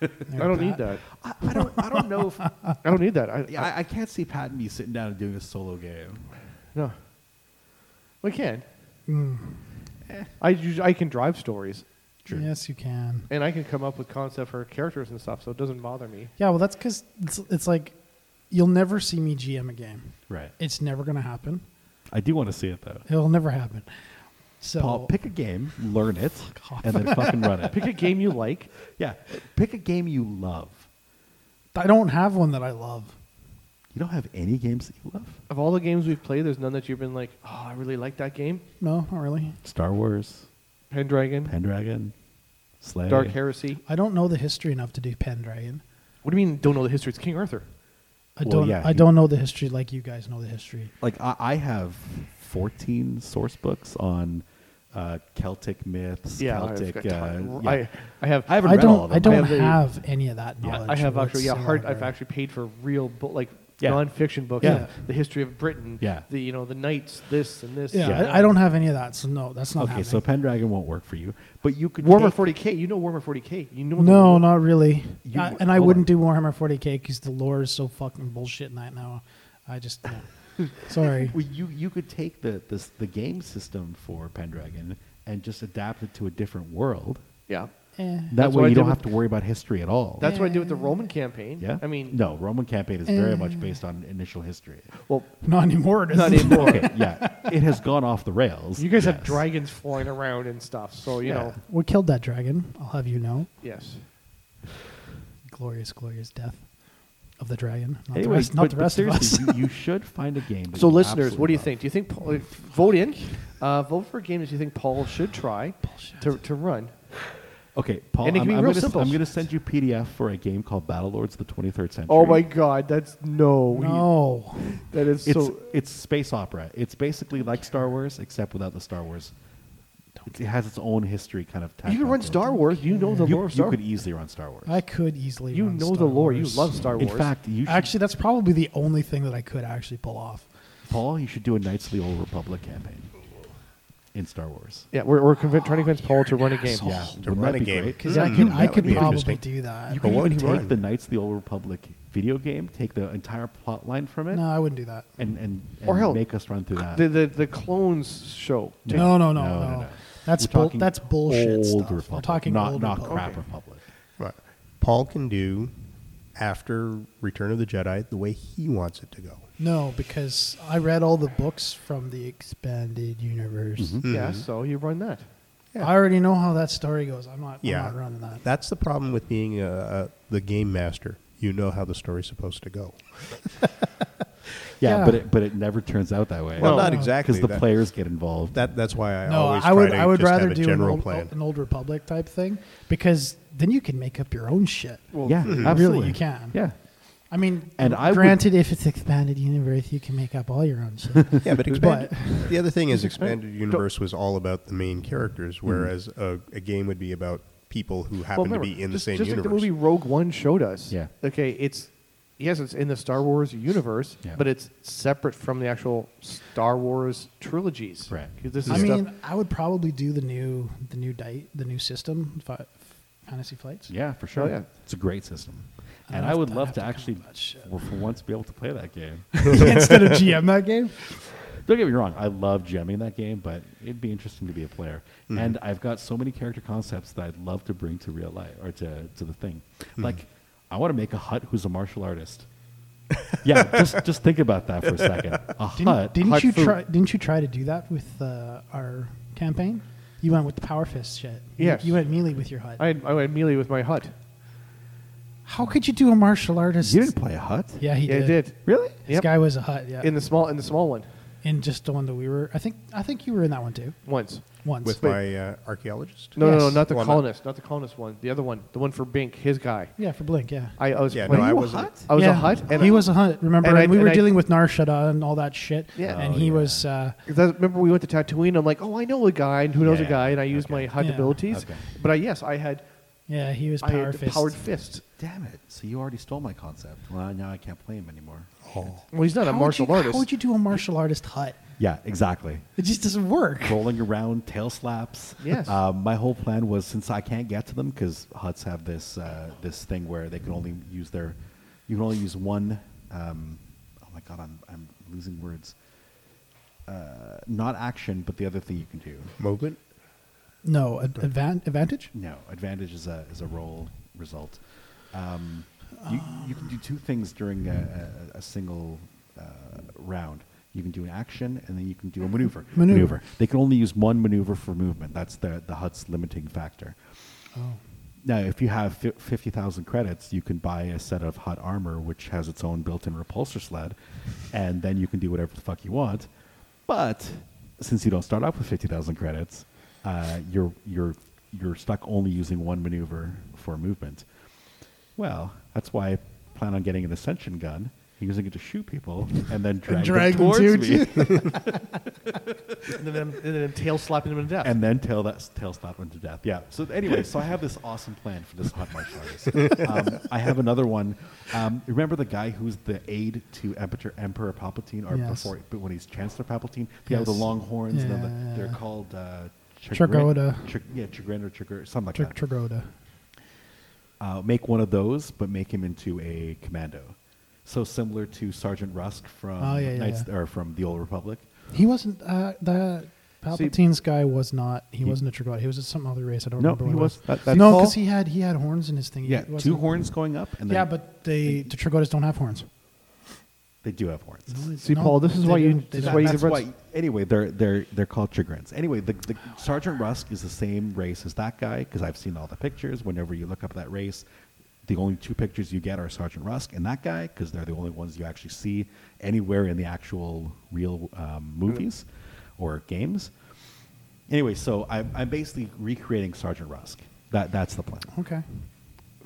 Speaker 3: I don't need that.
Speaker 5: I, I don't I don't know if
Speaker 2: Uh,
Speaker 3: I don't need that. I,
Speaker 5: yeah, I, I can't see Pat and me sitting down and doing a solo game.
Speaker 3: no.
Speaker 2: Mm. Eh.
Speaker 3: We can. I usually, I can drive stories.
Speaker 5: Sure.
Speaker 2: Yes, you can.
Speaker 3: and I can come up with concept for characters and stuff, so it doesn't bother me.
Speaker 2: Yeah, well, that's because it's, it's like you'll never see me GM a game.
Speaker 5: Right.
Speaker 2: It's never going to happen.
Speaker 5: I do want to see it though.
Speaker 2: It'll never happen. So
Speaker 5: Paul, pick a game, learn it, and then fucking run it.
Speaker 3: Pick a game you like.
Speaker 5: yeah, pick a game you love.
Speaker 2: I don't have one that I love.
Speaker 5: You don't have any games that you love.
Speaker 3: Of all the games we've played, there's none that you've been like, oh, I really like that game.
Speaker 2: No, not really.
Speaker 5: Star Wars,
Speaker 3: Pendragon,
Speaker 5: Pendragon, Slay,
Speaker 3: Dark Heresy.
Speaker 2: I don't know the history enough to do Pendragon.
Speaker 3: What do you mean? Don't know the history? It's King Arthur.
Speaker 2: I
Speaker 5: Well,
Speaker 2: don't.
Speaker 5: yeah,
Speaker 2: I
Speaker 5: you-
Speaker 2: don't know the history like you guys know the history.
Speaker 5: Like I, I have fourteen source books on uh, Celtic myths.
Speaker 3: Yeah,
Speaker 5: Celtic.
Speaker 3: I've got
Speaker 5: uh,
Speaker 3: time.
Speaker 5: yeah.
Speaker 3: I, I have.
Speaker 5: I haven't
Speaker 2: I
Speaker 5: read all of
Speaker 2: don't.
Speaker 5: them.
Speaker 2: I don't
Speaker 3: I have
Speaker 2: have, any of that knowledge.
Speaker 3: I have actually. Yeah, hard, I've
Speaker 2: whatsoever.
Speaker 3: actually paid for real, bo- like
Speaker 5: Yeah.
Speaker 3: nonfiction books.
Speaker 5: Yeah.
Speaker 3: the history of Britain.
Speaker 5: Yeah.
Speaker 3: the you know the knights, this and this.
Speaker 2: Yeah,
Speaker 3: and
Speaker 2: I, I don't have any of that. So no, that's not
Speaker 5: Okay,
Speaker 2: happening.
Speaker 5: so Pendragon won't work for you, but you could
Speaker 3: Warhammer
Speaker 5: take-
Speaker 3: 40k. You know Warhammer 40k. You know. the
Speaker 2: no,
Speaker 3: lore.
Speaker 2: not really.
Speaker 5: You-
Speaker 2: I- and I
Speaker 5: hold
Speaker 2: wouldn't
Speaker 5: on.
Speaker 2: do Warhammer 40k because the lore is so fucking bullshit in that now. I just no. sorry.
Speaker 5: Well, you you could take the this the game system for Pendragon and just adapt it to a different world.
Speaker 3: Yeah,
Speaker 2: Eh.
Speaker 5: That
Speaker 3: That's what I
Speaker 5: way you
Speaker 3: did
Speaker 5: don't
Speaker 3: with-
Speaker 5: have to worry about history at all.
Speaker 3: that's what I did with the Roman campaign.
Speaker 5: yeah.
Speaker 3: I mean,
Speaker 5: no, Roman campaign is very much based on initial history.
Speaker 3: Well,
Speaker 2: Not anymore. it
Speaker 3: not
Speaker 2: isn't.
Speaker 3: anymore.
Speaker 5: Okay, yeah, it has gone off the rails.
Speaker 3: You guys have
Speaker 5: yes.
Speaker 3: dragons flying around and stuff. So you
Speaker 5: Yeah.
Speaker 3: know.
Speaker 2: We killed that dragon. I'll have you know.
Speaker 3: Yes.
Speaker 2: Glorious, glorious death of the dragon. Not the
Speaker 5: Anyway,
Speaker 2: rest, not
Speaker 5: but-
Speaker 2: the
Speaker 5: but
Speaker 2: rest of us.
Speaker 5: seriously, you, you should find a game. That
Speaker 3: So,
Speaker 5: you
Speaker 3: listeners, what do you
Speaker 5: absolutely
Speaker 3: think? Do you think Paul, if- vote in? Uh, vote for games you think Paul should try to, to run.
Speaker 5: love. Okay, Paul,
Speaker 3: And it
Speaker 5: I'm,
Speaker 3: can be
Speaker 5: I'm
Speaker 3: real
Speaker 5: gonna,
Speaker 3: simple.
Speaker 5: I'm going to send you PDF for a game called Battlelords of the 23rd Century.
Speaker 3: Oh my God, that's no, we-
Speaker 2: no.
Speaker 3: that is
Speaker 5: It's
Speaker 3: so.
Speaker 5: it's space opera. It's basically like Star Wars except without the Star Wars. It has its own history kind of.
Speaker 3: You
Speaker 5: tacked
Speaker 3: can run
Speaker 5: onto it.
Speaker 3: Star Wars. You know the
Speaker 5: you,
Speaker 3: lore of
Speaker 5: you
Speaker 3: Star
Speaker 5: could easily run Star Wars.
Speaker 2: I could easily.
Speaker 3: You
Speaker 2: run
Speaker 3: know the
Speaker 2: Star
Speaker 3: lore. You
Speaker 2: Uh, Wars.
Speaker 3: love Star
Speaker 5: In
Speaker 3: Wars.
Speaker 5: fact, you should,
Speaker 2: Actually, that's probably the only thing that I could actually pull off.
Speaker 5: Paul, you should do a Knights of the Old Republic campaign in Star Wars.
Speaker 3: yeah, we're, we're convinc- trying to convince Paul to run a
Speaker 2: Oh,
Speaker 3: game.
Speaker 5: Yeah,
Speaker 4: To
Speaker 5: wouldn't
Speaker 4: run
Speaker 5: that
Speaker 4: a
Speaker 5: be
Speaker 4: game.
Speaker 5: great?
Speaker 2: Because
Speaker 4: Hmm,
Speaker 2: I could, I
Speaker 4: that would
Speaker 2: could
Speaker 4: be
Speaker 2: probably
Speaker 4: interesting.
Speaker 2: do that.
Speaker 5: You
Speaker 4: But
Speaker 5: can
Speaker 4: what
Speaker 5: even
Speaker 4: would you
Speaker 5: take
Speaker 4: run?
Speaker 5: the Knights of the Old Republic video game, take the entire plot line from it,
Speaker 2: no, I wouldn't do that.
Speaker 5: and and, and
Speaker 3: Or hell,
Speaker 5: make us run through that.
Speaker 3: The, the the clones show.
Speaker 2: No, no, no,
Speaker 5: No, no,
Speaker 2: no.
Speaker 5: no.
Speaker 2: That's
Speaker 5: We're
Speaker 2: bull,
Speaker 5: talking
Speaker 2: that's bullshit
Speaker 5: Old
Speaker 2: stuff.
Speaker 5: Republic,
Speaker 2: We're talking
Speaker 5: not
Speaker 2: old
Speaker 5: not
Speaker 2: Republic.
Speaker 5: crap Republic.
Speaker 4: Right. Paul can do after Return of the Jedi the way he wants it to go.
Speaker 2: No, because I read all the books from the expanded universe.
Speaker 3: Yeah, so you run that.
Speaker 2: I already know how that story goes. I'm not.
Speaker 4: Yeah.
Speaker 2: I'm not running that.
Speaker 4: That's the problem with being uh uh the game master. You know how the story's supposed to go.
Speaker 5: Yeah,
Speaker 2: Yeah.
Speaker 5: but it but it never turns out that way.
Speaker 4: Well,
Speaker 3: No.
Speaker 4: not
Speaker 2: No.
Speaker 4: exactly.
Speaker 5: because the
Speaker 4: that,
Speaker 5: players get involved.
Speaker 4: That, that's why I
Speaker 2: no,
Speaker 4: always
Speaker 2: I would.
Speaker 4: try to
Speaker 2: I would
Speaker 4: just
Speaker 2: rather
Speaker 4: have a
Speaker 2: do an
Speaker 4: general
Speaker 2: old,
Speaker 4: plan.
Speaker 2: an old Republic type thing because then you can make up your own shit.
Speaker 5: yeah, absolutely.
Speaker 2: Really, you can.
Speaker 5: Yeah,
Speaker 2: I mean,
Speaker 5: And I would-
Speaker 2: granted, if it's expanded universe, you can make up all your own shit.
Speaker 4: Yeah, but expanded, the other thing is expanded
Speaker 3: Don't-
Speaker 4: universe was all about the main
Speaker 2: Hmm.
Speaker 4: characters, whereas a, a game would be about people who happen
Speaker 3: remember,
Speaker 4: to be in
Speaker 3: just,
Speaker 4: the same
Speaker 3: just
Speaker 4: universe.
Speaker 3: like the movie Rogue One showed us.
Speaker 5: Yeah.
Speaker 3: Okay, it's yes, it's in the Star Wars universe,
Speaker 5: Yeah.
Speaker 3: but it's separate from the actual Star Wars trilogies.
Speaker 5: Right.
Speaker 3: 'Cause This is
Speaker 2: I
Speaker 3: stuff-
Speaker 2: mean, I would probably do the new, the new diet, the new system, fi- fantasy flights.
Speaker 5: Oh, yeah, for sure.
Speaker 3: yeah.
Speaker 5: It's a great system,
Speaker 2: I'd
Speaker 5: and I
Speaker 2: have
Speaker 5: would
Speaker 2: to- I'd
Speaker 5: love
Speaker 2: have
Speaker 5: to
Speaker 2: to come
Speaker 5: actually,
Speaker 2: up with that shit.
Speaker 5: for for once, be able to play that game.
Speaker 2: Instead of GM that game.
Speaker 5: Don't get me wrong, I love gemming that game, but it'd be interesting to be a player. And I've got so many character concepts that I'd love to bring to real life or to, to the thing. Like, I want to make a hut who's a martial artist. yeah, just just think about that for a second. A
Speaker 2: Didn't,
Speaker 5: hut.
Speaker 2: didn't
Speaker 5: hut
Speaker 2: you
Speaker 5: food.
Speaker 2: try? Didn't you try to do that with uh, our campaign? You went with the power fist shit. You-
Speaker 3: Yes.
Speaker 2: You went melee with your HUD.
Speaker 3: I had, I had melee with my hut.
Speaker 2: How could you do a martial artist?
Speaker 5: You didn't play a hut?
Speaker 2: Yeah, he
Speaker 3: yeah,
Speaker 2: did.
Speaker 3: I did.
Speaker 5: Really?
Speaker 2: This
Speaker 3: Yep.
Speaker 2: guy was a HUD. Yeah.
Speaker 3: in the small in the small one
Speaker 2: in just the one that we were. I think. I think you were in that one too.
Speaker 3: once.
Speaker 2: Once.
Speaker 4: with my uh, archaeologist.
Speaker 3: No, no, no,
Speaker 2: Yes.
Speaker 3: not the
Speaker 4: Well, not-
Speaker 3: colonist, not the colonist one. The other one, the one for Bink, his guy.
Speaker 2: yeah, for Blink. Yeah.
Speaker 3: I, I was
Speaker 4: Yeah, no,
Speaker 3: playing.
Speaker 4: I wasn't.
Speaker 3: I was
Speaker 2: yeah,
Speaker 3: a hut. And
Speaker 2: he
Speaker 3: I-
Speaker 2: was a hut. Remember,
Speaker 3: and
Speaker 2: and,
Speaker 3: I-
Speaker 2: we
Speaker 3: and
Speaker 2: were
Speaker 3: I-
Speaker 2: dealing with Narshada and all that shit.
Speaker 3: Yeah.
Speaker 2: and
Speaker 5: Oh,
Speaker 2: he
Speaker 5: yeah.
Speaker 2: was. Uh,
Speaker 3: 'Cause I remember we went to Tatooine. I'm like, oh, I know a guy, and who knows
Speaker 5: Yeah,
Speaker 3: a guy, and I
Speaker 5: yeah,
Speaker 3: used my
Speaker 5: okay.
Speaker 3: HUD
Speaker 2: Yeah.
Speaker 3: abilities.
Speaker 5: Okay.
Speaker 3: But I, yes, I had,
Speaker 2: yeah, he was
Speaker 3: I
Speaker 2: power
Speaker 3: had
Speaker 2: fist.
Speaker 3: powered fist.
Speaker 5: Damn it. So you already stole my concept. Well, now I can't play him anymore.
Speaker 4: Oh.
Speaker 3: Well, he's not
Speaker 2: How
Speaker 3: a
Speaker 2: would
Speaker 3: martial
Speaker 2: you-
Speaker 3: artist.
Speaker 2: How would you do a martial artist hut?
Speaker 5: Yeah, exactly.
Speaker 2: It just doesn't work.
Speaker 5: rolling around, tail slaps.
Speaker 3: Yes.
Speaker 5: Uh, my whole plan was since I can't get to them because huts have this uh, this thing where they can only use their, you can only use one. Um, oh my god, I'm I'm losing words. Uh, not action, but the other thing you can do.
Speaker 4: Movement?
Speaker 2: No, ad- advan- advantage.
Speaker 5: No, advantage is a is a roll result. Um, you, you can do two things during a, a, a single uh, round. You can do an action, and then you can do a maneuver.
Speaker 2: Maneuver.
Speaker 5: They can only use one maneuver for movement. That's the the HUD's limiting factor.
Speaker 2: Oh,
Speaker 5: Now, if you have fi- 50,000 credits, you can buy a set of hot armor, which has its own built in repulsor sled, and then you can do whatever the fuck you want. But since you don't start off with 50,000 credits, uh, you're, you're, you're stuck only using one maneuver for movement. Well, that's why I plan on getting an ascension gun, using it to shoot people, and then drag,
Speaker 2: drag them
Speaker 5: them towards
Speaker 2: towards
Speaker 5: me.
Speaker 3: and then I'm- and then I'm tail slapping him to death.
Speaker 5: and then tail that tail slap him to death. Yeah. So anyway, so I have this awesome plan for this hot martial artist. Um, I have another one. Um, remember the guy who's the aide to Emperor, Emperor Palpatine, or
Speaker 2: Yes.
Speaker 5: before but when he's Chancellor Palpatine, the guy with the
Speaker 2: Yes.
Speaker 5: long horns. And then
Speaker 2: Yeah.
Speaker 5: the, they're called uh,
Speaker 2: Trigoda.
Speaker 5: Trig- yeah, Chagrin or Chigrin, something like
Speaker 2: Tr-
Speaker 5: that.
Speaker 2: Trigoda.
Speaker 5: Uh, make one of those, but make him into a commando. So similar to Sergeant Rusk from
Speaker 2: Oh, yeah, yeah,
Speaker 5: Knights,
Speaker 2: yeah.
Speaker 5: or from the Old Republic.
Speaker 2: He wasn't uh, the Palpatine's guy. Was not. He, wasn't a Trigoda. He was just some other race. I don't
Speaker 5: No,
Speaker 2: remember.
Speaker 5: he
Speaker 2: what it
Speaker 5: was- that- that's
Speaker 2: no,
Speaker 5: Paul.
Speaker 2: because he had he had horns in his thing. He
Speaker 5: Yeah, two
Speaker 2: wasn't-
Speaker 5: horns going up, and then
Speaker 2: Yeah, but they the Trigodas don't have horns.
Speaker 5: they do have horns.
Speaker 3: See, Paul, this is why
Speaker 2: they
Speaker 3: you-
Speaker 2: don't. They
Speaker 3: this is
Speaker 2: don't.
Speaker 3: why you
Speaker 5: that's
Speaker 3: can run-
Speaker 5: why. Anyway, they're they're they're called Chigrins. Anyway, the, the Sergeant Rusk is the same race as that guy because I've seen all the pictures. Whenever you look up that race, the only two pictures you get are Sergeant Rusk and that guy because they're the only ones you actually see anywhere in the actual real um, movies or games. Anyway, so I'm, I'm basically recreating Sergeant Rusk. That that's the plan.
Speaker 2: Okay.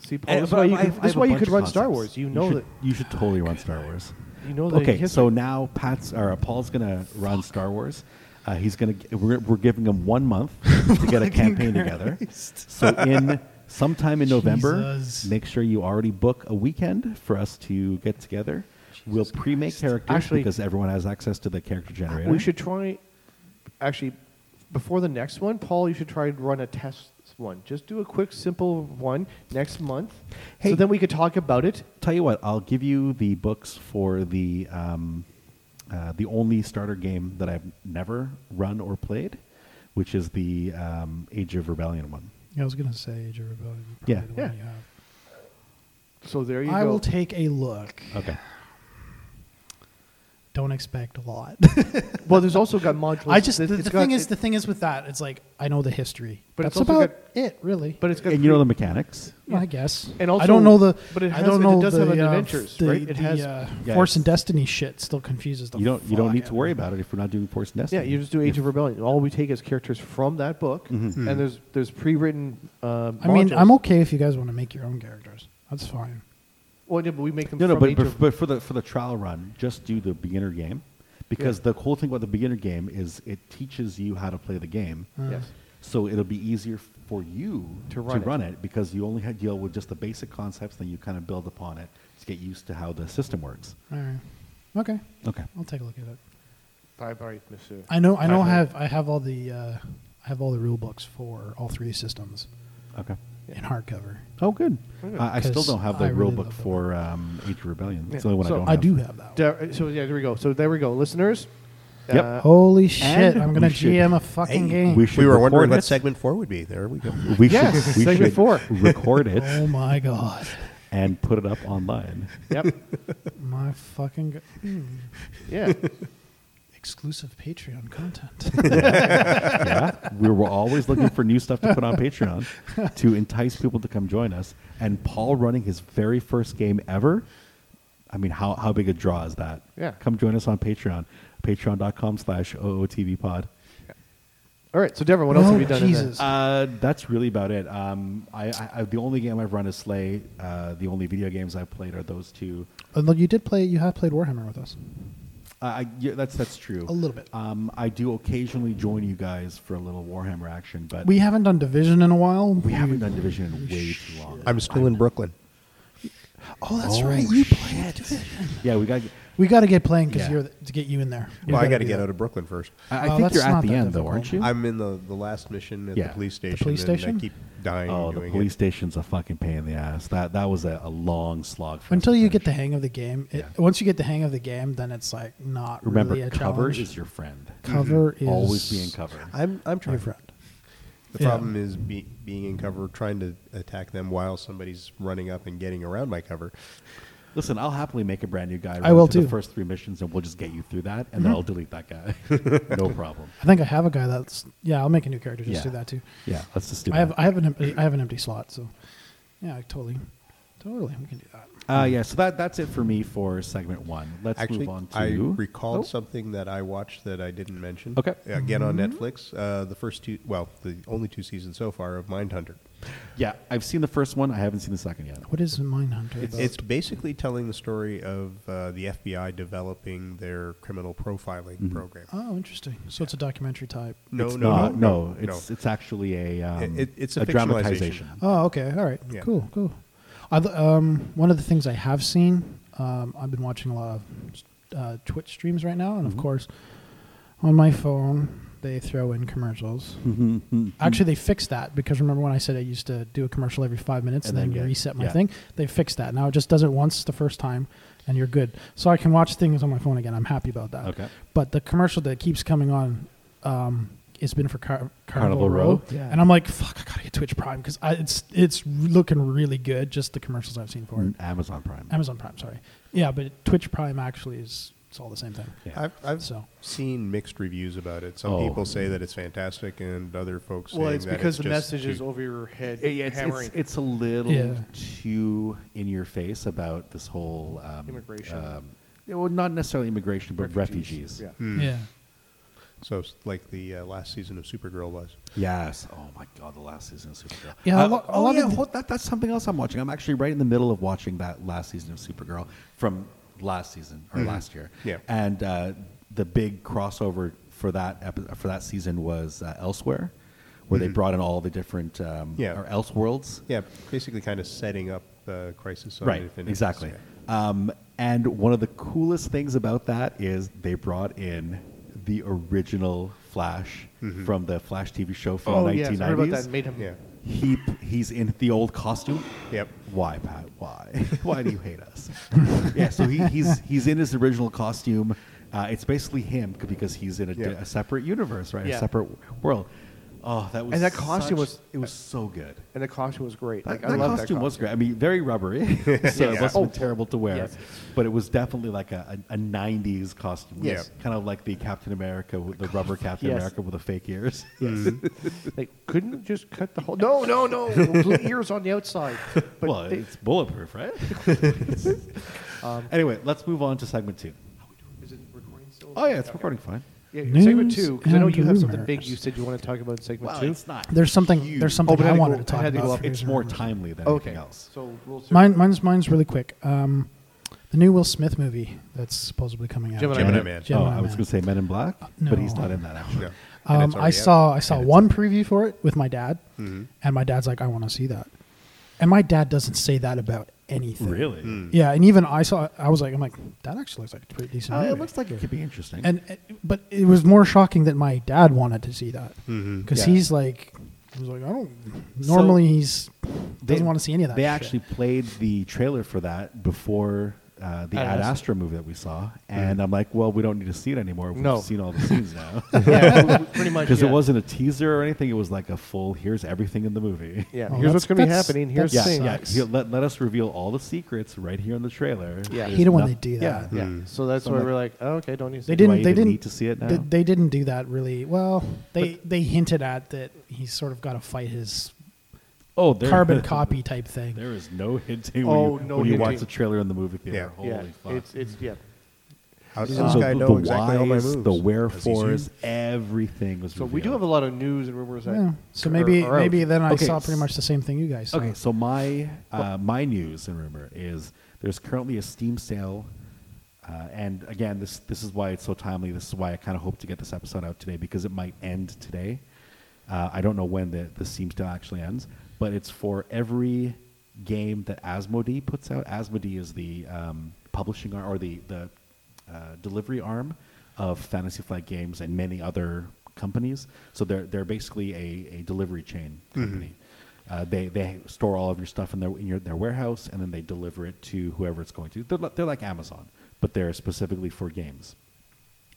Speaker 3: See, Paul,
Speaker 5: And-
Speaker 3: this is
Speaker 5: Oh, but
Speaker 3: why you
Speaker 5: I-
Speaker 3: could,
Speaker 5: I
Speaker 3: this is
Speaker 5: have a
Speaker 3: why you
Speaker 5: bunch
Speaker 3: could
Speaker 5: of
Speaker 3: run
Speaker 5: concepts.
Speaker 3: Star Wars. You know
Speaker 5: should,
Speaker 3: that.
Speaker 5: you should totally run Star Wars.
Speaker 3: You know that
Speaker 5: Okay,
Speaker 3: history-
Speaker 5: so now Pat's or uh, Paul's gonna run Star Wars. Uh, he's gonna g- we're, we're giving him one month to get a campaign together. So in sometime in November,
Speaker 2: Jesus.
Speaker 5: make sure you already book a weekend for us to get together. we'll pre-make characters
Speaker 3: Actually-
Speaker 5: because everyone has access to the character generator.
Speaker 3: We should try. Actually, before the next one, Paul, you should try and run a test one. Just do a quick, simple one next month.
Speaker 5: Hey.
Speaker 3: So then we could talk about it.
Speaker 5: tell you what. I'll give you the books for the um, uh, the only starter game that I've never run or played, which is the um, Age of Rebellion one.
Speaker 2: Yeah, I was gonna say Age of Rebellion. was
Speaker 5: Yeah.
Speaker 2: probably the one
Speaker 3: Yeah.
Speaker 2: you have.
Speaker 3: So there you
Speaker 2: I
Speaker 3: go.
Speaker 2: will take a look.
Speaker 5: Okay.
Speaker 2: Don't expect a lot.
Speaker 3: well, there's also got modules.
Speaker 2: I just the,
Speaker 3: that-
Speaker 2: the
Speaker 3: it's got-
Speaker 2: thing is
Speaker 3: it-
Speaker 2: the thing is with that it's like I know the history,
Speaker 3: But
Speaker 2: that's
Speaker 3: it's also
Speaker 2: about it really.
Speaker 3: but it's got.
Speaker 5: And you know
Speaker 3: three-
Speaker 5: the mechanics.
Speaker 2: Well, I guess.
Speaker 3: And
Speaker 2: I
Speaker 3: also-
Speaker 2: don't know the.
Speaker 3: but it
Speaker 2: I
Speaker 3: has-
Speaker 2: don't
Speaker 3: it
Speaker 2: know
Speaker 3: does
Speaker 2: the,
Speaker 3: have an
Speaker 2: uh,
Speaker 3: adventures,
Speaker 2: the-
Speaker 3: right? It
Speaker 2: the,
Speaker 3: has-
Speaker 2: uh,
Speaker 5: Yeah,
Speaker 2: Force
Speaker 5: it's-
Speaker 2: and Destiny shit. Still confuses the.
Speaker 5: You don't. You don't
Speaker 2: fuck
Speaker 5: need
Speaker 2: out
Speaker 5: to
Speaker 2: of
Speaker 5: worry
Speaker 2: me.
Speaker 5: about it if we're not doing Force and
Speaker 3: Yeah,
Speaker 5: Destiny.
Speaker 3: you just do Age of Rebellion. All we take is characters from that book,
Speaker 5: Mm-hmm.
Speaker 4: Mm-hmm.
Speaker 3: and there's there's pre-written. Uh,
Speaker 2: I mean,
Speaker 3: modules.
Speaker 2: I'm okay if you guys want to make your own characters. That's fine.
Speaker 3: Well, yeah, but we make them
Speaker 5: No, no,
Speaker 3: from
Speaker 5: but,
Speaker 3: Age
Speaker 5: but,
Speaker 3: of-
Speaker 5: but for the for the trial run, just do the beginner game, because the cool thing about the beginner game is it teaches you how to play the game,
Speaker 2: Uh,
Speaker 3: yes.
Speaker 5: so it'll be easier for you
Speaker 3: To run it.
Speaker 5: because you only had deal with just the basic concepts, then you kind of build upon it to get used to how the system works.
Speaker 2: All right. Okay.
Speaker 5: Okay.
Speaker 2: I'll take a look at it.
Speaker 3: Bye, bye, Monsieur.
Speaker 2: I know. I know. I
Speaker 5: Okay.
Speaker 2: have. I have all the. Uh, I have all the rule books for all three systems
Speaker 5: Okay.
Speaker 2: in hardcover.
Speaker 5: Oh, good.
Speaker 3: Okay.
Speaker 5: I I still
Speaker 2: 'Cause
Speaker 5: don't have
Speaker 2: I
Speaker 5: the
Speaker 2: really
Speaker 5: rule book
Speaker 2: love that
Speaker 5: for um, Age of Rebellion. It's
Speaker 3: Yeah.
Speaker 5: the only one
Speaker 3: So
Speaker 5: I don't.
Speaker 2: I
Speaker 5: have.
Speaker 2: do have that. One.
Speaker 3: Da- uh, so yeah, there we go. So there we go, listeners.
Speaker 5: Yep.
Speaker 3: Uh,
Speaker 2: Holy shit!
Speaker 5: And
Speaker 2: I'm gonna
Speaker 5: we should-
Speaker 2: GM a fucking game.
Speaker 5: We, should
Speaker 4: We were
Speaker 5: record
Speaker 4: wondering what
Speaker 5: it.
Speaker 4: segment four would be. There we go.
Speaker 5: We
Speaker 3: Yes,
Speaker 5: should, we
Speaker 3: segment
Speaker 5: should
Speaker 3: four.
Speaker 5: record it
Speaker 2: oh my god!
Speaker 5: and put it up online.
Speaker 3: yep.
Speaker 2: My fucking go- Hmm.
Speaker 3: Yeah.
Speaker 2: exclusive Patreon content.
Speaker 5: yeah, we were always looking for new stuff to put on Patreon to entice people to come join us. And Paul running his very first game ever. I mean, how, how big a draw is that?
Speaker 3: Yeah.
Speaker 5: Come join us on Patreon, patreon.com slash OOTV pod.
Speaker 3: All right. So Devon, what else
Speaker 2: Oh,
Speaker 3: have you done? in there?
Speaker 2: Jesus.
Speaker 5: Uh, that's really about it. Um, I, I, I, the only game I've run is Slay. Uh, the only video games I've played are those two.
Speaker 2: Although Uh, you did play, you have played Warhammer with us
Speaker 5: Uh, I, yeah, that's, that's true.
Speaker 2: a little bit.
Speaker 5: Um, I do occasionally join you guys for a little Warhammer action, but
Speaker 2: we haven't done Division in a while.
Speaker 5: we haven't done Division in way too long.
Speaker 4: I'm still in Brooklyn.
Speaker 2: Oh, that's
Speaker 5: Oh,
Speaker 2: right. You
Speaker 5: shit.
Speaker 2: played Division.
Speaker 5: Yeah, we got.
Speaker 2: We got to get playing because
Speaker 5: Yeah.
Speaker 2: you're the, to get you in there.
Speaker 4: Well, I got to
Speaker 2: do
Speaker 4: get
Speaker 2: that.
Speaker 4: out of Brooklyn first.
Speaker 5: I, I
Speaker 2: Oh,
Speaker 5: think
Speaker 2: that's
Speaker 5: you're at
Speaker 2: not
Speaker 5: the
Speaker 2: that
Speaker 5: end, though, aren't you?
Speaker 2: difficult.
Speaker 4: I'm in the, the last mission at
Speaker 5: Yeah.
Speaker 4: the police
Speaker 5: The
Speaker 4: station.
Speaker 2: police
Speaker 4: and
Speaker 2: station?
Speaker 4: I keep dying.
Speaker 5: oh, the
Speaker 4: doing
Speaker 5: police
Speaker 4: It.
Speaker 5: station's a fucking pain in the ass. That that was a, a long slog. For us
Speaker 2: Until
Speaker 5: to
Speaker 2: you get the
Speaker 5: finish.
Speaker 2: hang of the game, it,
Speaker 5: Yeah.
Speaker 2: once you get the hang of the game, then it's like not
Speaker 5: Remember,
Speaker 2: really a
Speaker 5: cover
Speaker 2: challenge.
Speaker 5: is your friend.
Speaker 2: cover is
Speaker 5: Always be in cover.
Speaker 4: I'm
Speaker 2: Your
Speaker 4: I'm trying.
Speaker 2: friend.
Speaker 4: The
Speaker 2: Yeah.
Speaker 4: problem is be, being in cover, trying to attack them while somebody's running up and getting around my cover.
Speaker 5: Listen, I'll happily make a brand new guy.
Speaker 2: I will
Speaker 5: run through
Speaker 2: too. Mm-hmm.
Speaker 5: The first three missions, and we'll just get you through that, and then I'll delete that guy. no problem.
Speaker 2: I think I have a guy that's yeah. I'll make a new character just
Speaker 5: Yeah.
Speaker 2: do that too.
Speaker 5: Yeah, let's just do
Speaker 2: I have
Speaker 5: that.
Speaker 2: I have an empty, I have an empty slot, so yeah, I totally, totally, we can do that.
Speaker 5: uh, yeah, so that that's it for me for segment one. Let's
Speaker 4: Actually,
Speaker 5: move on to.
Speaker 4: I recalled
Speaker 5: Oh.
Speaker 4: something that I watched that I didn't mention.
Speaker 5: Okay. Mm-hmm.
Speaker 4: Again on Netflix, uh, the first two, well, the only two seasons so far of Mindhunter.
Speaker 5: Yeah, I've seen the first one. I haven't seen the second yet.
Speaker 2: What is Mindhunter?
Speaker 4: It's,
Speaker 2: about?
Speaker 4: it's basically telling the story of uh, the FBI developing their criminal profiling program.
Speaker 2: oh, interesting. So it's a documentary type.
Speaker 4: No,
Speaker 5: Mm-hmm. Uh, It's
Speaker 4: no,
Speaker 5: not-
Speaker 4: no, no,
Speaker 5: Uh, It's
Speaker 4: no.
Speaker 5: it's actually a um,
Speaker 4: It- it's a
Speaker 5: dramatization.
Speaker 4: fictionalization.
Speaker 2: Oh, okay. All right.
Speaker 4: Yeah.
Speaker 2: Cool. Cool. I, th- um, one of the things I have seen, um, I've been watching a lot of uh, Twitch streams right now, and of course, on my phone they throw in commercials. Actually, they fixed that because remember when I said I used to do a commercial every five minutes and,
Speaker 5: And
Speaker 2: then
Speaker 5: then get-
Speaker 2: reset my
Speaker 5: yeah.
Speaker 2: thing? They fixed that. Now it just does it once the first time, and you're good. So I can watch things on my phone again. I'm happy about that.
Speaker 5: Okay.
Speaker 2: But the commercial that keeps coming on. Um, it's been for Car- Carnival,
Speaker 5: Carnival
Speaker 2: Row,
Speaker 5: Row? Yeah.
Speaker 2: and I'm like, fuck, I gotta get Twitch Prime because it's it's looking really good. Just the commercials I've seen for
Speaker 3: Mm.
Speaker 2: it.
Speaker 5: Amazon Prime.
Speaker 2: Amazon Prime, sorry. Yeah, but Twitch Prime actually is it's all the same thing.
Speaker 5: Yeah.
Speaker 4: I've, I've
Speaker 2: So.
Speaker 4: seen mixed reviews about it. Some
Speaker 5: Oh.
Speaker 4: people say that it's fantastic, and other folks
Speaker 3: Well,
Speaker 4: saying
Speaker 3: it's
Speaker 4: that
Speaker 3: because
Speaker 4: it's
Speaker 3: the
Speaker 4: just
Speaker 3: message is
Speaker 4: too-
Speaker 3: over your head,
Speaker 5: Yeah, yeah, it's,
Speaker 3: hammering.
Speaker 5: it's, it's a little
Speaker 2: Yeah.
Speaker 5: too in your face about this whole um,
Speaker 3: Immigration.
Speaker 5: Um, yeah, well, not necessarily immigration, but refugees.
Speaker 3: Yeah.
Speaker 4: oh,
Speaker 2: Yeah.
Speaker 4: so it's like the uh, last season of Supergirl was.
Speaker 5: Yes. Oh my God, the last season of Supergirl.
Speaker 2: Yeah, a
Speaker 5: Uh,
Speaker 2: lo- a
Speaker 5: oh
Speaker 2: lot of
Speaker 5: yeah,
Speaker 2: the-
Speaker 5: hold- that, that's something else I'm watching. I'm actually right in the middle of watching that last season of Supergirl from last season or last year.
Speaker 4: Yeah.
Speaker 5: And uh, the big crossover for that epi- for that season was uh, Elsewhere, where they brought in all the different um,
Speaker 4: Yeah.
Speaker 5: or Elseworlds.
Speaker 4: Yeah, basically kind of setting up uh, Crisis on
Speaker 5: Right,
Speaker 4: Infinite
Speaker 5: exactly.
Speaker 4: Earths.
Speaker 5: Um, and one of the coolest things about that is they brought in the original Flash from the Flash TV show from
Speaker 3: Mm-hmm. oh
Speaker 5: the
Speaker 3: yeah,
Speaker 5: 1990s.
Speaker 3: I heard about that. Made him.
Speaker 4: Yeah.
Speaker 5: he, he's in the old costume.
Speaker 4: Yep.
Speaker 5: Why, Pat? Why? Why do you hate us? yeah, so he, he's, he's in his original costume. Uh, it's basically him c- because he's in a, di-
Speaker 4: Yeah.
Speaker 5: a separate universe, right?
Speaker 3: Yeah.
Speaker 5: A separate world. Oh, that was
Speaker 3: And that costume
Speaker 5: such-
Speaker 3: was-
Speaker 5: it was so good.
Speaker 3: And the costume was great.
Speaker 5: That,
Speaker 3: Like,
Speaker 5: that
Speaker 3: I
Speaker 5: costume,
Speaker 3: love that
Speaker 5: was great. I mean, very rubbery, so it
Speaker 4: Yeah.
Speaker 5: must have been terrible to wear.
Speaker 3: Yes.
Speaker 5: But it was definitely like a, a, a '90s costume. It was
Speaker 4: Yeah.
Speaker 5: kind of like the Captain America, with the rubber Captain
Speaker 3: Yes.
Speaker 5: America with the fake ears. Mm-hmm.
Speaker 3: They couldn't you just cut the whole. No, no, no. Blue ears on the outside. But
Speaker 5: well,
Speaker 3: they-
Speaker 5: it's bulletproof, right? anyway, let's move on to segment two.
Speaker 3: is it recording still?
Speaker 5: Oh yeah, it's recording fine.
Speaker 3: Yeah, segment
Speaker 2: News
Speaker 3: two. Because I know
Speaker 2: and
Speaker 3: you have something
Speaker 2: rumors.
Speaker 3: big you said you want to talk about in segment
Speaker 5: Well,
Speaker 3: two.
Speaker 5: it's not.
Speaker 2: There's something there's something
Speaker 3: Oh, but I
Speaker 2: I
Speaker 3: had to
Speaker 2: wanted
Speaker 3: go-
Speaker 2: to talk
Speaker 3: I had to
Speaker 2: about.
Speaker 3: go up-
Speaker 2: for
Speaker 5: It's
Speaker 2: news
Speaker 5: more
Speaker 2: and rumors.
Speaker 5: timely than
Speaker 3: okay.
Speaker 5: anything else.
Speaker 3: So we'll circle-
Speaker 2: Mine, mine's mine's really quick. Um, the new Will Smith movie that's supposedly coming out.
Speaker 3: Gemini
Speaker 4: Gemini
Speaker 5: Men-
Speaker 4: Man.
Speaker 5: Oh,
Speaker 2: Gemini
Speaker 5: I was
Speaker 2: Man.
Speaker 5: going to say Men in Black,
Speaker 2: no.
Speaker 5: but he's not in that actually.
Speaker 4: No. And
Speaker 2: Um,
Speaker 4: it's
Speaker 2: I
Speaker 4: already out.
Speaker 2: saw I saw
Speaker 5: And it's
Speaker 2: one preview for it with my dad,
Speaker 3: Mm-hmm.
Speaker 2: and my dad's like, "I want to see that," and my dad doesn't say that about anything.
Speaker 5: Really?
Speaker 2: Yeah, Mm. and even I saw I was like, "I'm like that actually looks like a pretty decent."
Speaker 5: Uh,
Speaker 2: movie.
Speaker 5: it looks like it could be interesting.
Speaker 2: and uh, but it was more shocking that my dad wanted to see that because
Speaker 5: Yeah.
Speaker 2: he's like, he was like, I don't. Normally, he's doesn't want to see any of that.
Speaker 5: They
Speaker 2: shit.
Speaker 5: actually played the trailer for that before uh, the
Speaker 3: Ad
Speaker 5: Ad
Speaker 3: Astra.
Speaker 5: Astra movie that we saw, and I'm like, well, we don't need to see it anymore. We've
Speaker 3: No.
Speaker 5: seen all the scenes now
Speaker 3: yeah, w- w- pretty much.
Speaker 5: because
Speaker 3: yeah.
Speaker 5: it wasn't a teaser or anything. It was like a full. Here's everything in the movie.
Speaker 3: Yeah.
Speaker 2: Oh, that's-
Speaker 3: here's what's going to be
Speaker 2: that's-
Speaker 3: happening. Here's
Speaker 5: Yeah,
Speaker 2: that's-
Speaker 3: the thing.
Speaker 5: yeah.
Speaker 2: Sucks.
Speaker 5: Here, let, let us reveal all the secrets right here in the trailer.
Speaker 3: Yeah.
Speaker 2: I
Speaker 5: There's
Speaker 2: hate it when they
Speaker 5: noth-
Speaker 2: do
Speaker 3: Yeah.
Speaker 2: that.
Speaker 3: yeah. So that's
Speaker 5: So
Speaker 3: why
Speaker 5: I'm
Speaker 3: we're
Speaker 5: like-
Speaker 3: like, oh, okay, don't need to.
Speaker 2: They
Speaker 3: do it.
Speaker 2: didn't.
Speaker 5: I
Speaker 2: They
Speaker 5: even
Speaker 2: didn't
Speaker 5: need to see it now?
Speaker 2: They, they didn't do that really well. They they hinted at that he's sort of got to fight his
Speaker 5: Oh, there,
Speaker 2: carbon copy type thing.
Speaker 5: There is no hinting
Speaker 3: Oh,
Speaker 5: when you,
Speaker 3: no
Speaker 5: when you watch
Speaker 3: hinting.
Speaker 5: the trailer in the movie theater.
Speaker 4: Yeah.
Speaker 5: Holy
Speaker 3: Yeah,
Speaker 5: fuck!
Speaker 3: it's it's yeah.
Speaker 4: How does
Speaker 3: So
Speaker 4: this
Speaker 5: the,
Speaker 4: guy
Speaker 5: the
Speaker 4: know exactly all my
Speaker 5: whys,
Speaker 4: moves?
Speaker 5: the
Speaker 4: Does he
Speaker 5: wherefores,
Speaker 4: zoom?
Speaker 5: everything was.
Speaker 3: So we do
Speaker 5: revealed.
Speaker 3: have a lot of news and rumors. That
Speaker 2: Yeah. So
Speaker 3: are-
Speaker 2: maybe
Speaker 3: are out.
Speaker 2: maybe then I
Speaker 5: Okay.
Speaker 2: saw pretty much the same thing you guys saw.
Speaker 5: Okay, so my uh, my news and rumor is there's currently a Steam sale, uh, and again, this this is why it's so timely. This is why I kind of hope to get this episode out today because it might end today. Uh, I don't know when the the Steam sale actually ends, but it's for every game that Asmodee puts out. Asmodee is the um, publishing arm or the the uh, delivery arm of Fantasy Flight Games and many other companies. So they're they're basically a, a delivery chain company. Uh, they they store all of your stuff in their in your, their warehouse and then they deliver it to whoever it's going to. They're, li- they're like Amazon, but they're specifically for games.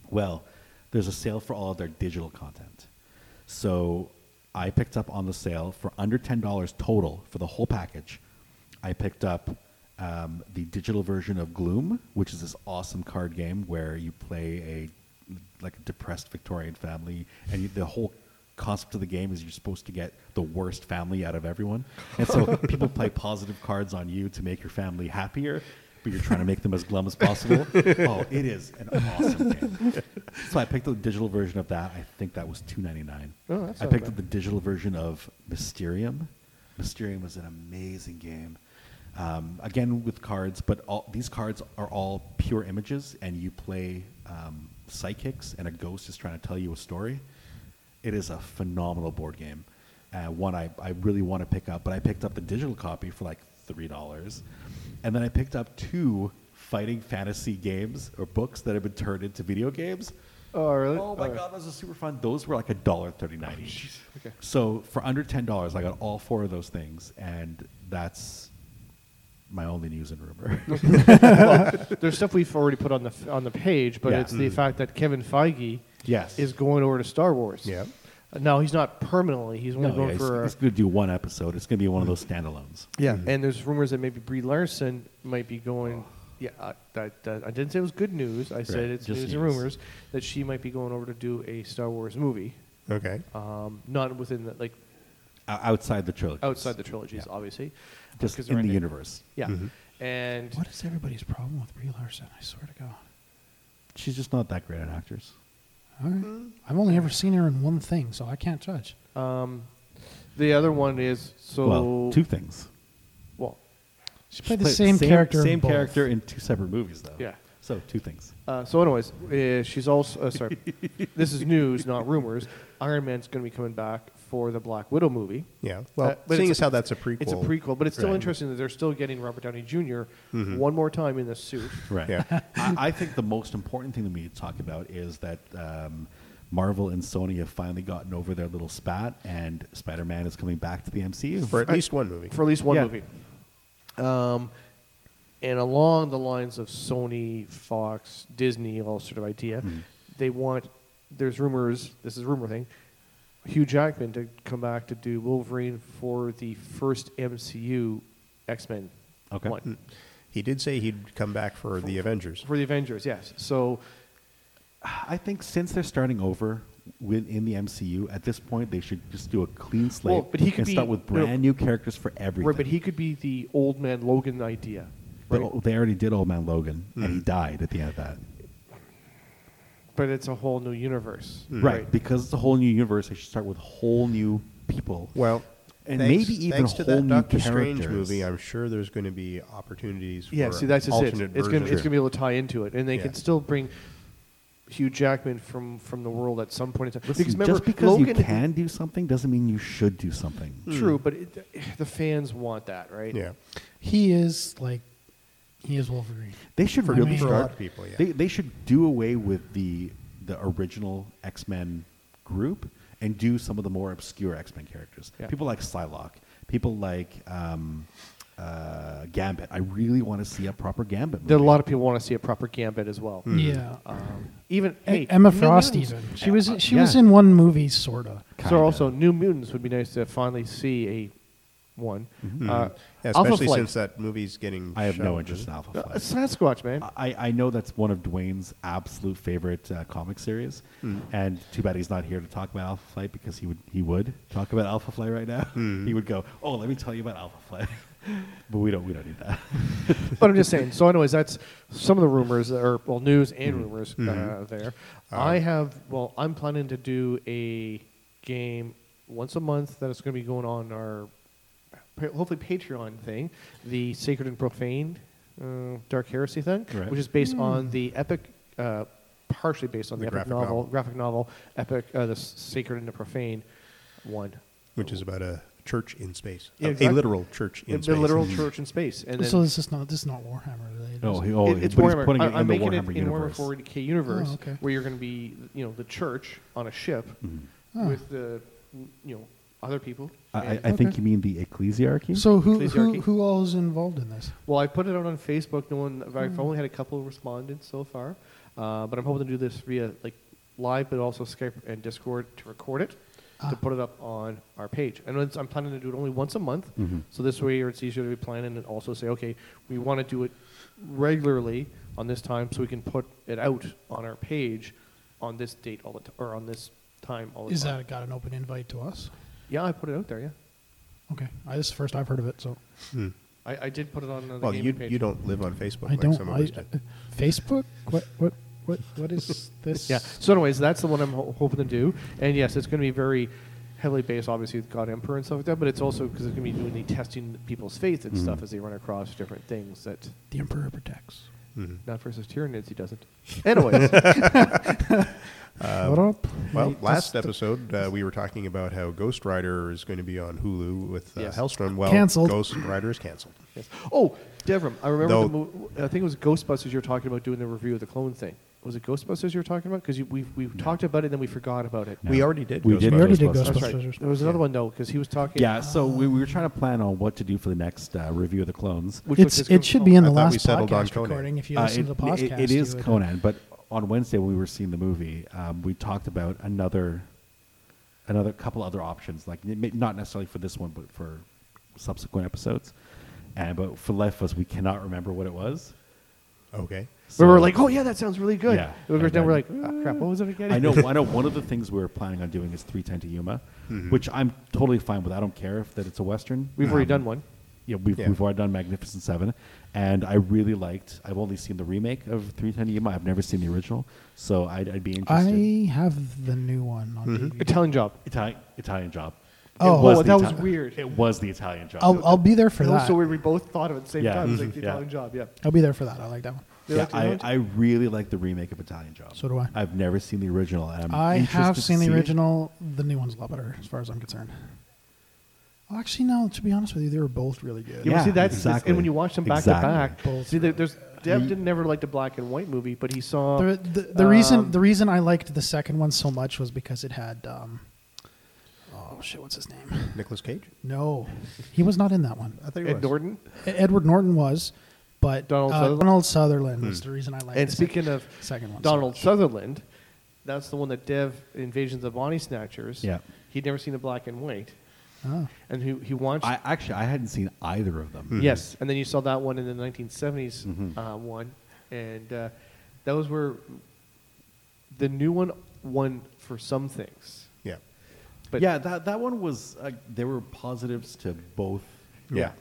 Speaker 5: Well, there's a sale for all of their digital content. So I picked up on the sale for under ten dollars total for the whole package. I picked up um, the digital version of Gloom, which is this awesome card game where you play a like a depressed Victorian family, and you, the whole concept of the game is you're supposed to get the worst family out of everyone, and so people play positive cards on you to make your family happier. But you're trying to make them as glum as possible. oh, it is an awesome game. So I picked up the digital version of that. I think that was two ninety nine.
Speaker 3: Oh, that's
Speaker 5: I
Speaker 3: not
Speaker 5: picked
Speaker 3: bad.
Speaker 5: up the digital version of Mysterium. Mysterium was an amazing game. Um, again with cards, but all, these cards are all pure images, and you play um, psychics, and a ghost is trying to tell you a story. It is a phenomenal board game. Uh, one I, I really want to pick up, but I picked up the digital copy for like three dollars, and then I picked up two fighting fantasy games or books that have been turned into video games.
Speaker 3: Oh, really?
Speaker 5: Oh my
Speaker 3: Oh.
Speaker 5: god, those are super fun. Those were like a dollar thirty nine
Speaker 2: Oh,
Speaker 5: each.
Speaker 3: Okay.
Speaker 5: So for uh, under ten dollars, I got all four of those things, and that's my only news and rumor.
Speaker 3: There's stuff we've already put on the f- on the page, but
Speaker 5: Yeah.
Speaker 3: it's the
Speaker 5: Mm.
Speaker 3: fact that Kevin Feige
Speaker 5: yes,
Speaker 3: is going over to Star Wars.
Speaker 4: Yeah.
Speaker 3: Uh, Now he's not permanently. He's only
Speaker 5: no,
Speaker 3: going
Speaker 5: yeah,
Speaker 3: for.
Speaker 5: it's,
Speaker 3: a-
Speaker 5: it's going to do one episode. It's going to be one of those standalones.
Speaker 3: yeah, and there's rumors that maybe Brie Larson might be going. Yeah, I, that, that, I didn't say it was good news. I said
Speaker 5: Right,
Speaker 3: it's
Speaker 5: just
Speaker 3: news and
Speaker 5: news.
Speaker 3: rumors that she might be going over to do a Star Wars movie.
Speaker 4: Okay.
Speaker 3: Um, not within the like
Speaker 5: O- outside the trilogy.
Speaker 3: outside the trilogies, obviously. Uh,
Speaker 5: just
Speaker 3: 'cause
Speaker 5: in
Speaker 3: they're
Speaker 5: the Mm-hmm.
Speaker 3: ending.
Speaker 5: universe.
Speaker 3: Yeah, and
Speaker 2: What is everybody's problem with Brie Larson? I swear to God.
Speaker 5: She's just not that great an actress.
Speaker 2: All right.
Speaker 4: Mm-hmm.
Speaker 2: I've only ever seen her in one thing, so I can't judge.
Speaker 3: um, the other one is so
Speaker 5: well, two things.
Speaker 3: well,
Speaker 2: She played the same, character.
Speaker 5: Same
Speaker 2: in both.
Speaker 5: character in two separate movies, though.
Speaker 3: Yeah.
Speaker 5: So two things.
Speaker 3: Uh, so, anyways, uh, she's also uh, sorry. this is news, not rumors. Iron Man's going to be coming back for the Black Widow movie.
Speaker 4: Yeah. Well,
Speaker 3: Uh, but
Speaker 4: seeing
Speaker 3: it's
Speaker 4: as
Speaker 3: a-
Speaker 4: how that's a prequel.
Speaker 3: It's a prequel, but it's still
Speaker 5: Right.
Speaker 3: interesting that they're still getting Robert Downey junior
Speaker 4: Mm-hmm.
Speaker 3: one more time in this suit.
Speaker 5: Right.
Speaker 4: Yeah.
Speaker 5: I, I think the most important thing that we need to talk about is that um, Marvel and Sony have finally gotten over their little spat, and Spider-Man is coming back to the MCU.
Speaker 4: For at least one movie.
Speaker 3: for at least one
Speaker 5: Yeah.
Speaker 3: movie. Um, and along the lines of Sony, Fox, Disney, all sort of idea,
Speaker 5: Mm-hmm.
Speaker 3: they want. There's rumors. This is a rumor thing. Hugh Jackman to come back to do Wolverine for the first MCU X Men
Speaker 5: Okay.
Speaker 3: one
Speaker 4: Mm. he did say he'd come back for the Avengers.
Speaker 3: for the Avengers. Yes. So
Speaker 5: I think since they're starting over within the MCU, at this point they should just do a clean slate
Speaker 3: Well, but he could
Speaker 5: and
Speaker 3: be-
Speaker 5: start with
Speaker 3: no.
Speaker 5: brand new characters for everything.
Speaker 3: right, but he could be the old man Logan idea.
Speaker 5: But
Speaker 3: Right?
Speaker 5: they already did Old Man Logan, and
Speaker 3: Mm-hmm.
Speaker 5: he died at the end of that.
Speaker 3: But it's a whole new universe.
Speaker 5: Mm. Right. Because it's a whole new universe, they should start with whole new people.
Speaker 4: Well,
Speaker 5: And
Speaker 4: thanks-
Speaker 5: maybe even
Speaker 4: thanks to
Speaker 5: whole
Speaker 4: that
Speaker 5: new
Speaker 4: Doctor Strange
Speaker 5: characters.
Speaker 4: movie, I'm sure there's going to be opportunities.
Speaker 3: Yeah,
Speaker 4: for
Speaker 3: see, that's just it.
Speaker 4: alternate
Speaker 3: It's going to
Speaker 4: versions.
Speaker 3: it's going to be able to tie into it, and they can
Speaker 4: Yeah.
Speaker 3: still bring Hugh Jackman from from the world at some point in time.
Speaker 5: Listen,
Speaker 3: remember,
Speaker 5: just because
Speaker 3: Logan, Hmm.
Speaker 5: you can do something doesn't mean you should do something.
Speaker 3: true, but it, the fans want that, right?
Speaker 4: Hmm. Yeah.
Speaker 2: He is like, he is Wolverine.
Speaker 5: They should
Speaker 2: For-
Speaker 5: really
Speaker 2: for a
Speaker 5: start.
Speaker 2: lot
Speaker 4: of people, yeah.
Speaker 5: They they should do away with the the original X Men group and do some of the more obscure X Men characters.
Speaker 3: Yeah.
Speaker 5: People like Psylocke. People like um, uh, Gambit. I really want to see a proper Gambit. Movie.
Speaker 3: There are a lot of people want to see a proper Gambit as well.
Speaker 4: Hmm.
Speaker 2: Yeah.
Speaker 3: Um,
Speaker 5: E-
Speaker 3: even hey,
Speaker 2: Emma
Speaker 3: New
Speaker 2: Frost,
Speaker 3: Mutants.
Speaker 2: even. She was,
Speaker 3: uh,
Speaker 2: she was
Speaker 5: Uh, yeah.
Speaker 2: in one movie, sort of.
Speaker 5: Kinda.
Speaker 3: So also, New Mutants would be nice to finally see a one. Uh,
Speaker 4: Mm-hmm. Yeah,
Speaker 3: Alpha
Speaker 4: especially
Speaker 3: Flight.
Speaker 4: since that movie's getting.
Speaker 5: I have no
Speaker 4: shelved.
Speaker 5: interest in Alpha
Speaker 3: Uh,
Speaker 5: Flight.
Speaker 3: Sasquatch, man.
Speaker 5: I, I know that's one of Dwayne's absolute favorite uh, comic series, and too bad he's not here to talk about Alpha Flight because he would he would talk about Alpha Flight right now. he would go, "Oh, let me tell you about Alpha Flight," but we don't we don't need that.
Speaker 3: but I'm just saying. So, anyways, that's some of the rumors, or well, news and rumors Uh, there. I have. Well, I'm planning to do a game once a month that is going to be going on our pa- hopefully Patreon thing, the Sacred and Profane uh, Dark Heresy thing,
Speaker 5: Right.
Speaker 3: which is based on the epic. Uh, partially based on the,
Speaker 4: The
Speaker 3: epic
Speaker 4: graphic
Speaker 3: novel,
Speaker 4: novel.
Speaker 3: graphic novel epic uh, the S- sacred and the profane one
Speaker 4: Which is about a church in space.
Speaker 3: Yeah,
Speaker 4: A-
Speaker 3: exactly.
Speaker 4: a literal church in
Speaker 3: the
Speaker 4: space. Mm-hmm.
Speaker 3: literal church in space and then
Speaker 2: so this is not, this is not Warhammer. Related.
Speaker 5: No,
Speaker 2: is it?
Speaker 5: he, oh,
Speaker 3: It- it's
Speaker 5: but
Speaker 3: Warhammer.
Speaker 5: he's putting
Speaker 3: I,
Speaker 5: it in
Speaker 3: I'm
Speaker 5: the
Speaker 3: making
Speaker 5: Warhammer
Speaker 3: it in
Speaker 5: universe.
Speaker 3: Warhammer 40k universe,
Speaker 2: Oh, okay.
Speaker 3: where you're going to be, you know, the church on a ship
Speaker 2: Oh.
Speaker 3: with the, you know, other people.
Speaker 5: Mm-hmm. I, I, I
Speaker 3: And-
Speaker 5: think you mean the ecclesiarchy.
Speaker 2: So who,
Speaker 3: Ecclesiarchy?
Speaker 2: who, who all is involved in this?
Speaker 3: well, I put it out on Facebook. No one.
Speaker 2: Hmm.
Speaker 3: I've only had a couple of respondents so far, uh, but I'm hoping to do this via like live, but also Skype and Discord to record it.
Speaker 2: Ah.
Speaker 3: to put it up on our page. And it's, I'm planning to do it only once a month,
Speaker 2: Mm-hmm.
Speaker 3: so this way it's easier to be planning and also say, okay, we want to do it regularly on this time, so we can put it out on our page on this date all the t- or on this time all the
Speaker 2: Is
Speaker 3: time.
Speaker 2: that got an open invite to us?
Speaker 3: yeah, I put it out there. Yeah,
Speaker 2: Okay, I, this is the first I've heard of it. So
Speaker 3: I, I did put it on the
Speaker 4: Well,
Speaker 3: gaming
Speaker 4: you
Speaker 3: page.
Speaker 4: you don't live on Facebook
Speaker 2: I
Speaker 4: like
Speaker 2: don't.
Speaker 4: some of
Speaker 2: I,
Speaker 4: us do.
Speaker 2: Facebook? What? What? What? What is this?
Speaker 3: Yeah. So, anyways, that's the one I'm ho- hoping to do. And yes, it's going to be very heavily based, obviously, with God Emperor and stuff like that. But it's also because it's going to be doing the testing people's faith and stuff as they run across different things that
Speaker 2: The Emperor protects.
Speaker 3: not versus Tyranids, he doesn't. Anyways,
Speaker 2: Shut up.
Speaker 4: Uh, Well,
Speaker 2: Hey,
Speaker 4: last
Speaker 2: just
Speaker 4: episode uh, we were talking about how Ghost Rider is going to be on Hulu with uh,
Speaker 3: Yes.
Speaker 4: Hellstrom. Well,
Speaker 2: Cancelled.
Speaker 4: Ghost Rider is canceled.
Speaker 3: yes. oh, Devrim, I remember.
Speaker 4: Though-
Speaker 3: The mo- I think it was Ghostbusters you were talking about doing the review of the clone thing. Was it Ghostbusters you were talking about? Because we we talked about it and then we forgot about it.
Speaker 5: No.
Speaker 4: We already did.
Speaker 5: We did
Speaker 2: We already did
Speaker 5: Ghostbusters.
Speaker 3: That's
Speaker 2: Ghostbusters.
Speaker 3: right. There was another one though because he was talking.
Speaker 5: Yeah, so we, we were trying to plan on what to do for the next uh, review of the clones.
Speaker 3: Which was
Speaker 2: It's,
Speaker 3: just
Speaker 2: it
Speaker 3: gonna-
Speaker 2: should be in
Speaker 4: I
Speaker 2: the
Speaker 4: thought we
Speaker 2: last
Speaker 4: settled on
Speaker 2: podcast
Speaker 4: Conan.
Speaker 2: recording. If you
Speaker 5: Uh,
Speaker 2: listen to the
Speaker 5: it- it-
Speaker 2: podcast,
Speaker 5: it is
Speaker 2: you would-
Speaker 5: Conan, but on Wednesday when we were seeing the movie, um, we talked about another, another couple other options, like n- may- not necessarily for this one, but for subsequent episodes. And but for life of us, we cannot remember what it was.
Speaker 4: Okay.
Speaker 3: But we were
Speaker 5: So-
Speaker 3: like, oh yeah, that sounds really good.
Speaker 5: Yeah.
Speaker 3: We were,
Speaker 5: And
Speaker 3: down, we're like,
Speaker 5: then-
Speaker 3: ah, crap, what was it again?
Speaker 5: I know. I know. One of the things we were planning on doing is three ten to Yuma, which I'm totally fine with. I don't care if that it's a western.
Speaker 3: We've already
Speaker 5: Um,
Speaker 3: done one.
Speaker 5: Yeah, we've
Speaker 4: Yeah.
Speaker 5: we've already done Magnificent Seven, and I really liked. I've only seen the remake of Three Ten to Yuma. I've never seen the original, so I'd, I'd be interested.
Speaker 2: I have the new one on DVD.
Speaker 3: Italian job.
Speaker 5: Italian Italian Job.
Speaker 2: Oh.
Speaker 5: It Mm-hmm. was
Speaker 3: Oh,
Speaker 5: the
Speaker 3: that was
Speaker 5: Itali-
Speaker 3: weird.
Speaker 5: It was the Italian Job.
Speaker 2: I'll, I'll be there for
Speaker 3: And
Speaker 2: that.
Speaker 3: also, we, we both thought of it at the same
Speaker 5: Yeah. Mm-hmm.
Speaker 3: time. It was like the
Speaker 5: Yeah.
Speaker 3: Italian job, yeah.
Speaker 2: I'll be there for that. I like that one.
Speaker 3: You
Speaker 5: yeah,
Speaker 3: liked the
Speaker 5: I,
Speaker 3: Italian
Speaker 5: I really like the remake of Italian Job.
Speaker 2: So do I.
Speaker 5: I've never seen the original, and I'm
Speaker 2: I have
Speaker 5: interested to
Speaker 2: seen the
Speaker 5: see it.
Speaker 2: original. The new one's a lot better, as far as I'm concerned. Well, actually, no. To be honest with you, they were both really good.
Speaker 3: You
Speaker 5: Yeah,
Speaker 3: see, that's
Speaker 5: exactly.
Speaker 3: and when you watch them back
Speaker 5: Exactly.
Speaker 3: to back,
Speaker 2: Both
Speaker 3: see, there, there's Dev didn't never like the black and white movie, but he saw
Speaker 2: The, the, the reason
Speaker 3: um,
Speaker 2: the reason I liked the second one so much was because it had um, oh shit, what's his name?
Speaker 4: Nicholas Cage.
Speaker 2: No, he was not in that one.
Speaker 4: I thought he
Speaker 3: Ed
Speaker 4: was.
Speaker 3: Norton.
Speaker 2: E- Edward Norton was, but
Speaker 3: Donald
Speaker 2: uh,
Speaker 3: Sutherland?
Speaker 2: Donald Sutherland was the reason I liked.
Speaker 3: And
Speaker 2: the
Speaker 3: speaking
Speaker 2: second,
Speaker 3: of
Speaker 2: second one, so
Speaker 3: Donald
Speaker 2: much.
Speaker 3: Sutherland, that's the one that Dev Invasions of Bonnie Snatchers.
Speaker 5: Yeah.
Speaker 3: he'd never seen the black and white,
Speaker 2: Oh.
Speaker 3: and he he watched.
Speaker 5: I actually I hadn't seen either of them.
Speaker 3: Yes, and then you saw that one in the 1970s
Speaker 5: Mm-hmm.
Speaker 3: uh, one, and uh, those were the new one won for some things,
Speaker 4: Yeah.
Speaker 3: but
Speaker 5: yeah, that that one was uh, there were positives to both.
Speaker 4: Yeah.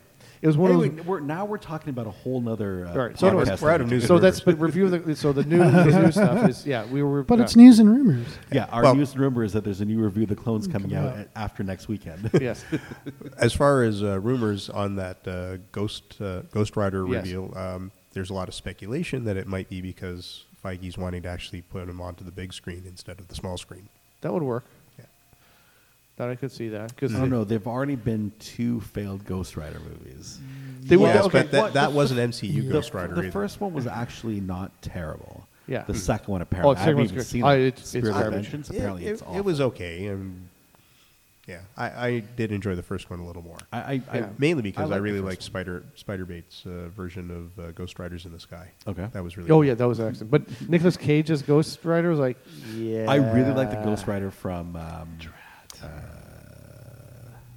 Speaker 3: it was one
Speaker 5: Anyway,
Speaker 3: of those.
Speaker 5: we're, now we're talking about a whole nother. Uh,
Speaker 3: All right, so anyways,
Speaker 5: podcast
Speaker 4: we're out of
Speaker 5: that we
Speaker 4: news.
Speaker 5: do.
Speaker 3: So that's but review of the so the new, the new stuff is yeah we were uh,
Speaker 2: But
Speaker 3: yeah.
Speaker 2: it's news and rumors.
Speaker 5: Yeah, our
Speaker 4: Well-
Speaker 5: news rumor is that there's a new review of the clones coming
Speaker 2: Coming
Speaker 5: out
Speaker 2: out.
Speaker 5: a- after next weekend.
Speaker 3: yes
Speaker 4: As far as uh, rumors on that uh, Ghost uh, Ghost Rider
Speaker 3: Yes.
Speaker 4: reveal, um, there's a lot of speculation that it might be because Feige's wanting to actually put him onto the big screen instead of the small screen.
Speaker 3: that would work
Speaker 4: Yeah.
Speaker 3: that I could see that because
Speaker 5: I don't know. They've already been two failed Ghost Rider movies.
Speaker 3: They were-
Speaker 4: yes,
Speaker 3: okay,
Speaker 4: but that,
Speaker 3: what-
Speaker 4: that wasn't MCU
Speaker 5: The,
Speaker 4: Ghost Rider
Speaker 5: the
Speaker 4: either.
Speaker 5: first one was actually not terrible.
Speaker 3: Yeah.
Speaker 5: The
Speaker 3: Mhm.
Speaker 5: second one
Speaker 3: Oh,
Speaker 5: apparently.
Speaker 3: the
Speaker 5: I haven't
Speaker 3: second one's
Speaker 5: even
Speaker 3: good.
Speaker 5: seen
Speaker 3: I-
Speaker 5: it.
Speaker 3: it's- it's
Speaker 5: Spirit of
Speaker 3: garbage.
Speaker 5: Vengeance.
Speaker 4: It-
Speaker 5: Apparently,
Speaker 4: it,
Speaker 5: it's awful.
Speaker 4: it was okay. Um, yeah, I, I did enjoy the first one a little more,
Speaker 5: I, I, I
Speaker 3: Yeah.
Speaker 4: mainly because
Speaker 5: like
Speaker 4: I,
Speaker 5: the
Speaker 4: really
Speaker 5: first
Speaker 4: liked
Speaker 5: one.
Speaker 4: Spider Spider Bait's uh, version of uh, Ghost Riders in the Sky.
Speaker 5: Okay.
Speaker 4: that was really.
Speaker 3: oh
Speaker 4: cool.
Speaker 3: yeah that was excellent but Nicolas Cage as Ghost Rider was like yeah
Speaker 5: I really like the Ghost Rider from um, uh,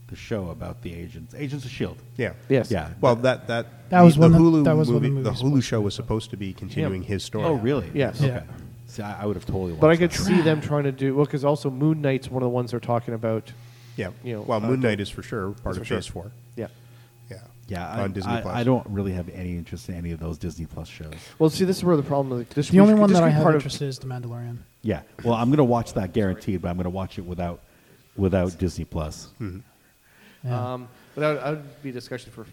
Speaker 5: the show about the agents, Agents of Shield.
Speaker 4: yeah,
Speaker 3: yes
Speaker 5: Yeah.
Speaker 4: Well, that that
Speaker 2: That was
Speaker 4: the,
Speaker 2: one
Speaker 4: the
Speaker 2: of-
Speaker 4: Hulu
Speaker 2: that was one of
Speaker 4: movie,
Speaker 2: the
Speaker 4: the
Speaker 2: movies
Speaker 4: Hulu show was supposed to be continuing his story.
Speaker 5: Oh, really?
Speaker 3: Yes.
Speaker 5: Okay.
Speaker 2: Yeah.
Speaker 5: See, I, I would have totally. Watched
Speaker 3: but I could
Speaker 5: that.
Speaker 3: see them trying to do well because also Moon Knight's one of the ones they're talking about
Speaker 4: Yeah.
Speaker 3: You know,
Speaker 4: well,
Speaker 3: uh,
Speaker 4: Moon Knight is for sure part
Speaker 3: for
Speaker 4: of
Speaker 3: sure.
Speaker 4: Phase Four.
Speaker 3: yeah
Speaker 4: Yeah.
Speaker 5: Yeah, I,
Speaker 4: on Disney
Speaker 5: I,
Speaker 4: Plus.
Speaker 5: I don't really have any interest in any of those Disney Plus shows.
Speaker 3: well see this is where the problem is this
Speaker 2: The only
Speaker 3: should-
Speaker 2: one
Speaker 3: this
Speaker 2: that
Speaker 3: should
Speaker 2: I
Speaker 3: be
Speaker 2: have
Speaker 3: part of-
Speaker 2: interest in is the Mandalorian.
Speaker 5: Yeah, well, I'm gonna watch that guaranteed, but I'm gonna watch it without without Disney Plus.
Speaker 4: Mm-hmm.
Speaker 2: Yeah.
Speaker 3: Um, but that would, that would be a discussion for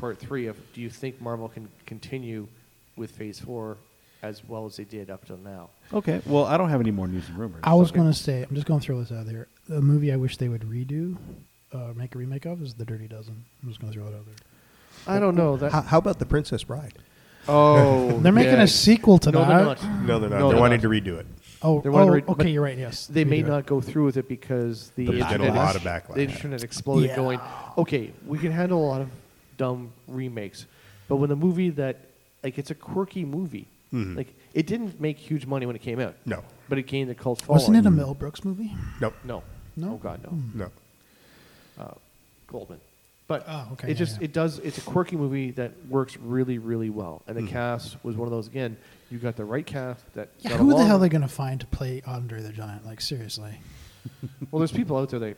Speaker 3: part three of do you think Marvel can continue with Phase Four as well as they did up till now?
Speaker 5: Okay, well, I don't have any more news and rumors.
Speaker 2: I was
Speaker 3: okay.
Speaker 2: going to say, I'm just going to throw this out there. The movie I wish they would redo, uh, make a remake of, is The Dirty Dozen. I'm just going to throw it out there.
Speaker 3: I don't know
Speaker 4: How,
Speaker 3: that.
Speaker 4: how about the Princess Bride?
Speaker 3: Oh,
Speaker 2: They're making
Speaker 3: yeah.
Speaker 2: a sequel to
Speaker 3: No,
Speaker 2: that.
Speaker 3: they're not.
Speaker 4: No, they're not.
Speaker 3: No,
Speaker 4: they're
Speaker 3: they're
Speaker 4: wanting
Speaker 3: not.
Speaker 4: to redo it.
Speaker 2: Oh,
Speaker 3: They're one of
Speaker 2: oh,
Speaker 3: the re- but
Speaker 2: okay, you're right. Yes,
Speaker 3: They may
Speaker 2: redo it.
Speaker 3: not go through with it because the
Speaker 5: There's
Speaker 4: been a
Speaker 3: internet
Speaker 4: lot
Speaker 3: is-
Speaker 4: of backlash.
Speaker 3: The internet exploded,
Speaker 2: Yeah.
Speaker 3: going, okay, we can handle a lot of dumb remakes, but when the movie that like it's a quirky movie,
Speaker 4: Mhm.
Speaker 3: like it didn't make huge money when it came out,
Speaker 4: No.
Speaker 3: but it gained a cult following.
Speaker 2: Wasn't it a Mel Brooks movie?
Speaker 4: Nope.
Speaker 3: No.
Speaker 2: No? Hmm.
Speaker 3: Oh God, no.
Speaker 4: No.
Speaker 3: Uh, Goldman. But
Speaker 2: Oh, okay,
Speaker 3: it
Speaker 2: yeah,
Speaker 3: just
Speaker 2: yeah.
Speaker 3: it does it's a quirky movie that works really really well, and the
Speaker 4: Mm-hmm.
Speaker 3: cast was one of those again. You got the right cast that.
Speaker 2: Yeah,
Speaker 3: got
Speaker 2: who the
Speaker 3: along.
Speaker 2: hell are they going to find to play Andre the Giant? Like seriously,
Speaker 3: Well, there's people out there that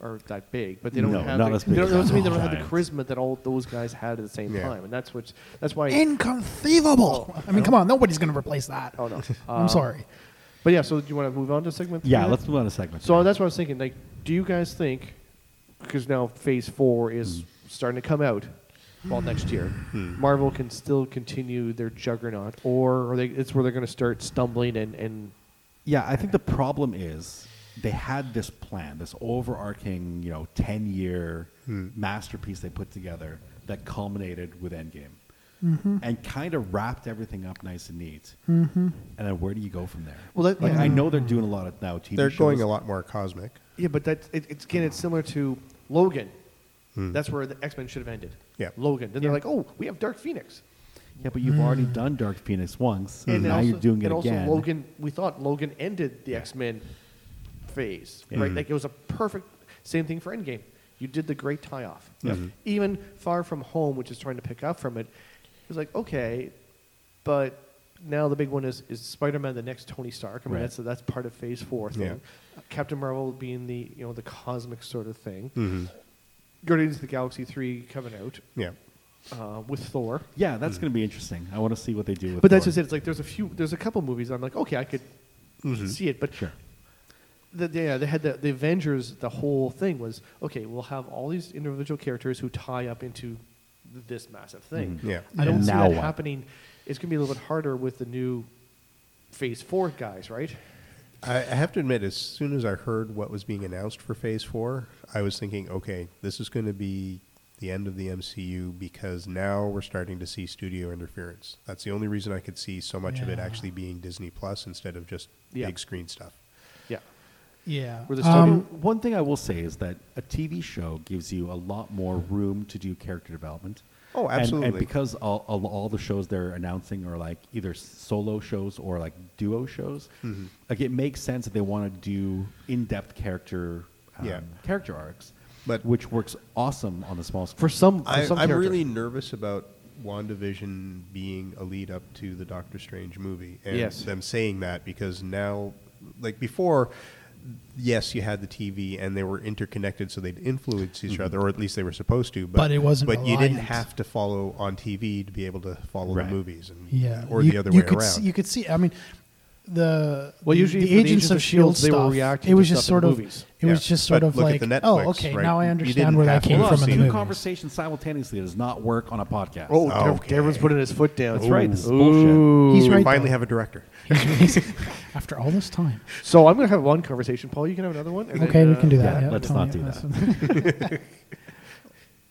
Speaker 3: are that big, but they don't
Speaker 5: No,
Speaker 3: have.
Speaker 5: not
Speaker 3: the,
Speaker 5: as big
Speaker 3: they don't,
Speaker 5: as
Speaker 3: that doesn't mean they
Speaker 5: Andre
Speaker 3: don't
Speaker 5: the
Speaker 3: have the charisma that all those guys had at the same
Speaker 4: Yeah.
Speaker 3: time, and that's what's that's why.
Speaker 2: inconceivable. I mean, come on, nobody's going to replace that.
Speaker 3: oh no, Um,
Speaker 2: I'm sorry.
Speaker 3: But yeah, so do you want to move on to segment? three
Speaker 5: Yeah,
Speaker 3: then?
Speaker 5: let's move on to segment.
Speaker 3: So
Speaker 5: three.
Speaker 3: that's what I was thinking. Like, do you guys think? Because now Phase Four is
Speaker 5: Hmm.
Speaker 3: starting to come out, well, next year, Marvel can still continue their juggernaut, or are they, it's where they're going to start stumbling and and
Speaker 5: Yeah, I think the problem is they had this plan, this overarching, you know, 10 year
Speaker 4: Hmm.
Speaker 5: masterpiece they put together that culminated with Endgame
Speaker 4: Mm-hmm.
Speaker 5: and kind of wrapped everything up nice and neat. Mm-hmm. And then where do you go from there?
Speaker 3: Well, that-
Speaker 5: like,
Speaker 3: yeah.
Speaker 5: I know they're doing a lot of now TV
Speaker 4: Mm-hmm. They're
Speaker 5: shows.
Speaker 4: going a lot more cosmic.
Speaker 3: yeah, but that's it, it's again, it's similar to Logan. That's where the X Men should have ended.
Speaker 4: Yeah.
Speaker 3: Logan. Then they're
Speaker 2: Yeah.
Speaker 3: like, oh, we have Dark Phoenix.
Speaker 5: Yeah, but you've already done Dark Phoenix once, and
Speaker 3: then
Speaker 5: Hmm. now you're doing it
Speaker 3: and
Speaker 5: again.
Speaker 3: also Logan, we thought Logan ended the X Men phase,
Speaker 5: Yeah. Hmm.
Speaker 3: right? Like it was a perfect same thing for Endgame. You did the great tie off.
Speaker 5: Yeah. Mhm.
Speaker 3: Even Far From Home, which is trying to pick up from it, it was like okay, but now the big one is is Spider Man the next Tony Stark. I mean
Speaker 5: Right.
Speaker 3: that's that's part of Phase Four thing.
Speaker 4: Yeah.
Speaker 3: Captain Marvel being the you know the cosmic sort of thing.
Speaker 5: Mm-hmm.
Speaker 3: Guardians of the Galaxy three coming out
Speaker 4: Yeah.
Speaker 3: uh, with Thor.
Speaker 5: yeah, that's going to be interesting. I want to see what they do with
Speaker 3: But that's
Speaker 5: Thor.
Speaker 3: just it. It's like there's a few, there's a couple movies I'm like, okay, I could see it. But
Speaker 5: Mm-hmm. Sure.
Speaker 3: the, the- yeah, they had the, the Avengers. The whole thing was okay. We'll have all these individual characters who tie up into th- this massive thing.
Speaker 4: Mhm. Yeah.
Speaker 3: I don't
Speaker 5: Mm-hmm. And
Speaker 3: see
Speaker 5: now
Speaker 3: that
Speaker 5: what?
Speaker 3: happening. It's gonna be a little bit harder with the new Phase Four guys, right?
Speaker 4: I, I have to admit, as soon as I heard what was being announced for Phase Four, I was thinking, okay, this is going to be the end of the MCU because now we're starting to see studio interference. That's the only reason I could see so much of it
Speaker 2: Yeah.
Speaker 4: actually being Disney Plus instead of just
Speaker 3: Yeah.
Speaker 4: big screen stuff.
Speaker 3: Yeah.
Speaker 2: Yeah. Um,
Speaker 3: Where the
Speaker 5: So, I mean,
Speaker 3: studio-
Speaker 5: one thing I will say is that a TV show gives you a lot more room to do character development.
Speaker 4: Oh,
Speaker 5: And- And,
Speaker 4: absolutely.
Speaker 5: because all, all, all the shows they're announcing are like either solo shows or like duo shows,
Speaker 4: Mm-hmm.
Speaker 5: like it makes sense that they want to do in-depth character um,
Speaker 4: Yeah.
Speaker 5: character arcs,
Speaker 4: But-
Speaker 5: which works awesome on the small screen.
Speaker 3: For some, for
Speaker 4: I,
Speaker 3: some
Speaker 4: I'm
Speaker 3: characters.
Speaker 4: really nervous about WandaVision being a lead up to the Doctor Strange movie. And
Speaker 3: Yes.
Speaker 4: them saying that because now, like before, yes, you had the TV and they were interconnected, so they'd influence each other, or at least they were supposed to. But,
Speaker 2: But it wasn't
Speaker 4: But you didn't
Speaker 2: reliant.
Speaker 4: have to follow on TV to be able to follow
Speaker 5: Right.
Speaker 4: the movies, and,
Speaker 2: yeah.
Speaker 4: or
Speaker 2: You-
Speaker 4: the other
Speaker 2: you
Speaker 4: way
Speaker 2: could
Speaker 4: around.
Speaker 2: See, you could see. I mean, the
Speaker 3: Well,
Speaker 2: the-
Speaker 3: usually
Speaker 2: the,
Speaker 3: for the
Speaker 2: Agents of Shield
Speaker 3: they were
Speaker 2: E stuff.
Speaker 3: reacting
Speaker 2: it was
Speaker 3: to
Speaker 2: just
Speaker 3: stuff
Speaker 2: sort
Speaker 3: in
Speaker 2: of.
Speaker 3: movies.
Speaker 2: It was
Speaker 4: Yeah.
Speaker 2: just sort
Speaker 4: But
Speaker 2: of
Speaker 4: look
Speaker 2: like,
Speaker 4: at the
Speaker 2: oh,
Speaker 4: Netflix,
Speaker 2: okay,
Speaker 4: right?
Speaker 2: now I
Speaker 4: You
Speaker 2: understand
Speaker 4: didn't
Speaker 2: where that
Speaker 4: have to
Speaker 2: came
Speaker 4: have
Speaker 2: from in
Speaker 5: two
Speaker 2: the movies.
Speaker 5: conversations simultaneously does not work on a podcast.
Speaker 3: Oh,
Speaker 4: Okay.
Speaker 3: Devin's putting his foot down.
Speaker 5: That's right, this is
Speaker 3: Ooh.
Speaker 2: He's
Speaker 4: we
Speaker 2: right.
Speaker 4: finally
Speaker 2: though.
Speaker 4: have a director.
Speaker 2: He's- he's- after all this time.
Speaker 3: So I'm gonna have one conversation, Paul. You can have another one. and then,
Speaker 2: Okay, we
Speaker 3: uh,
Speaker 2: can do that.
Speaker 5: yeah,
Speaker 2: Yeah,
Speaker 5: let's
Speaker 2: Tony,
Speaker 5: not do
Speaker 2: that's
Speaker 5: that.
Speaker 2: fine.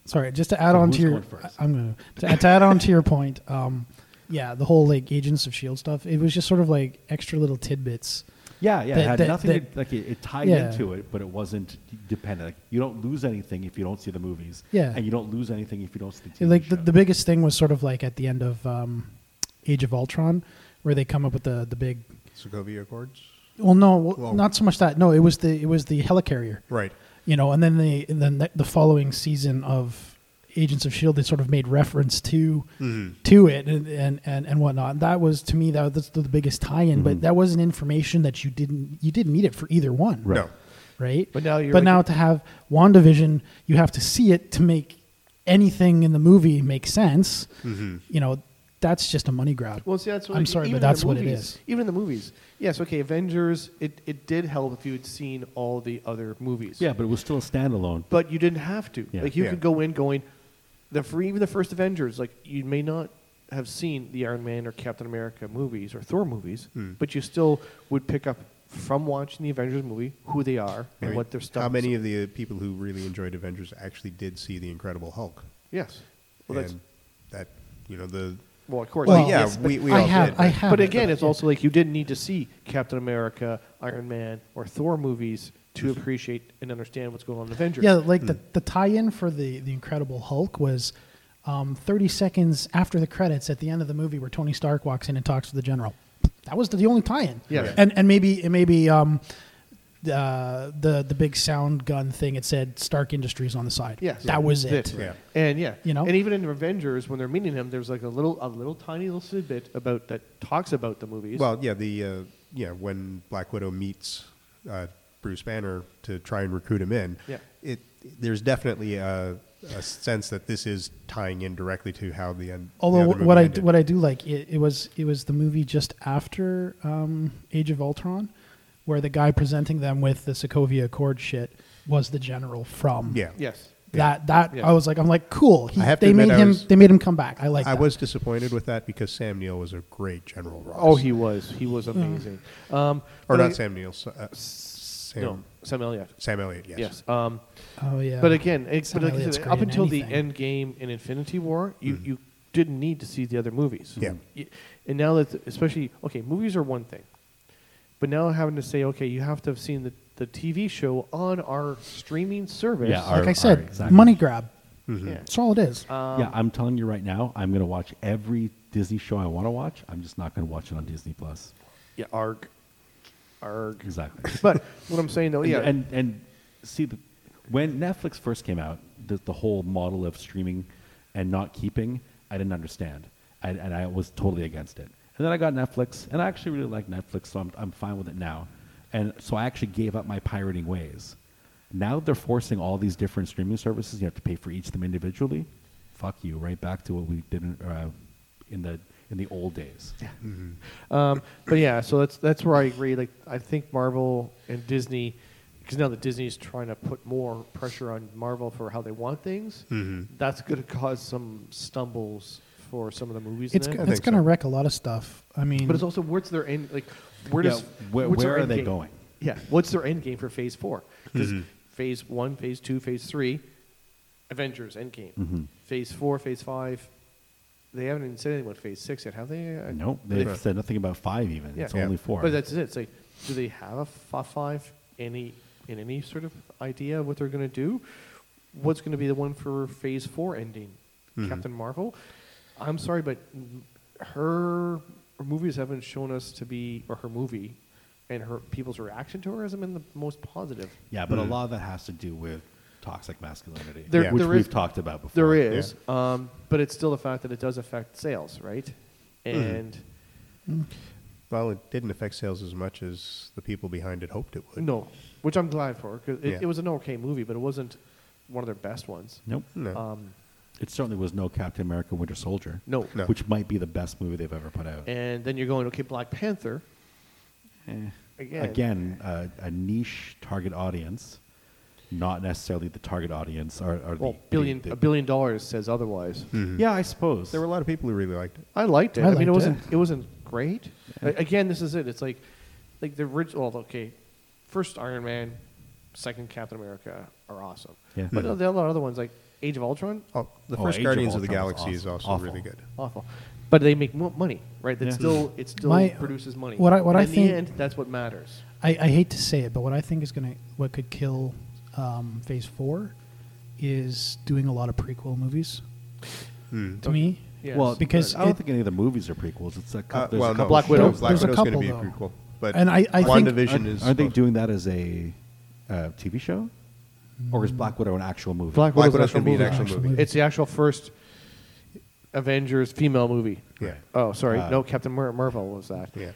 Speaker 2: Sorry, just to add on
Speaker 5: who's
Speaker 2: to your,
Speaker 5: going first?
Speaker 2: I'm gonna to, add- to add on to your point. Um, yeah, the whole like Agents of Shield E stuff. It was just sort of like extra little tidbits.
Speaker 5: Yeah, yeah, it
Speaker 2: That-
Speaker 5: had
Speaker 2: that-
Speaker 5: nothing.
Speaker 2: that-
Speaker 5: to, like it, it tied
Speaker 2: Yeah.
Speaker 5: into it, but it wasn't dependent. Like, you don't lose anything if you don't see the movies.
Speaker 2: Yeah.
Speaker 5: and you don't lose anything if you don't see the TV
Speaker 2: like
Speaker 5: show.
Speaker 2: the, the biggest thing was sort of like at the end of um, Age of Ultron, where they come up with the the big.
Speaker 4: Sokovia Accords,
Speaker 2: Well, no, well,
Speaker 4: Well-
Speaker 2: not so much that. No, it was the it was the helicarrier.
Speaker 4: right?
Speaker 2: you know, and then they and then the following season of Agents of Shield, E they sort of made reference to to it and, and and and whatnot. That was to me that was the biggest tie-in, but that wasn't information that you didn't you didn't need it for either one,
Speaker 5: Right.
Speaker 4: No,
Speaker 2: right?
Speaker 3: But now you're
Speaker 2: but
Speaker 3: like-
Speaker 2: now to have WandaVision, you have to see it to make anything in the movie make sense. You know, that's just a money grab.
Speaker 3: Mm-hmm. Well, see, that's what
Speaker 2: I'm sorry,
Speaker 3: even
Speaker 2: but
Speaker 3: in the
Speaker 2: that's what it
Speaker 3: movies-
Speaker 2: is.
Speaker 3: Even in the movies, yes, okay, Avengers. It, it did help if you'd seen all the other movies.
Speaker 5: yeah, but it was still a standalone.
Speaker 3: but you didn't have to.
Speaker 5: Yeah.
Speaker 3: Like you
Speaker 4: Yeah.
Speaker 3: could go in going, the for even the first Avengers. Like you may not have seen the Iron Man or Captain America movies or Thor movies,
Speaker 4: Hmm.
Speaker 3: but you still would pick up from watching the Avengers movie who they are
Speaker 4: I
Speaker 3: and
Speaker 4: mean,
Speaker 3: what their stuff.
Speaker 4: How
Speaker 3: is.
Speaker 4: many of the people who really enjoyed Avengers actually did see the Incredible Hulk?
Speaker 3: Yes. Well, that's
Speaker 4: and that you know the
Speaker 3: well, of course.
Speaker 2: Well,
Speaker 4: yeah,
Speaker 3: yes, but-
Speaker 4: we, we
Speaker 2: I
Speaker 4: all
Speaker 2: have-
Speaker 4: did.
Speaker 2: I
Speaker 4: but-
Speaker 2: have-
Speaker 3: but
Speaker 2: it,
Speaker 3: again,
Speaker 2: but-
Speaker 3: it's also like you didn't need to see Captain America, Iron Man, or Thor movies to appreciate and understand what's going on in Avengers.
Speaker 2: Mm-hmm. Yeah, like the, the tie-in for the the Incredible Hulk was um, 30 seconds after the credits at the end of the movie where Tony Stark walks in and talks to the general. That was the, the only tie-in.
Speaker 3: Yeah.
Speaker 2: And and maybe and maybe um, uh, the the big sound gun thing. It said Stark Industries on the side.
Speaker 3: Yes.
Speaker 2: that was it.
Speaker 3: That's
Speaker 4: Yeah.
Speaker 3: And yeah,
Speaker 2: You know?
Speaker 3: and even in Avengers when they're meeting him, there's like a little, a little tiny little tidbit about that talks about the movies.
Speaker 4: Well, yeah, the uh, yeah when Black Widow meets uh, Bruce Banner to try and recruit him in,
Speaker 3: Yeah.
Speaker 4: it there's definitely a, a sense that this is tying in directly to how the end. the
Speaker 2: Although
Speaker 4: other
Speaker 2: what
Speaker 4: movie
Speaker 2: I
Speaker 4: ended.
Speaker 2: what I do like it, it was it was the movie just after um, Age of Ultron, where the guy presenting them with the Sokovia Accord shit was the general from
Speaker 4: yeah
Speaker 3: yes,
Speaker 2: that that
Speaker 3: Yeah.
Speaker 2: I was like I'm like cool. He,
Speaker 4: I have to
Speaker 2: they
Speaker 4: admit
Speaker 2: made
Speaker 4: I
Speaker 2: him
Speaker 4: was-
Speaker 2: they made him come back. I like.
Speaker 4: I
Speaker 2: that.
Speaker 4: was disappointed with that because Sam Neill was a great General Ross.
Speaker 3: oh, he was, he was amazing. Um,
Speaker 4: or
Speaker 3: but
Speaker 4: not
Speaker 3: I-
Speaker 4: Sam Neill. S- Uh, Sam,
Speaker 3: No, Sam Elliott.
Speaker 4: Sam Elliott. Yes.
Speaker 3: Yes. Um,
Speaker 2: Oh yeah.
Speaker 3: But again, it's,
Speaker 2: Sam
Speaker 3: but like I
Speaker 2: Elliott's
Speaker 3: said,
Speaker 2: great
Speaker 3: up
Speaker 2: in
Speaker 3: until the
Speaker 2: anything.
Speaker 3: end game in Infinity War, you,
Speaker 5: Mm.
Speaker 3: you didn't need to see the other movies.
Speaker 4: Yeah.
Speaker 3: Y- And now that, especially, okay, movies are one thing. But now having to say, okay, you have to have seen the, the TV show on our streaming service.
Speaker 5: Yeah, our- Mm-hmm. Um,
Speaker 2: like I said,
Speaker 5: exactly.
Speaker 2: money grab.
Speaker 3: Yeah.
Speaker 2: That's all it is.
Speaker 5: yeah, I'm telling you right now, I'm going to watch every Disney show I want to watch. I'm just not going to watch it on Disney Plus.
Speaker 3: Yeah, arg. Arg.
Speaker 5: Exactly.
Speaker 3: But what I'm saying though, yeah,
Speaker 5: And and, and see, the, when Netflix first came out, the, the whole model of streaming and not keeping, I didn't understand, I, and I was totally against it. And then I got Netflix, and I actually really like Netflix, so I'm I'm fine with it now. And so I actually gave up my pirating ways. Now that they're forcing all these different streaming services, you have to pay for each of them individually. Fuck you! Right back to what we did in, uh, in the in the old days.
Speaker 3: Um, but yeah, so that's that's where I agree. Like I think Marvel and Disney, because now that Disney's trying to put more pressure on Marvel for how they want things,
Speaker 5: Mm-hmm.
Speaker 3: that's going to cause some stumbles for some of the movies.
Speaker 2: It's
Speaker 3: in
Speaker 2: go-
Speaker 3: it.
Speaker 2: it's
Speaker 4: think
Speaker 2: going to
Speaker 4: so.
Speaker 2: wreck a lot of stuff. I mean,
Speaker 3: But it's also where's their end? Like where
Speaker 5: Yeah,
Speaker 3: does
Speaker 5: where-
Speaker 3: what's
Speaker 5: where
Speaker 3: their
Speaker 5: are
Speaker 3: end
Speaker 5: they
Speaker 3: game?
Speaker 5: going? Mm-hmm.
Speaker 3: Yeah, what's their end game for Phase Four? 'Cause Phase One, Phase Two, Phase Three, Avengers Endgame.
Speaker 5: Mhm.
Speaker 3: Phase Four, Phase Five. They haven't even said anything about Phase Six yet, have they? I-
Speaker 5: Nope, they've
Speaker 4: Yeah.
Speaker 5: said nothing about five even. It's
Speaker 4: Yeah.
Speaker 5: only four.
Speaker 3: But that's it. It's like, do they have a f- a five? Any in any sort of idea of what they're going to do? What's going to be the one for Phase Four ending? Captain Marvel. I'm sorry, but m- her, her movies haven't shown us to be, or her movie, and her people's reaction to her hasn't been the most positive.
Speaker 5: Yeah,
Speaker 4: Hmm.
Speaker 5: but a lot of that has to do with toxic masculinity,
Speaker 3: There-
Speaker 5: which
Speaker 3: there
Speaker 5: we've
Speaker 3: is-
Speaker 5: talked about before.
Speaker 3: There is, um, but it's still the fact that it does affect sales, right? And
Speaker 4: Well, it didn't affect sales as much as the people behind it hoped it would.
Speaker 3: no, which I'm glad for because it,
Speaker 4: Yeah.
Speaker 3: it was an okay movie, but it wasn't one of their best ones.
Speaker 5: Nope.
Speaker 4: No.
Speaker 3: Um,
Speaker 5: It certainly was no Captain America Winter Soldier,
Speaker 3: no.
Speaker 4: No.
Speaker 5: which might be the best movie they've ever put out.
Speaker 3: And then you're going, okay, Black Panther.
Speaker 2: Eh,
Speaker 3: Again.
Speaker 5: Again, uh, a niche target audience, not necessarily the target audience or, or
Speaker 3: Well,
Speaker 5: the,
Speaker 3: billion,
Speaker 5: the- the-
Speaker 3: a billion dollars says otherwise.
Speaker 4: Mm.
Speaker 5: Yeah, I suppose.
Speaker 4: there were a lot of people who really liked it.
Speaker 3: I liked it.
Speaker 2: Mm-hmm. I
Speaker 3: I, mean,
Speaker 2: liked
Speaker 3: it wasn't
Speaker 2: it.
Speaker 3: it, wasn't great. A- Again, this is it. It's like like the original. Well, okay, first Iron Man, second Captain America are awesome.
Speaker 5: Yeah.
Speaker 3: But the, the other ones like Age of Ultron,
Speaker 4: Oh, the
Speaker 5: Oh,
Speaker 4: first
Speaker 5: Age of
Speaker 4: Guardians of, the
Speaker 5: Ultron was
Speaker 4: Galaxy is
Speaker 5: awesome.
Speaker 4: also
Speaker 5: Awful.
Speaker 4: really good.
Speaker 3: awful. But they make mo- money, right? That
Speaker 5: Yeah.
Speaker 3: still it still
Speaker 2: My-
Speaker 3: produces money.
Speaker 2: what I- what
Speaker 3: And
Speaker 2: I
Speaker 3: in
Speaker 2: think-
Speaker 3: the end, that's what matters.
Speaker 2: I, I hate to say it, but what I think is going to what could kill um, Phase Four is doing a lot of prequel movies. To me,
Speaker 3: Yes.
Speaker 5: Hmm. well,
Speaker 2: because
Speaker 5: I don't
Speaker 2: it-
Speaker 5: think any of the movies are prequels. It's a
Speaker 4: Uh,
Speaker 5: couple,
Speaker 4: well,
Speaker 5: a couple
Speaker 3: Black
Speaker 4: no, Black
Speaker 3: Widow.
Speaker 4: Widow.
Speaker 3: There's-
Speaker 4: Black
Speaker 2: there's a
Speaker 4: Widow's going to be a
Speaker 2: couple, though.
Speaker 4: prequel, but
Speaker 2: And I- I think-
Speaker 4: WandaVision is.
Speaker 5: Aren't they
Speaker 4: supposed-
Speaker 5: doing that as a uh, TV show, or
Speaker 2: Mm.
Speaker 5: is Black Widow an actual movie?
Speaker 3: Black
Speaker 4: Black
Speaker 3: Widow's
Speaker 4: Widow's
Speaker 3: actual
Speaker 4: going to be an
Speaker 3: movie.
Speaker 4: actual
Speaker 2: Actual
Speaker 4: movie.
Speaker 2: movie.
Speaker 3: It's the actual first Avengers female movie.
Speaker 4: Yeah,
Speaker 3: Oh, sorry.
Speaker 5: Uh,
Speaker 3: no, Captain Mar- Marvel was that.
Speaker 4: yeah.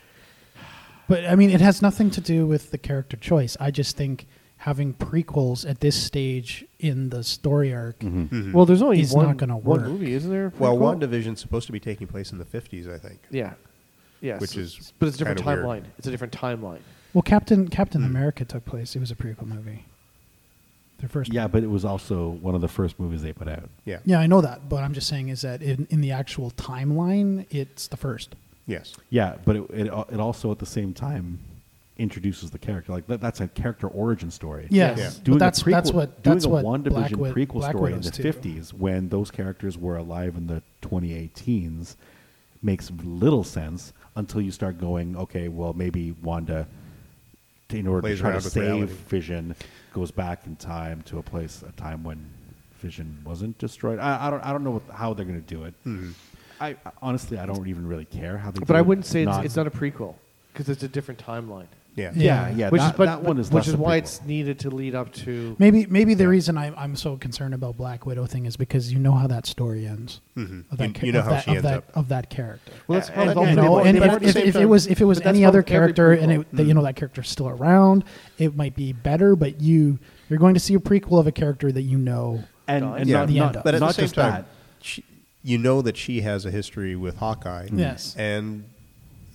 Speaker 2: but I mean, it has nothing to do with the character choice. I just think having prequels at this stage in the story arc,
Speaker 5: Mm-hmm.
Speaker 3: Well, there's only
Speaker 2: It's
Speaker 3: one,
Speaker 2: not gonna
Speaker 3: one
Speaker 2: work.
Speaker 3: movie, isn't there?
Speaker 4: Well,
Speaker 3: prequel?
Speaker 4: WandaVision's supposed to be taking place in the 50s, I think.
Speaker 3: Yeah. Yes.
Speaker 4: Which is
Speaker 3: but it's a different
Speaker 4: kinda
Speaker 3: timeline.
Speaker 4: weird.
Speaker 3: It's a different timeline.
Speaker 2: well, Captain Captain
Speaker 5: Hmm.
Speaker 2: America took place. It was a prequel movie. Their first,
Speaker 5: Yeah, but it was also one of the first movies they put out.
Speaker 4: Yeah.
Speaker 2: yeah, I know that, but I'm just saying is that in, in the actual timeline, it's the first.
Speaker 4: Yes.
Speaker 5: Yeah, but it, it al- it also at the same time introduces the character. Like that, that's a character origin story.
Speaker 2: Yes,
Speaker 4: Yeah.
Speaker 2: but
Speaker 5: Doing
Speaker 2: that's
Speaker 5: a prequel,
Speaker 2: that's what
Speaker 5: doing
Speaker 2: that's
Speaker 5: a
Speaker 2: what Black
Speaker 5: WandaVision
Speaker 2: Wid-
Speaker 5: prequel
Speaker 2: Black
Speaker 5: story in
Speaker 2: Widows
Speaker 5: the
Speaker 2: too.
Speaker 5: fifties when those characters were alive in the 2018s makes little sense until you start going, okay, well maybe Wanda, t- in order
Speaker 4: Plays
Speaker 5: to try to
Speaker 4: around with
Speaker 5: save
Speaker 4: reality.
Speaker 5: Vision, goes back in time to a place a time when Vision wasn't destroyed. I, I don't I don't know what, how they're going to do it.
Speaker 4: Mm-hmm.
Speaker 5: I honestly I don't even really care how they.
Speaker 3: But
Speaker 5: do
Speaker 3: I
Speaker 5: it.
Speaker 3: wouldn't say it's, it's not a prequel because it's a different timeline.
Speaker 4: Yeah.
Speaker 5: Yeah,
Speaker 2: Yeah.
Speaker 5: yeah.
Speaker 3: which
Speaker 5: that,
Speaker 3: is but,
Speaker 5: that one is
Speaker 3: which
Speaker 5: less
Speaker 3: is
Speaker 5: a
Speaker 3: why
Speaker 5: prequel.
Speaker 3: it's needed to lead up to.
Speaker 2: Maybe maybe the reason I, I'm so concerned about Black Widow thing is because you know how that story ends.
Speaker 5: Mm-hmm.
Speaker 4: Mhm.
Speaker 2: Of that
Speaker 4: You-
Speaker 2: cha-
Speaker 4: you know
Speaker 2: of
Speaker 4: how
Speaker 2: that,
Speaker 4: she
Speaker 2: of
Speaker 4: ends
Speaker 2: that,
Speaker 4: up.
Speaker 2: Of that character.
Speaker 3: Well, that's
Speaker 4: Uh,
Speaker 3: how
Speaker 4: and-
Speaker 3: it's all
Speaker 4: and
Speaker 2: you
Speaker 4: they
Speaker 2: know,
Speaker 4: were-
Speaker 3: prequel.
Speaker 2: and
Speaker 4: they
Speaker 2: if,
Speaker 4: were the
Speaker 2: if,
Speaker 4: same
Speaker 2: if it
Speaker 4: time.
Speaker 2: was if it was
Speaker 3: But that's
Speaker 2: any other
Speaker 3: from every
Speaker 2: character and it,
Speaker 3: prequel.
Speaker 2: that, you know that character's still around, it might be better. But you you're going to see a prequel of a character that you know.
Speaker 5: and,
Speaker 3: Yeah.
Speaker 5: and
Speaker 2: Yeah.
Speaker 5: not,
Speaker 2: The
Speaker 5: not,
Speaker 2: end up.
Speaker 4: But at
Speaker 5: not
Speaker 4: the same
Speaker 5: just
Speaker 4: time,
Speaker 5: that.
Speaker 4: She, you know that she has a history with Hawkeye.
Speaker 2: Yes.
Speaker 4: And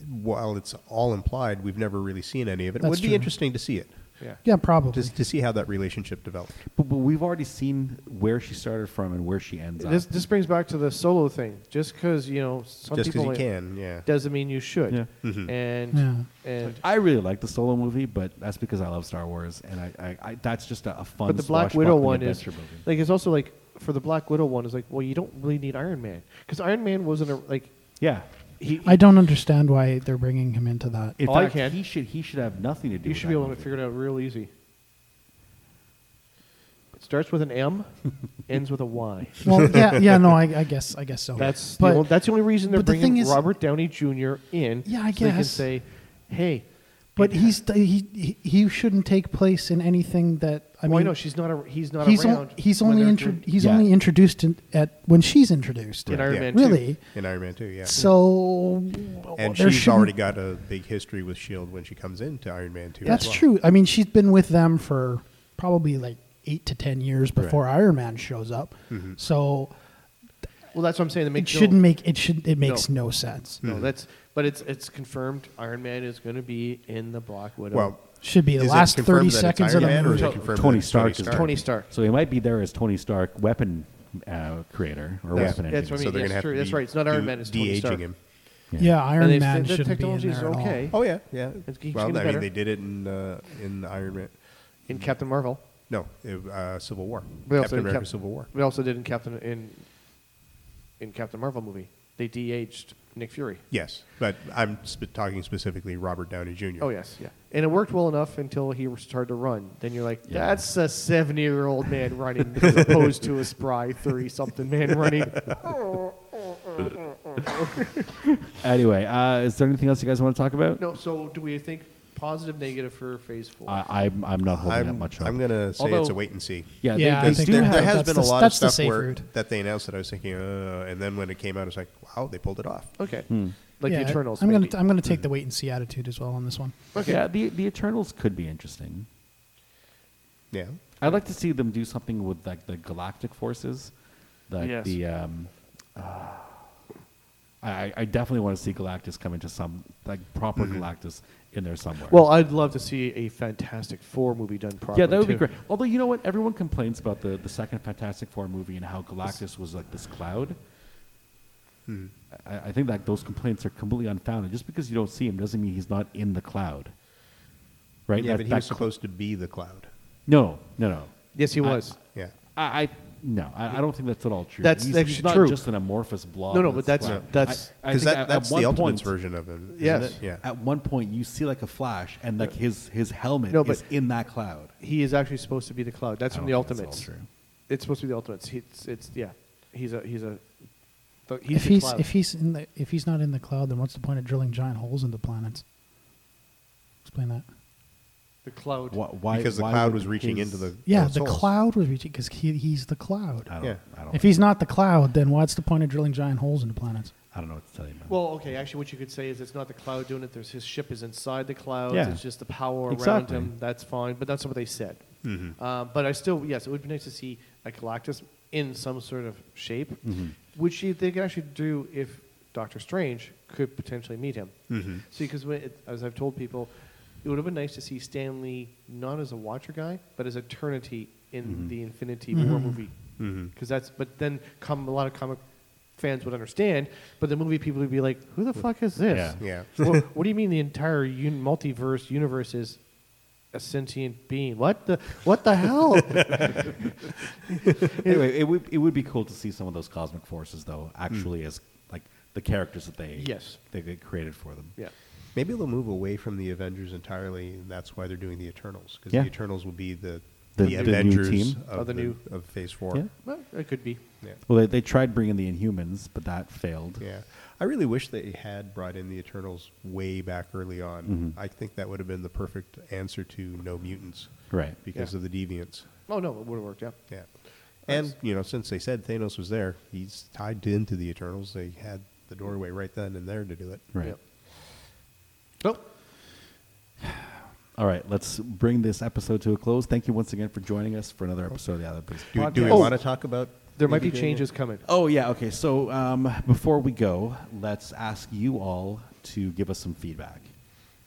Speaker 4: while it's all implied, we've never really seen any of it. it
Speaker 2: That's
Speaker 4: would
Speaker 2: true.
Speaker 4: be interesting to see it,
Speaker 3: Yeah.
Speaker 2: Yeah, probably.
Speaker 4: just to see how that relationship developed.
Speaker 5: But, but we've already seen where she started from and where she ends
Speaker 3: This
Speaker 5: up.
Speaker 3: this brings back to the solo thing. Just because you know some
Speaker 4: Just
Speaker 3: people
Speaker 4: because you
Speaker 3: might-
Speaker 4: can, yeah.
Speaker 3: doesn't mean you should.
Speaker 5: Yeah.
Speaker 4: Mhm.
Speaker 3: And
Speaker 2: Yeah.
Speaker 3: and
Speaker 5: I really like the solo movie, but that's because I love Star Wars, and I, I, I that's just a, a fun.
Speaker 3: but the Black Widow
Speaker 5: swashbuckling
Speaker 3: one is
Speaker 5: adventure movie.
Speaker 3: like it's also like for the Black Widow one is like well you don't really need Iron Man because Iron Man wasn't a, like
Speaker 5: yeah.
Speaker 3: he
Speaker 2: I don't understand why they're bringing him into that.
Speaker 5: In
Speaker 3: Oh, I
Speaker 5: fact,
Speaker 3: can.
Speaker 5: he should he should have nothing to do.
Speaker 3: you
Speaker 5: with
Speaker 3: should
Speaker 5: that
Speaker 3: be able to
Speaker 5: movie.
Speaker 3: figure it out real easy. It starts with an M, ends with a Y.
Speaker 2: well, yeah, yeah, no, I, I guess I guess so.
Speaker 3: That's
Speaker 2: but
Speaker 3: the only, that's the only reason they're
Speaker 2: but the
Speaker 3: bringing
Speaker 2: thing is-
Speaker 3: Robert Downey Jr. in.
Speaker 2: Yeah, I
Speaker 3: so they can
Speaker 2: guess.
Speaker 3: say, hey,
Speaker 2: but he's he he- he shouldn't take place in anything that I
Speaker 3: I
Speaker 2: mean.
Speaker 3: well, no, she's not. A, he's not
Speaker 2: he's, on-
Speaker 3: around.
Speaker 2: he's
Speaker 3: when
Speaker 2: only
Speaker 3: they're
Speaker 2: intro-
Speaker 3: doing-
Speaker 2: he's
Speaker 5: Yeah.
Speaker 2: only introduced in, at when she's introduced
Speaker 3: In Iron
Speaker 4: Yeah.
Speaker 3: Man 2.
Speaker 2: Really?
Speaker 4: In Iron Man 2, yeah.
Speaker 2: So
Speaker 4: and
Speaker 2: there
Speaker 4: she's
Speaker 2: shouldn't-
Speaker 4: already got a big history with S.H.I.E.L.D. E when she comes into Iron Man 2. as
Speaker 2: That's
Speaker 4: well.
Speaker 2: true. I mean, she's been with them for probably like eight to ten years before Iron Man shows up.
Speaker 3: Mm-hmm.
Speaker 2: So
Speaker 3: Well, that's what I'm saying. That
Speaker 2: it
Speaker 3: makes no- Mm.
Speaker 2: shouldn't make it should it makes no, sense.
Speaker 4: Mm-hmm.
Speaker 3: No, that's but it's it's confirmed. Iron Man is going to be in the Black Widow.
Speaker 4: Well,
Speaker 2: Should be the
Speaker 4: is it
Speaker 2: last thirty
Speaker 4: confirmed that it's
Speaker 2: seconds
Speaker 4: Iron
Speaker 2: of the
Speaker 4: Man, or is
Speaker 2: movie.
Speaker 4: it confirmed
Speaker 5: Tony
Speaker 4: that it's
Speaker 5: Stark is
Speaker 4: Tony Stark?
Speaker 3: Tony Stark.
Speaker 5: So he might be there as Tony Stark, weapon uh, creator or
Speaker 4: Yeah.
Speaker 5: weapon engineer.
Speaker 3: That's what I mean.
Speaker 4: So they're
Speaker 3: Yes,
Speaker 4: gonna have
Speaker 3: true.
Speaker 4: to
Speaker 3: That's
Speaker 4: be
Speaker 3: right. It's not Iron
Speaker 4: de-
Speaker 3: Man, it's Tony
Speaker 4: de-aging
Speaker 3: Stark.
Speaker 4: him.
Speaker 2: yeah, Iron
Speaker 3: they've
Speaker 2: Man
Speaker 3: said the
Speaker 2: shouldn't be in
Speaker 3: technology is
Speaker 2: there at
Speaker 3: okay.
Speaker 2: all.
Speaker 4: Oh yeah, yeah.
Speaker 3: It's keeps
Speaker 4: well, I
Speaker 3: getting better.
Speaker 4: mean, they did it in uh, in Iron Man.
Speaker 3: in Captain Marvel.
Speaker 4: No, it, uh, Civil War.
Speaker 3: We also
Speaker 4: Captain
Speaker 3: did
Speaker 4: America:
Speaker 3: Cap-
Speaker 4: Civil War.
Speaker 3: We also did in Captain in in Captain Marvel movie. They de-aged Nick Fury.
Speaker 4: Yes, but I'm sp- talking specifically Robert Downey Jr.
Speaker 3: Oh yes, yeah, and it worked well enough until he started to run. Then you're like,
Speaker 5: Yeah.
Speaker 3: that's a seventy-year-old man running, as opposed to a spry thirty-something man running.
Speaker 5: Anyway, uh, is there anything else you guys want to talk about?
Speaker 3: No, so do we think positive, negative for Phase Four?
Speaker 5: I, I'm I'm not holding that
Speaker 4: I'm,
Speaker 5: much.
Speaker 4: I'm
Speaker 5: hope.
Speaker 4: gonna say it's
Speaker 5: Although-
Speaker 4: a wait and see.
Speaker 5: Yeah,
Speaker 2: Yeah,
Speaker 5: they,
Speaker 2: I
Speaker 5: they
Speaker 2: think
Speaker 5: do
Speaker 2: that-
Speaker 5: have
Speaker 4: there has
Speaker 2: that's
Speaker 4: been
Speaker 2: the-
Speaker 4: a lot of
Speaker 2: that's the
Speaker 4: stuff
Speaker 2: safe
Speaker 4: where
Speaker 2: route.
Speaker 4: that they announced that I was thinking, uh, and then when it came out, I was like, wow, they pulled it off.
Speaker 3: okay,
Speaker 4: Hmm.
Speaker 3: like
Speaker 2: Yeah,
Speaker 3: the Eternals. Mm-hmm.
Speaker 2: I'm
Speaker 3: maybe.
Speaker 2: gonna I'm gonna take the wait and see attitude as well on this one.
Speaker 5: Yeah, the the Eternals could be interesting.
Speaker 4: Yeah,
Speaker 5: I'd like to see them do something with like the galactic forces, like
Speaker 3: Yes.
Speaker 5: the. Um, uh, I I definitely want to see Galactus come into some like proper Galactus in there somewhere.
Speaker 3: Well, I'd love to see a Fantastic Four movie done
Speaker 4: uh,
Speaker 3: properly.
Speaker 5: yeah, that would be
Speaker 3: too.
Speaker 5: great. Although you know what, everyone complains about the the second Fantastic Four movie and how Galactus was like this cloud. I, I think that those complaints are completely unfounded. Just because you don't see him doesn't mean he's not in the cloud, right?
Speaker 4: yeah,
Speaker 5: That-
Speaker 4: but he
Speaker 5: that
Speaker 4: was
Speaker 5: cl-
Speaker 4: supposed to be the Cloud.
Speaker 5: No, no, no.
Speaker 3: Yes, he was.
Speaker 4: Yeah,
Speaker 5: I, I no, I, I don't think that's at all true.
Speaker 3: That's-
Speaker 5: he's,
Speaker 3: that's
Speaker 5: he's not
Speaker 3: true.
Speaker 5: just an amorphous blob.
Speaker 3: No, no, but that's-
Speaker 5: flat.
Speaker 3: that's-
Speaker 5: I- I
Speaker 4: because
Speaker 5: think
Speaker 4: that,
Speaker 5: at-
Speaker 4: that's
Speaker 5: at one
Speaker 4: the Ultimates
Speaker 5: point-
Speaker 4: version of him. isn't
Speaker 3: Yes.
Speaker 4: it? Yeah.
Speaker 5: At one point, you see like a flash, and like his his helmet
Speaker 3: No,
Speaker 5: is
Speaker 3: but-
Speaker 5: in that cloud.
Speaker 3: He is actually supposed to be the Cloud. That's
Speaker 5: I
Speaker 3: from the
Speaker 5: don't think that's
Speaker 3: Ultimates.
Speaker 5: all true.
Speaker 3: It's supposed to be the Ultimates. He, it's, it's yeah. He's a he's a. the- He's
Speaker 2: if
Speaker 3: the
Speaker 2: he's
Speaker 3: Cloud.
Speaker 2: if he's in the if he's not in the cloud, then what's the point of drilling giant holes into planets? Explain that.
Speaker 3: the Cloud.
Speaker 5: Why, why,
Speaker 4: because the
Speaker 5: why
Speaker 4: Cloud
Speaker 5: would
Speaker 4: was reaching
Speaker 5: his-
Speaker 4: into the
Speaker 2: Yeah,
Speaker 4: those
Speaker 2: the
Speaker 4: souls.
Speaker 2: cloud was reaching because he, he's the cloud.
Speaker 5: I don't,
Speaker 4: Yeah.
Speaker 5: I don't,
Speaker 2: If he's not the cloud, then what's the point of drilling giant holes into planets?
Speaker 5: I don't know what to tell you. Man.
Speaker 3: Well, okay. Actually, what you could say is it's not the cloud doing it. There's his ship is inside the clouds.
Speaker 5: Yeah.
Speaker 3: It's just the power
Speaker 5: Exactly.
Speaker 3: around him. That's fine, but that's not what they said. Uh, but I still, yes, it would be nice to see a Galactus in some sort of shape, which you, they could actually do if Doctor Strange could potentially meet him. See, because as I've told people, it would have been nice to see Stanley not as a Watcher guy, but as Eternity in the Infinity War movie, because that's. But then come a lot of comic fans would understand, but the movie people would be like, "Who the fuck is this?
Speaker 5: Yeah.
Speaker 4: Yeah.
Speaker 3: what, what do you mean the entire un- multiverse universe is a sentient being? What the what the hell?
Speaker 5: anyway, it would it would be cool to see some of those cosmic forces though, actually as like the characters that they
Speaker 3: Yes.
Speaker 5: they, they created for them.
Speaker 3: yeah,
Speaker 4: Maybe they'll move away from the Avengers entirely, and that's why they're doing the Eternals because
Speaker 5: Yeah.
Speaker 4: the Eternals will be the
Speaker 1: the, the
Speaker 4: the, Avengers
Speaker 1: new team.
Speaker 4: Of,
Speaker 3: Of the
Speaker 4: the
Speaker 3: new-
Speaker 4: of Phase Four.
Speaker 1: Yeah.
Speaker 3: Well, it could be.
Speaker 4: Yeah.
Speaker 1: Well, they, they tried bringing the Inhumans, but that failed.
Speaker 4: Yeah. I really wish they had brought in the Eternals way back early on.
Speaker 5: Mm-hmm.
Speaker 1: Mhm.
Speaker 4: I think that would have been the perfect answer to no mutants.
Speaker 1: Right.
Speaker 4: Because
Speaker 3: Yeah.
Speaker 4: of the deviants.
Speaker 3: Oh no, it would have worked. Yeah.
Speaker 4: Yeah. And, you know, since they said Thanos was there, he's tied to into the Eternals. They had the doorway right then and there to do it.
Speaker 1: Right.
Speaker 3: Yep.
Speaker 4: So,
Speaker 1: All right, let's bring this episode to a close. Thank you once again for joining us for another episode of the Other Base
Speaker 4: do,
Speaker 1: Podcast.
Speaker 4: do we
Speaker 3: Oh.
Speaker 4: want to talk about.
Speaker 3: There might be
Speaker 4: maybe doing it?
Speaker 3: changes coming.
Speaker 1: Oh yeah, okay. So um, before we go, let's ask you all to give us some feedback.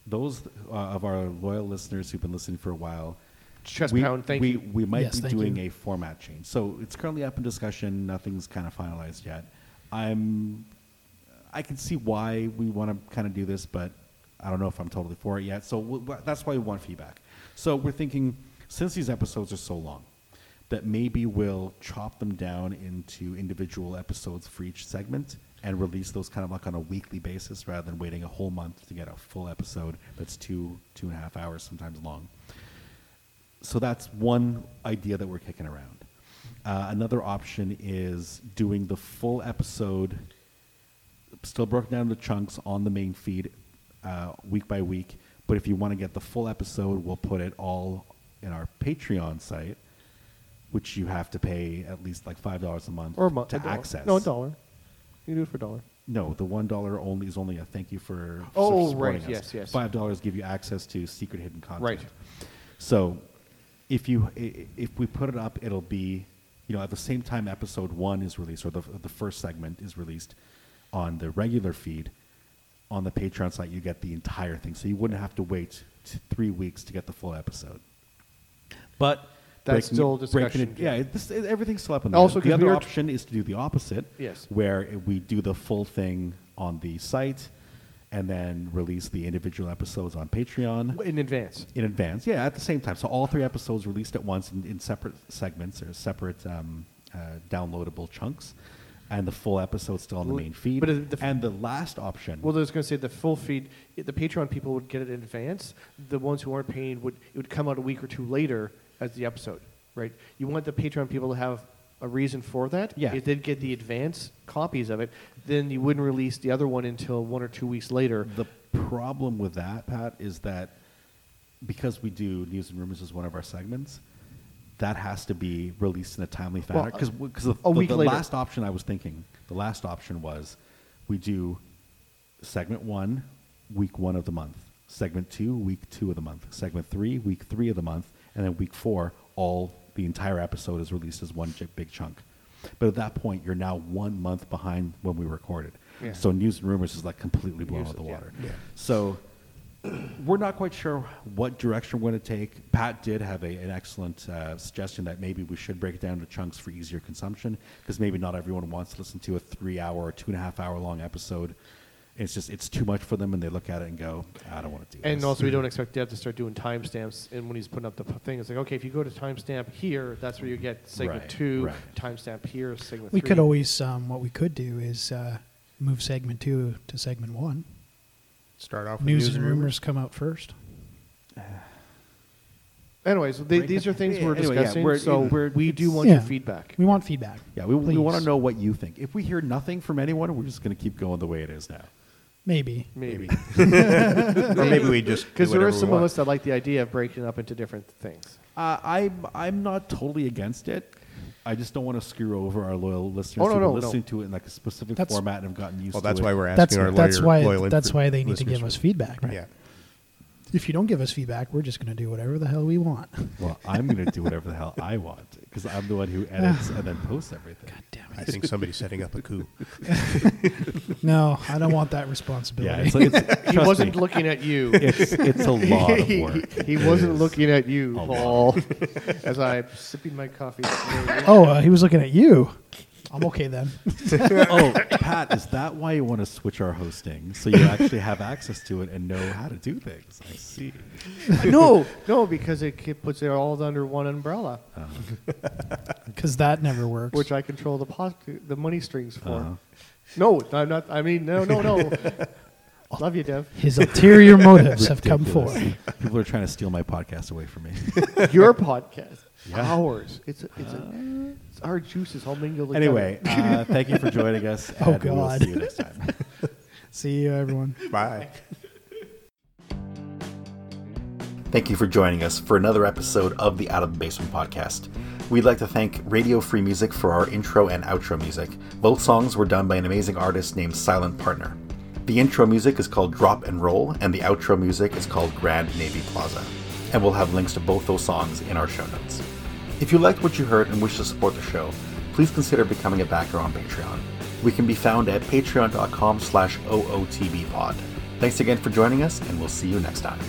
Speaker 1: Those uh, of our loyal listeners who've been listening for a while,
Speaker 3: Chest
Speaker 1: we,
Speaker 3: pound. Thank
Speaker 1: we,
Speaker 3: you.
Speaker 1: We might
Speaker 2: Yes,
Speaker 1: be
Speaker 2: thank
Speaker 1: doing
Speaker 2: you.
Speaker 1: a format change. So it's currently up in discussion. Nothing's kind of finalized yet. I'm. I can see why we want to kind of do this, but I don't know if I'm totally for it yet. So we we- that's why we want feedback. So we're thinking since these episodes are so long, that maybe we'll chop them down into individual episodes for each segment and release those kind of like on a weekly basis rather than waiting a whole month to get a full episode that's two two and a half hours sometimes long so that's one idea that we're kicking around. Uh, another option is doing the full episode, still broken down into chunks on the main feed, uh, week by week. But if you want to get the full episode, we'll put it all in our Patreon site, which you have to pay at least like five dollars a month
Speaker 3: Or a month.
Speaker 1: to
Speaker 3: a dollar.
Speaker 1: access.
Speaker 3: No, a dollar. You can do it for a dollar.
Speaker 1: No, the one dollar only is only a thank you for su-
Speaker 3: Oh,
Speaker 1: supporting
Speaker 3: right,
Speaker 1: us.
Speaker 3: yes, yes.
Speaker 1: Five dollars give you access to secret hidden content.
Speaker 3: Right.
Speaker 1: So, if you i- i- if we put it up, it'll be you know at the same time episode one is released or the the first segment is released on the regular feed. On the Patreon site, you get the entire thing, so you wouldn't have to wait t- three weeks to get the full episode. But
Speaker 3: That's
Speaker 1: breaking-
Speaker 3: still
Speaker 1: breaking it-
Speaker 3: discussion.
Speaker 1: yeah, it- this, it- everything's still up in the
Speaker 3: Also,
Speaker 1: air. The
Speaker 3: 'cause we
Speaker 1: other
Speaker 3: were t-
Speaker 1: option is to do the opposite.
Speaker 3: Yes.
Speaker 1: Where it- we do the full thing on the site and then release the individual episodes on Patreon
Speaker 3: In advance.
Speaker 1: in advance. Yeah, at the same time. So all three episodes released at once in, in separate segments or separate um, uh, downloadable chunks. And the full episode still on the
Speaker 3: Well,
Speaker 1: main feed.
Speaker 3: but it- the f-
Speaker 1: and the last option.
Speaker 3: Well, I was going to say the full feed, i- the Patreon people would get it in advance. The ones who aren't paying would it would come out a week or two later as the episode, right? You want the Patreon people to have a reason for that.
Speaker 1: Yeah.
Speaker 3: If they'd get the advance copies of it, then you wouldn't release the other one until one or two weeks later.
Speaker 1: The problem with that, Pat, is that because we do news and rumors as one of our segments, that has to be released in a timely
Speaker 3: Well, uh,
Speaker 1: manner. Because the,
Speaker 3: a
Speaker 1: the-
Speaker 3: week
Speaker 1: the
Speaker 3: later.
Speaker 1: last option I was thinking, the last option was we do segment one, week one of the month, segment two, week two of the month, segment three, week three of the month, and then week four, all the entire episode is released as one j- big chunk. But at that point, you're now one month behind when we recorded.
Speaker 3: Yeah.
Speaker 1: So news and rumors is like completely blown
Speaker 3: Use
Speaker 1: out
Speaker 3: it,
Speaker 1: the
Speaker 3: yeah.
Speaker 1: water.
Speaker 3: Yeah.
Speaker 1: So we're not quite sure what direction we're going to take. Pat did have a, an excellent uh, suggestion that maybe we should break it down into chunks for easier consumption because maybe not everyone wants to listen to a three-hour or two and a half-hour long episode. It's just it's too much for them, and they look at it and go, "I don't want to do."
Speaker 3: And
Speaker 1: this."
Speaker 3: also, we don't expect Dev to start doing timestamps. And when he's putting up the p- thing, it's like, okay, if you go to timestamp here, that's where you get segment
Speaker 1: Right,
Speaker 3: two,
Speaker 1: right.
Speaker 3: timestamp here, segment
Speaker 2: We
Speaker 3: three.
Speaker 2: could always, um, what we could do is uh, move segment two to segment one.
Speaker 4: Start off with
Speaker 2: News, and rumors come out first.
Speaker 3: Anyways, they, these are things we're
Speaker 1: Anyway, yeah,
Speaker 3: discussing.
Speaker 1: we're-
Speaker 3: so
Speaker 1: we're-
Speaker 3: we do want
Speaker 2: Yeah.
Speaker 3: your feedback.
Speaker 2: We want feedback.
Speaker 1: Yeah, we, we
Speaker 2: Please.
Speaker 1: want to know what you think. If we hear nothing from anyone, we're just going to keep going the way it is now.
Speaker 2: Maybe.
Speaker 3: Maybe.
Speaker 4: or maybe we just. do
Speaker 3: Because there are
Speaker 4: whatever we
Speaker 3: some of
Speaker 4: want.
Speaker 3: us that like the idea of breaking up into different things.
Speaker 1: Uh, I'm I'm not totally against it. I just don't want to screw over our loyal listeners
Speaker 3: Oh, no,
Speaker 1: who've been
Speaker 3: no, no.
Speaker 1: listening to it in like a specific
Speaker 2: That's-
Speaker 1: format and have gotten used
Speaker 4: Well,
Speaker 1: to
Speaker 4: that's
Speaker 1: it.
Speaker 4: why we're asking
Speaker 2: That's
Speaker 4: our lawyer.
Speaker 2: that's why
Speaker 4: loyal
Speaker 2: that's
Speaker 4: inf-
Speaker 2: why they need to
Speaker 4: listeners
Speaker 2: give
Speaker 4: for-
Speaker 2: us feedback. Right?
Speaker 4: Yeah.
Speaker 2: If you don't give us feedback, we're just going to do whatever the hell we want.
Speaker 1: Well, I'm going to do whatever the hell I want because I'm the one who edits and then posts everything.
Speaker 2: Damn
Speaker 4: I
Speaker 2: it.
Speaker 4: think somebody's setting up a coup.
Speaker 2: No, I don't want that
Speaker 1: Yeah,
Speaker 2: responsibility.
Speaker 1: it's, like- it's
Speaker 3: He
Speaker 1: trust
Speaker 3: wasn't
Speaker 1: me,
Speaker 3: looking at you.
Speaker 1: It's it's a lot of
Speaker 3: he,
Speaker 1: work.
Speaker 3: he
Speaker 1: It
Speaker 3: wasn't
Speaker 1: is.
Speaker 3: looking at you,
Speaker 1: lot.
Speaker 3: Paul, as I'm sipping my coffee.
Speaker 2: oh, uh, he was looking at you. I'm okay then.
Speaker 1: Oh, Pat, is that why you want to switch our hosting so you actually have access to it and know how to do things? I see.
Speaker 3: no, no, because it ki- puts it all under one umbrella,
Speaker 2: Because that never works.
Speaker 3: which I control the po- the money strings for.
Speaker 1: Uh-huh.
Speaker 3: No, I'm not. I mean, no, no, no. Love you, Dev.
Speaker 2: His ulterior motives have come
Speaker 1: Ridiculous.
Speaker 2: forth.
Speaker 1: People are trying to steal my podcast away from me.
Speaker 3: Your podcast.
Speaker 5: Yeah.
Speaker 3: Hours. It's a, it's,
Speaker 1: Uh-huh.
Speaker 3: a, it's our juices all mingled together.
Speaker 5: Anyway, uh, thank you for joining us.
Speaker 2: Oh,
Speaker 5: and We'll
Speaker 2: God.
Speaker 5: see you next time.
Speaker 2: See you, everyone.
Speaker 4: Bye.
Speaker 1: Thank you for joining us for another episode of the Out of the Basement podcast. We'd like to thank Radio Free Music for our intro and outro music. Both songs were done by an amazing artist named Silent Partner. The intro music is called Drop and Roll, and the outro music is called Grand Navy Plaza. And we'll have links to both those songs in our show notes. If you liked what you heard and wish to support the show, please consider becoming a backer on Patreon. We can be found at patreon.com slash ootbpod. Thanks again for joining us, and we'll see you next time.